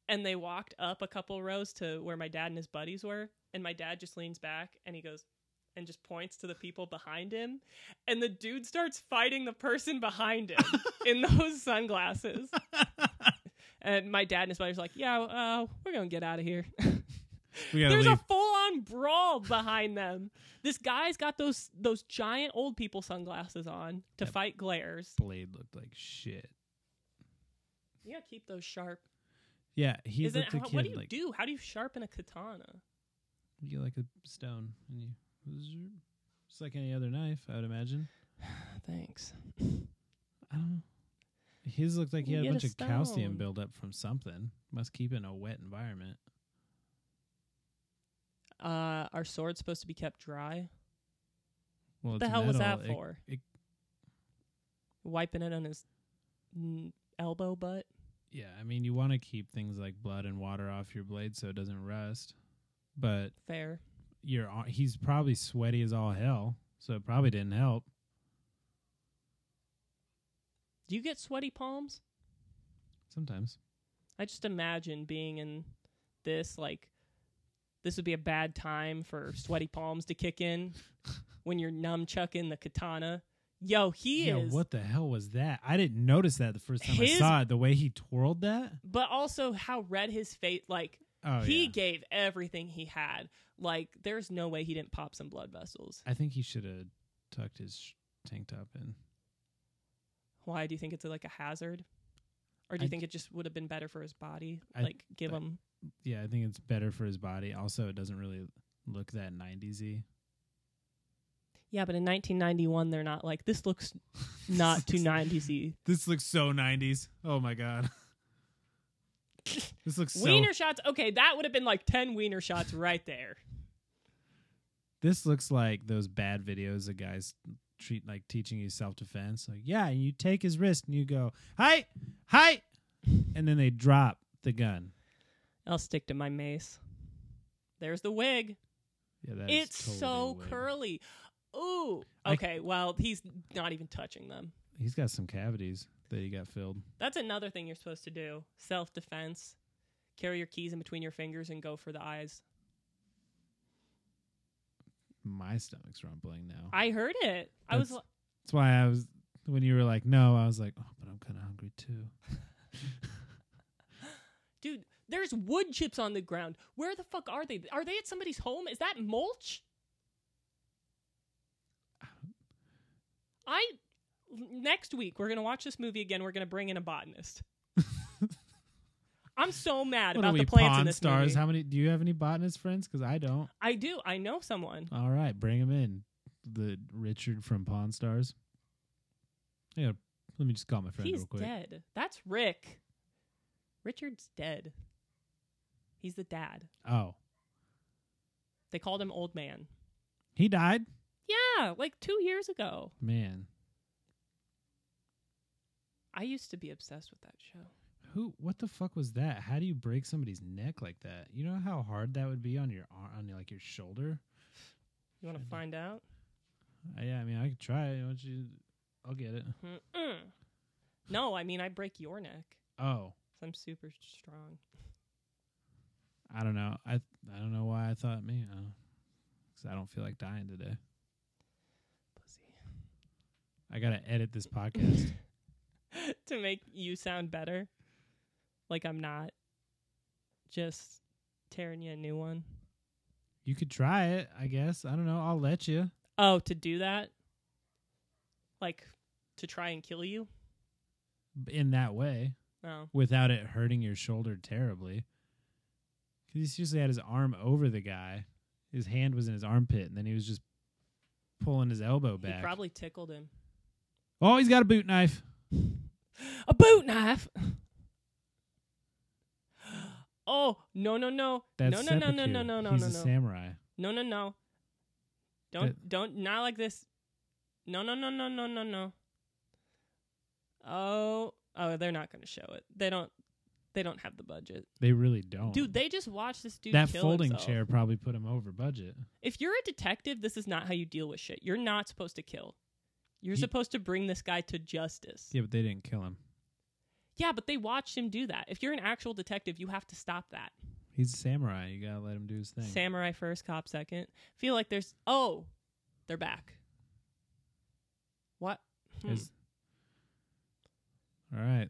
and they walked up a couple rows to where my dad and his buddies were. And my dad just leans back and he goes and just points to the people behind him and the dude starts fighting the person behind him in those sunglasses. and my dad and his buddies are like, "Yeah, uh, we're gonna get out of here." We gotta There's leave. a full-on brawl behind them. This guy's got those those giant old people sunglasses on to fight glares. Blade looked like shit. You gotta keep those sharp. Yeah, he Isn't looked a how- kid what do you like do? How do you sharpen a katana? you get like a stone and you just like any other knife, I would imagine. Thanks. I don't know. Um, His looked like he had a Get a bunch of calcium stone. buildup from something. Must keep it in a wet environment. Uh, are swords supposed to be kept dry? Well, the it's hell was metal. that It- for? it- Wiping it on his mm, elbow butt. yeah, I mean, you want to keep things like blood and water off your blade so it doesn't rust. But Fair. you're on, he's probably sweaty as all hell, so it probably didn't help. Do you get sweaty palms? Sometimes I just imagine being in this like this would be a bad time for sweaty palms to kick in when you're nunchucking the katana. Yo, he yeah, is. what the hell was that? I didn't notice that the first time I His- saw it. The way he twirled that. But also how red his face like Oh he yeah. gave everything he had. Like there's no way he didn't pop some blood vessels. I think he should have tucked his sh- tank top in. Why do you think it's like a hazard? Or do you I- think it just would have been better for his body? I- like give I- him Yeah, I think it's better for his body. Also, it doesn't really look that 90s-y. Yeah, but in 1991 they're not like this looks not too 90s y. This looks so 90s. Oh my god. this looks so Wiener shots. Okay, that would have been like 10 wiener shots right there. This looks like those bad videos of guys treat like teaching you self-defense. Like, yeah, and you take his wrist and you go, "Hi! Hi!" And then they drop the gun. I'll stick to my mace. There's the wig. Yeah, that is It's totally so weird. curly. Ooh. I- Okay, well, he's not even touching them. He's got some cavities that he got filled. That's another thing you're supposed to do. Self-defense. Carry your keys in between your fingers and go for the eyes. My stomach's rumbling now. I heard it. I was That's- l- That's why I was when you were like, "No," I was like, "Oh, but I'm kind of hungry too." Dude, there's wood chips on the ground. Where the fuck are they? Are they at somebody's home? Is that mulch? I next week we're gonna watch this movie again. We're gonna bring in a botanist. I'm so mad What about are we the plants Pawn in this stars? movie. How many? Do you have any botanist friends? Because I don't. I do. I know someone. All right, bring him in. The Richard from Pawn Stars. Yeah, let me just call my friend He's real quick. dead. That's Rick. Richard's dead. He's the dad. Oh, They called him old man. he died. Yeah, like two years ago. Man, I used to be obsessed with that show. who? What the fuck was that? How do you break somebody's neck like that? You know how hard that would be on your arm, on your, like your shoulder. You want to find out? Uh, yeah, I mean, I could try. it. Why don't you? I'll get it. Mm-mm. No, I mean I break your neck. Oh, 'cause I'm super strong. I don't know. I I don't know why I thought me. uh 'cause I don't feel like dying today. Pussy. I gotta edit this podcast. to make you sound better, like I'm not just tearing you a new one. you could try it, I guess. I don't know. I'll let you. Oh, to do that, like to try and kill you. b- in that way Oh, without it hurting your shoulder terribly. 'Cause he seriously had his arm over the guy. His hand was in his armpit, and then he was just pulling his elbow he back. probably tickled him. oh, he's got a boot knife. A boot knife. Oh no no no That's no no no no no seppuku. no no He's no a no samurai. no no no. Don't That- don't not like this. No no no no no no no. Oh oh, they're not gonna show it. They don't they don't have the budget. They really don't. Dude, they just watched this dude Oh. that kill folding himself. chair probably put him over budget. If you're a detective, this is not how you deal with shit. You're not supposed to kill. You're Ye- supposed to bring this guy to justice. Yeah, but they didn't kill him. Yeah, but they watched him do that. If you're an actual detective, you have to stop that. He's a samurai. You gotta let him do his thing. Samurai first, cop second. Feel like there's oh, they're back. What? Hmm. Is- All right,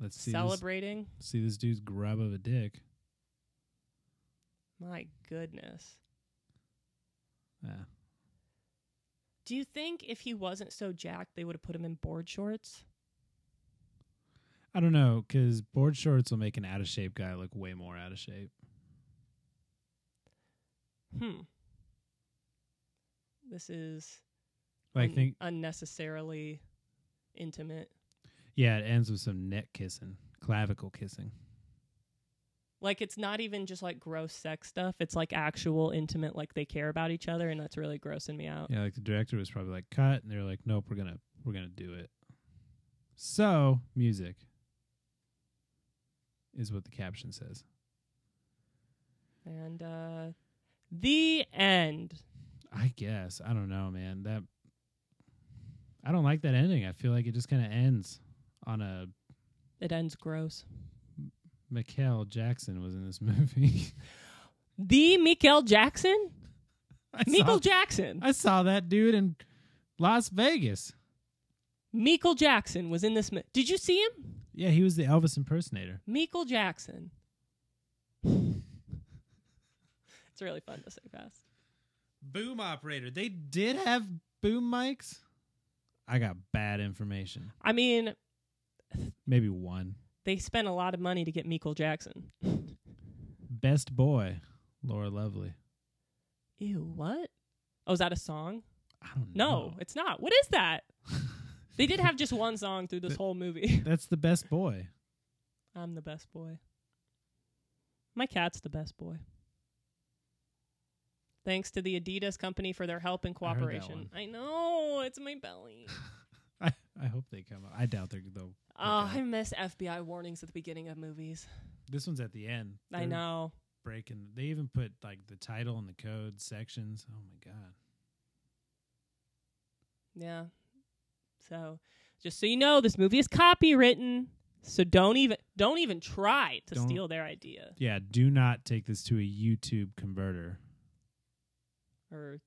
let's see. This, Celebrating? see this dude's grub of a dick. My goodness. Ah, Do you think if he wasn't so jacked, they would have put him in board shorts? I don't know, because board shorts will make an out of shape guy look way more out of shape. Hmm. This is Like, un- think, unnecessarily intimate. yeah, it ends with some neck kissing, clavicle kissing. Like it's not even just like gross sex stuff. It's like actual intimate, like they care about each other, and that's really grossing me out. Yeah, like the director was probably like, cut, and they're like, nope, we're gonna, we're gonna do it. So music is what the caption says. And uh the end. I guess I don't know, man. That I don't like that ending. I feel like it just kind of ends on a It ends gross. Michael Jackson was in this movie. The Michael Jackson? I Michael saw- Jackson. I saw that dude in Las Vegas. Michael Jackson was in this. Mi- Did you see him? Yeah, he was the Elvis impersonator. Michael Jackson. it's really fun to say fast. Boom operator. They did have boom mics. I got bad information. I mean, Maybe one. they spent a lot of money to get Michael Jackson. Best boy, Laura Lovely. Ew, what? Oh, is that a song? I don't No, know. it's not. What is that? they did have just one song through this whole movie. That's the best boy. I'm the best boy. My cat's the best boy. Thanks to the Adidas company for their help and heard that cooperation. one. I, know, it's my belly. I, I hope they come up. I doubt they're though. Oh, Okay. I miss FBI warnings at the beginning of movies. This one's at the end. I They're know. Breaking. They even put like the title and the code sections. Oh my god. Yeah. So, just so you know, this movie is copywritten. So don't even don't even try to Don't- steal their idea Yeah. Do not take this to a YouTube converter. or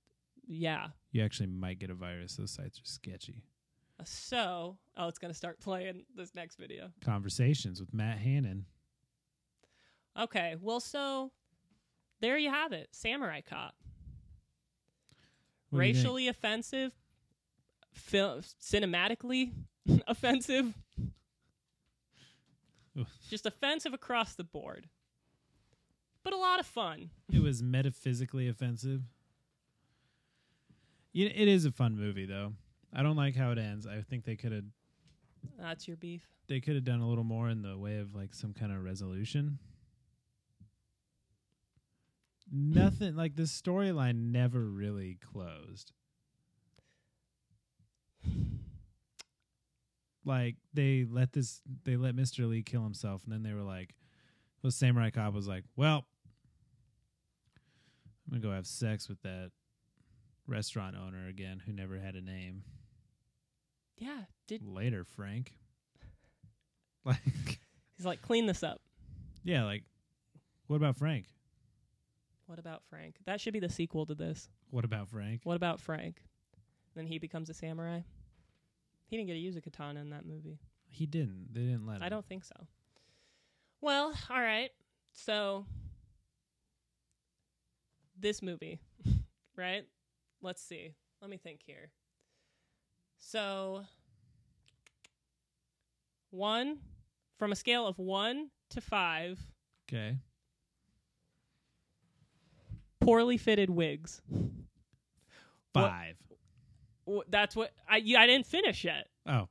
yeah. You actually might get a virus. Those sites are sketchy. So, oh, it's going to start playing this next video. Conversations with Matt Hannon. Okay. Well, so there you have it. Samurai Cop. What do you think? Racially offensive, fil- cinematically offensive. Oof. Just offensive across the board. But a lot of fun. it was metaphysically offensive. It, it is a fun movie though. I don't like how it ends. I think they could have That's your beef. they could have done a little more in the way of like some kind of resolution. Nothing like this storyline never really closed. Like they let this they let Mr. Lee kill himself and then they were like well Samurai Cop was like, Well I'm gonna go have sex with that restaurant owner again who never had a name. Yeah. Did Later, Frank. Like, he's like clean this up. yeah, like, what about Frank? What about Frank? That should be the sequel to this. What about Frank? What about Frank? Then he becomes a samurai. He didn't get to use a katana in that movie. He didn't. They didn't let him. I don't think so. Well, all right. So this movie, right? Let's see. Let me think here. So one from a scale of 1 to 5, Okay. poorly fitted wigs. What- Five. Wh- That's what I yeah, I didn't finish yet. Oh.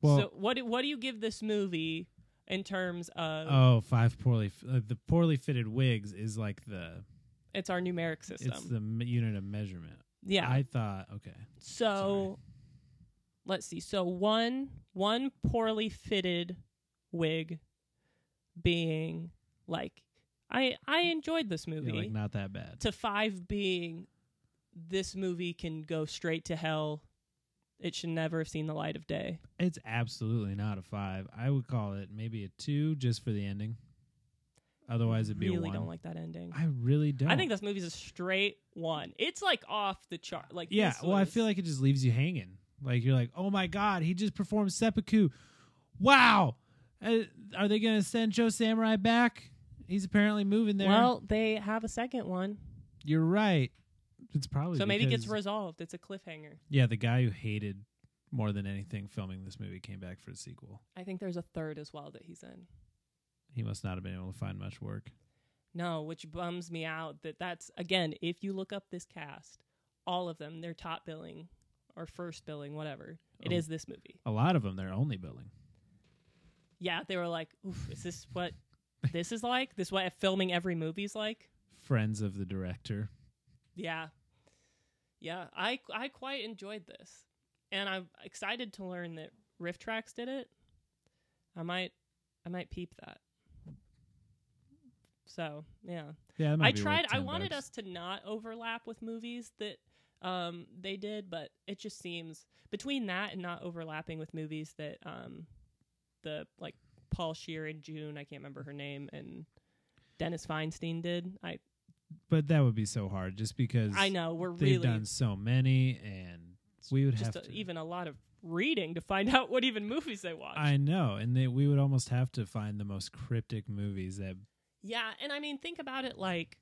Well, so what do, what do you give this movie in terms of oh, five poorly. F- uh, the poorly fitted wigs is like the it's our numeric system? it's the m- unit of measurement. um, yeah. I thought okay. So let's see. So one one poorly fitted wig being like I I enjoyed this movie Yeah, like not that bad. to five being this movie can go straight to hell. It should never have seen the light of day. It's absolutely not a five. I would call it maybe a two just for the ending. Otherwise, it'd be really a one. don't like that ending. I really don't. I think this movie's a straight one. It's like off the chart. Like Yeah. this Well, I was- feel like it just leaves you hanging. Like you're like, oh my god, he just performed seppuku. Wow. Uh, are they gonna send Joe Samurai back? He's apparently moving there. well they have a second one, you're right. It's probably so maybe it Oh, gets because- resolved. It's a cliffhanger. yeah. The guy who hated more than anything filming this movie came back for the sequel. I think there's a third as well that he's in. He must not have been able to find much work. No, which bums me out that that's again, if you look up this cast, all of them, their top billing or first billing, whatever, it Oh. is this movie. A lot of them, they're only billing. Yeah, they were like, Oof, is this what this is like? This what filming every movie's like? Friends of the director. Yeah. Yeah, I I quite enjoyed this. And I'm excited to learn that Riff Tracks did it. I might I might peep that. So, yeah. Yeah, that might I be worth tried. I 10 wanted bucks. us to not overlap with movies that um, they did, but it just seems between that and not overlapping with movies that um, the like Paul Shear and June, I can't remember her name, and Dennis Feinstein did. I but that would be so hard just because I know we're they've really done so many, and we would just have a- to even a lot of reading to find out what even movies they watch. I know, and they, we would almost have to find the most cryptic movies that yeah, and I mean think about it like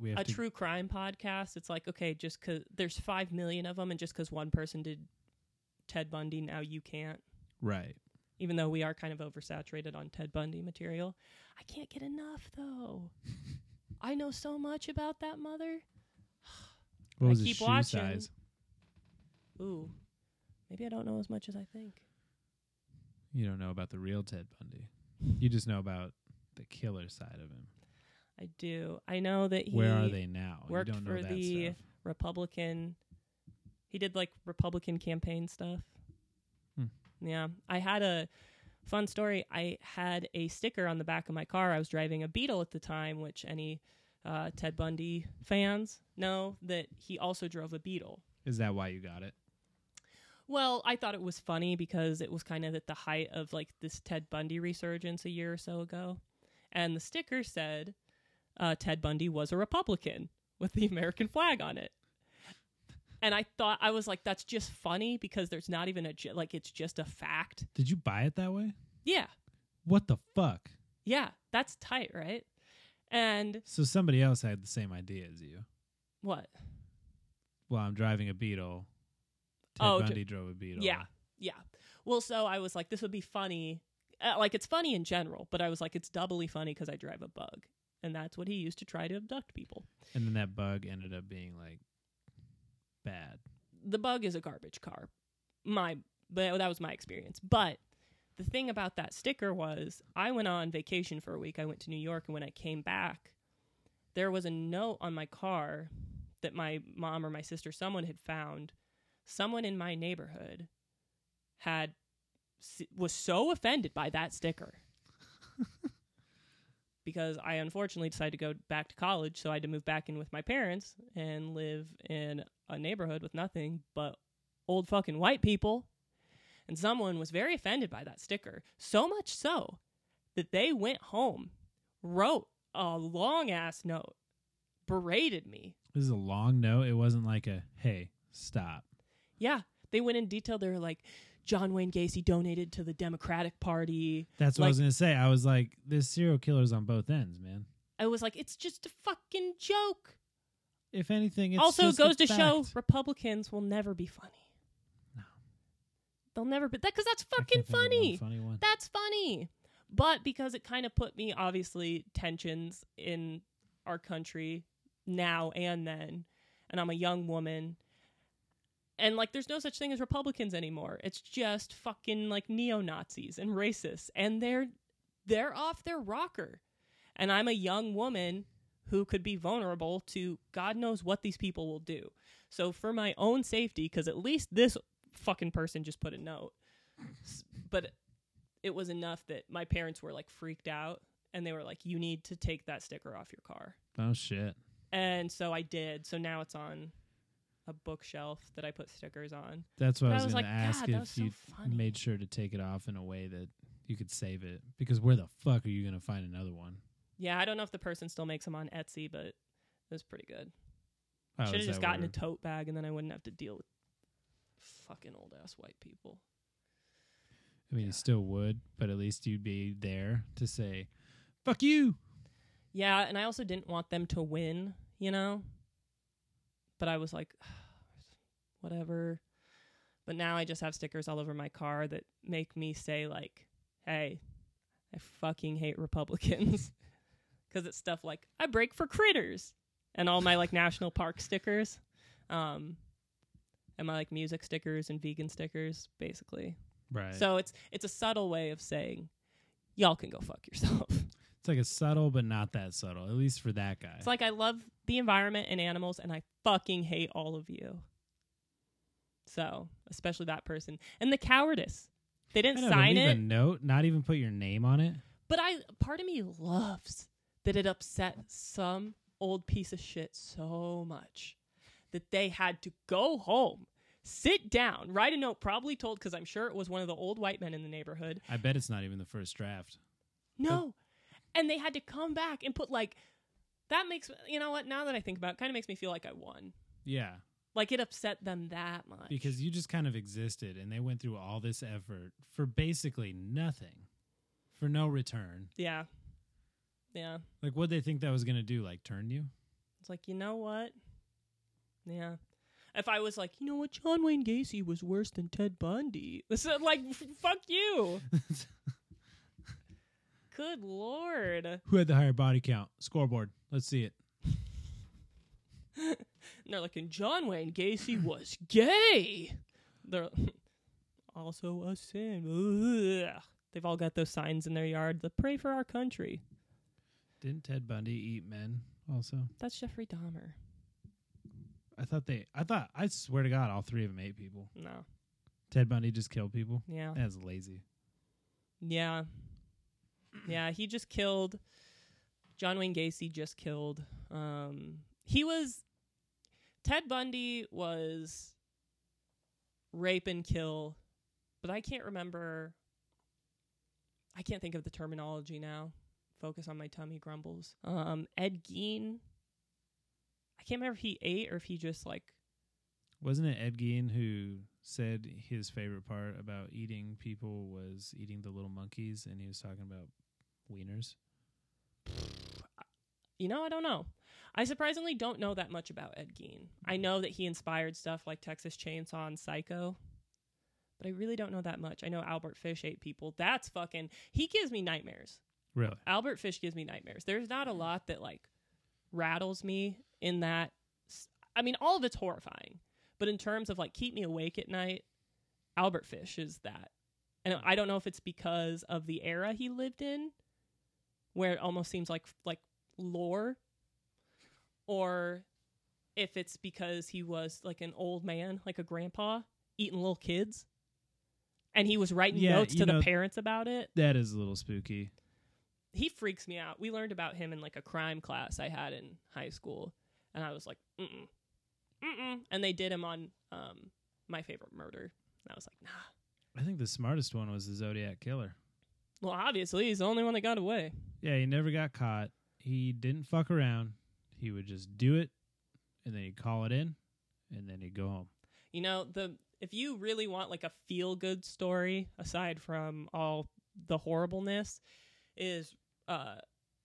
we have a to. true crime podcast, it's like okay, just 'cause there's five million of them, and just 'cause one person did Ted Bundy, now you can't. right. Even though we are kind of oversaturated on Ted Bundy material, I can't get enough though. I know so much about that mother. What I was his keep shoe watching. size? Ooh, maybe I don't know as much as I think. You don't know about the real Ted Bundy. You just know about the killer side of him. I do. I know that he Where are they now? You worked don't know for that the- stuff. Republican. He did like Republican campaign stuff. Hmm. Yeah, I had a fun story. I had a sticker on the back of my car. I was driving a Beetle at the time, which any uh, Ted Bundy fans know that he also drove a Beetle. Is that why you got it? Well, I thought it was funny because it was kind of at the height of like this Ted Bundy resurgence a year or so ago. And the sticker said uh, Ted Bundy was a Republican with the American flag on it. And I thought, I was like, that's just funny because there's not even a, ju- like, it's just a fact. Did you buy it that way? Yeah. What the fuck? Yeah. That's tight, right? And So somebody else had the same idea as you. what? Well, I'm driving a Beetle. Ted Oh, dr- Bundy drove a Beetle. Yeah. Yeah. Well, so I was like, this would be funny. Uh, like, it's funny in general, but I was like, it's doubly funny because I drive a bug. And that's what he used to try to abduct people. And then that bug ended up being like bad. The bug is a garbage car. My, but that was my experience. But the thing about that sticker was I went on vacation for a week. I went to New York. And when I came back, there was a note on my car that my mom or my sister, someone had found. Someone in my neighborhood had was so offended by that sticker because I unfortunately decided to go back to college, so I had to move back in with my parents and live in a neighborhood with nothing but old fucking white people. And someone was very offended by that sticker, so much so that they went home, wrote a long ass note, berated me. This is a long note. It wasn't like a hey, stop. Yeah, they went in detail. They were like, John Wayne Gacy donated to the Democratic Party. That's what I was Like- gonna say. I was like, there's serial killers on both ends, man. I was like, it's just a fucking joke. If anything, it's also, it just a goes to show fact. Republicans will never be funny. No. They'll never be that because that's I fucking can't think of one funny. Funny one. That's funny. But because it kind of put me, obviously, tensions in our country now and then. And I'm a young woman. And like, there's no such thing as Republicans anymore. It's just fucking like neo Nazis and racists. And they're, they're off their rocker. And I'm a young woman who could be vulnerable to God knows what these people will do. So for my own safety, because at least this fucking person just put a note. S- But it was enough that my parents were like freaked out and they were like, you need to take that sticker off your car. oh shit. And so I did. So now it's on a bookshelf that I put stickers on. That's what But I was, I was gonna like, God, ask that was if so you funny. made sure to take it off in a way that you could save it. Because where the fuck are you gonna find another one? Yeah, I don't know if the person still makes them on Etsy, but it was pretty good. Oh, Should is have just that gotten where- a tote bag and then I wouldn't have to deal with fucking old ass white people. I mean, you still would, but at least you'd be there to say, "Fuck you." Yeah, and I also didn't want them to win, you know? But I was like, whatever. But now I just have stickers all over my car that make me say, like, hey, I fucking hate Republicans. Because it's stuff like, I break for critters, and all my like national park stickers, um, and my like music stickers and vegan stickers, basically. Right. So it's it's a subtle way of saying, y'all can go fuck yourself. it's like a subtle, but not that subtle. At least for that guy. It's like I love the environment and animals, and I fucking hate all of you. So, especially that person and the cowardice. They I didn't know, to sign leave it, a note, not even put your name on it. but I part of me loves that it upset some old piece of shit so much that they had to go home, sit down, write a note, probably told because I'm sure it was one of the old white men in the neighborhood, I bet it's not even the first draft. No. And they had to come back and put like that makes you know what, now that I think about it, kind of makes me feel like I won. Yeah, Like it upset them that much. because you just kind of existed, and they went through all this effort for basically nothing, for no return. Yeah. Yeah. Like, what they think that was gonna do? Like, turn you? It's like, you know what? Yeah. If I was like, you know what, John Wayne Gacy was worse than Ted Bundy. This is like fuck you. Good lord. Who had the higher body count? Scoreboard. Let's see it. And they're like, and John Wayne Gacy was gay. They're also a sin. Ugh. They've all got those signs in their yard that pray for our country. Didn't Ted Bundy eat men? Also, That's Jeffrey Dahmer. I thought they. I thought. I swear to God, all three of them ate people. No. Ted Bundy just killed people. Yeah. That's lazy. Yeah. Yeah, he just killed John Wayne Gacy just killed. Um he was Ted Bundy was rape and kill, but I can't remember I can't think of the terminology now. Focus on my tummy grumbles. Um Ed Gein I can't remember if he ate or if he just like Wasn't it Ed Gein who said his favorite part about eating people was eating the little monkeys, and he was talking about wieners? You know, I don't know. I surprisingly don't know that much about Ed Gein. I know that he inspired stuff like Texas Chainsaw and Psycho, but I really don't know that much. I know Albert Fish ate people. That's fucking. He gives me nightmares. Really? Albert Fish gives me nightmares. There's not a lot that like rattles me in that. s- I mean, all of it's horrifying, but in terms of like keep me awake at night, Albert Fish is that. And I don't know if it's because of the era he lived in, where it almost seems like like lore, or if it's because he was like an old man, like a grandpa, eating little kids, and he was writing Yeah, notes you to know- the parents about it. That is a little spooky. he freaks me out. We learned about him in like a crime class I had in high school, and I was like, mm mm, mm mm. And they did him on um, my favorite murder, and I was like, nah. I think the smartest one was the Zodiac killer. Well, obviously he's the only one that got away. Yeah, he never got caught. He didn't fuck around. He would just do it, and then he'd call it in, and then he'd go home. You know, the if you really want like a feel good story aside from all the horribleness is uh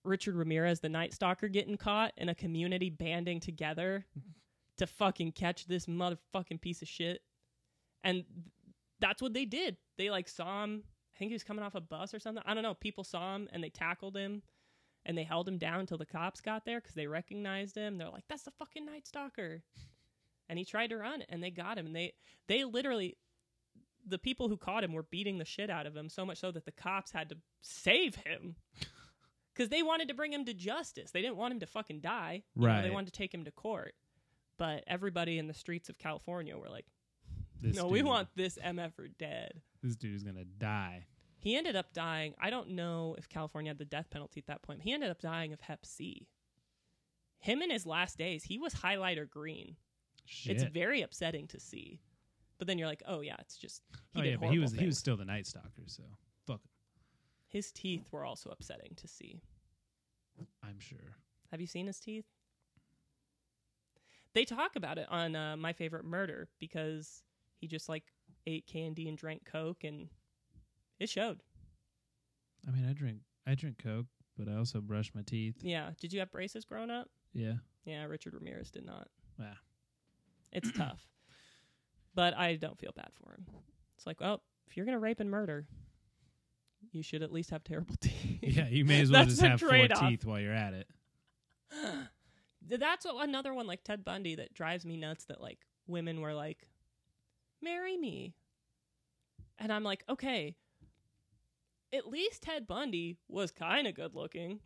Richard Ramirez the Night Stalker getting caught and a community banding together to fucking catch this motherfucking piece of shit. And that's what they did. They like saw him, I think he was coming off a bus or something. I don't know. People saw him and they tackled him and they held him down until the cops got there cuz they recognized him. They're like, "That's the fucking Night Stalker." And he tried to run and they got him. And they they literally the people who caught him were beating the shit out of him so much so that the cops had to save him because they wanted to bring him to justice they didn't want him to fucking die You know, they Right. wanted to take him to court but everybody in the streets of california were like This no we dude- want this mf'er dead this dude is gonna die. he ended up dying i don't know if california had the death penalty at that point but he ended up dying of hep c him in his last days he was highlighter green Shit. it's very upsetting to see but then you're like oh yeah it's just he oh did yeah, but he horrible was he was things. still the Night Stalker, so fuck. him, His teeth were also upsetting to see. I'm sure. Have you seen his teeth? They talk about it on uh, My Favorite Murder because he just like ate candy and drank Coke and it showed. I mean, I drink I drink Coke, but I also brush my teeth. Yeah. Did you have braces growing up? Yeah. Yeah, Richard Ramirez did not. Yeah. It's tough. But I don't feel bad for him. It's like, well, if you're going to rape and murder, you should at least have terrible teeth. Yeah, you may as well That's just a have four trade-off. teeth while you're at it. that's a- another one like Ted Bundy that drives me nuts that like women were like marry me. And I'm like, okay. At least Ted Bundy was kind of good looking.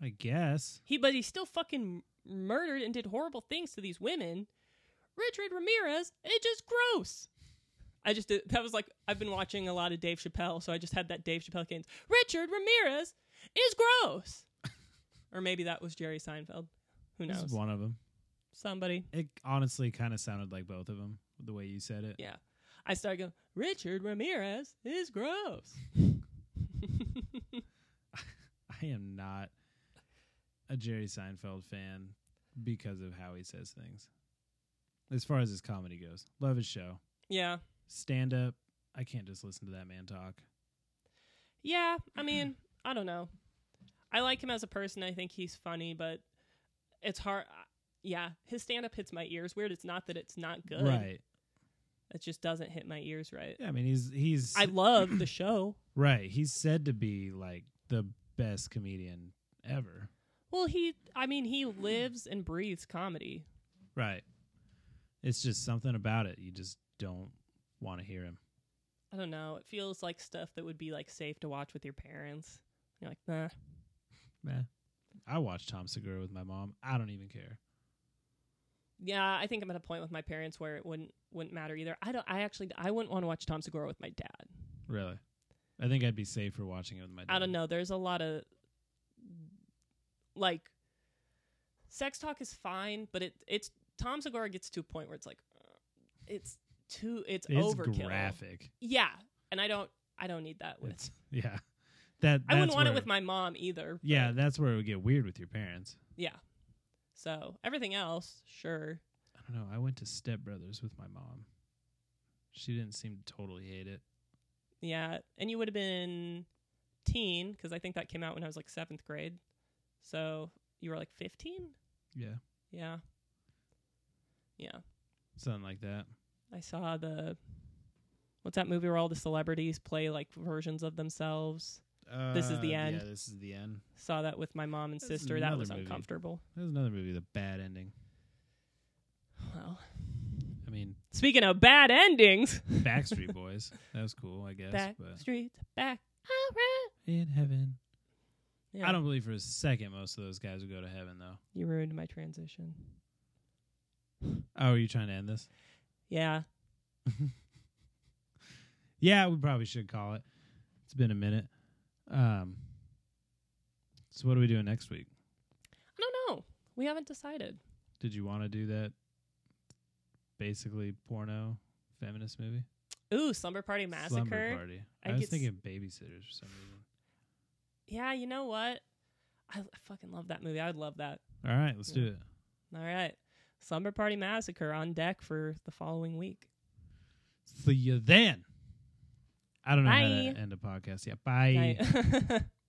I guess. He but he still fucking murdered and did horrible things to these women. Richard Ramirez, it's just gross. I just did, that was like I've been watching a lot of Dave Chappelle, so I just had that Dave Chappelle cadence. Richard Ramirez is gross. or maybe that was Jerry Seinfeld. Who This knows? is one of them. Somebody. It honestly kind of sounded like both of them the way you said it. Yeah. I started going, Richard Ramirez is gross. I am not a Jerry Seinfeld fan because of how he says things. As far as his comedy goes, love his show. yeah. Stand up, I can't just listen to that man talk. Yeah. I mean, I don't know. I like him as a person. I think he's funny, but it's hard. Yeah. His stand up hits my ears weird. It's not that it's not good. Right. It just doesn't hit my ears right. Yeah, I mean he's he's I love the show. right. He's said to be like the best comedian ever. Well, he, I mean, he lives and breathes comedy. Right. It's just something about it. You just don't want to hear him. I don't know. It feels like stuff that would be like safe to watch with your parents. You're like, nah. Meh. I watched Tom Segura with my mom. I don't even care. Yeah, I think I'm at a point with my parents where it wouldn't wouldn't matter either. I don't. I actually I wouldn't want to watch Tom Segura with my dad. Really. I think I'd be safer watching it with my dad. I don't know. There's a lot of like sex talk is fine, but it it's Tom Segura gets to a point where it's like uh, it's too it's, It's overkill. graphic. Yeah, and I don't I don't need that with. It's, yeah. That I wouldn't that's want it where- with my mom either. Yeah, but that's where it would get weird with your parents. yeah. So everything else, sure. I don't know. I went to Step Brothers with my mom. She didn't seem to totally hate it. Yeah, and you would have been teen because I think that came out when I was like seventh grade. So you were like fifteen. Yeah. Yeah, yeah. Something like that. I saw the what's that movie where all the celebrities play like versions of themselves. Uh, This is the end. Yeah, this is the end. Saw that with my mom and That's sister. That another was movie. uncomfortable. There's another movie with a bad ending. Well, I mean, speaking of bad endings, Backstreet Boys. That was cool, I guess. back but streets back. in heaven. Yeah, I don't believe for a second most of those guys would go to heaven, though. You ruined my transition. Oh, are you trying to end this? Yeah. Yeah, we probably should call it. It's been a minute. Um, So what are we doing next week? I don't know. We haven't decided. Did you want to do that basically porno feminist movie? Ooh, Slumber Party Massacre. Slumber Party. I I, was could s- thinking babysitters for some reason. Yeah, you know what? I l- fucking love that movie. I would love that. All right, let's do it. All right. Slumber Party Massacre on deck for the following week. See you then. I don't know how Bye. to end a podcast yet. Night.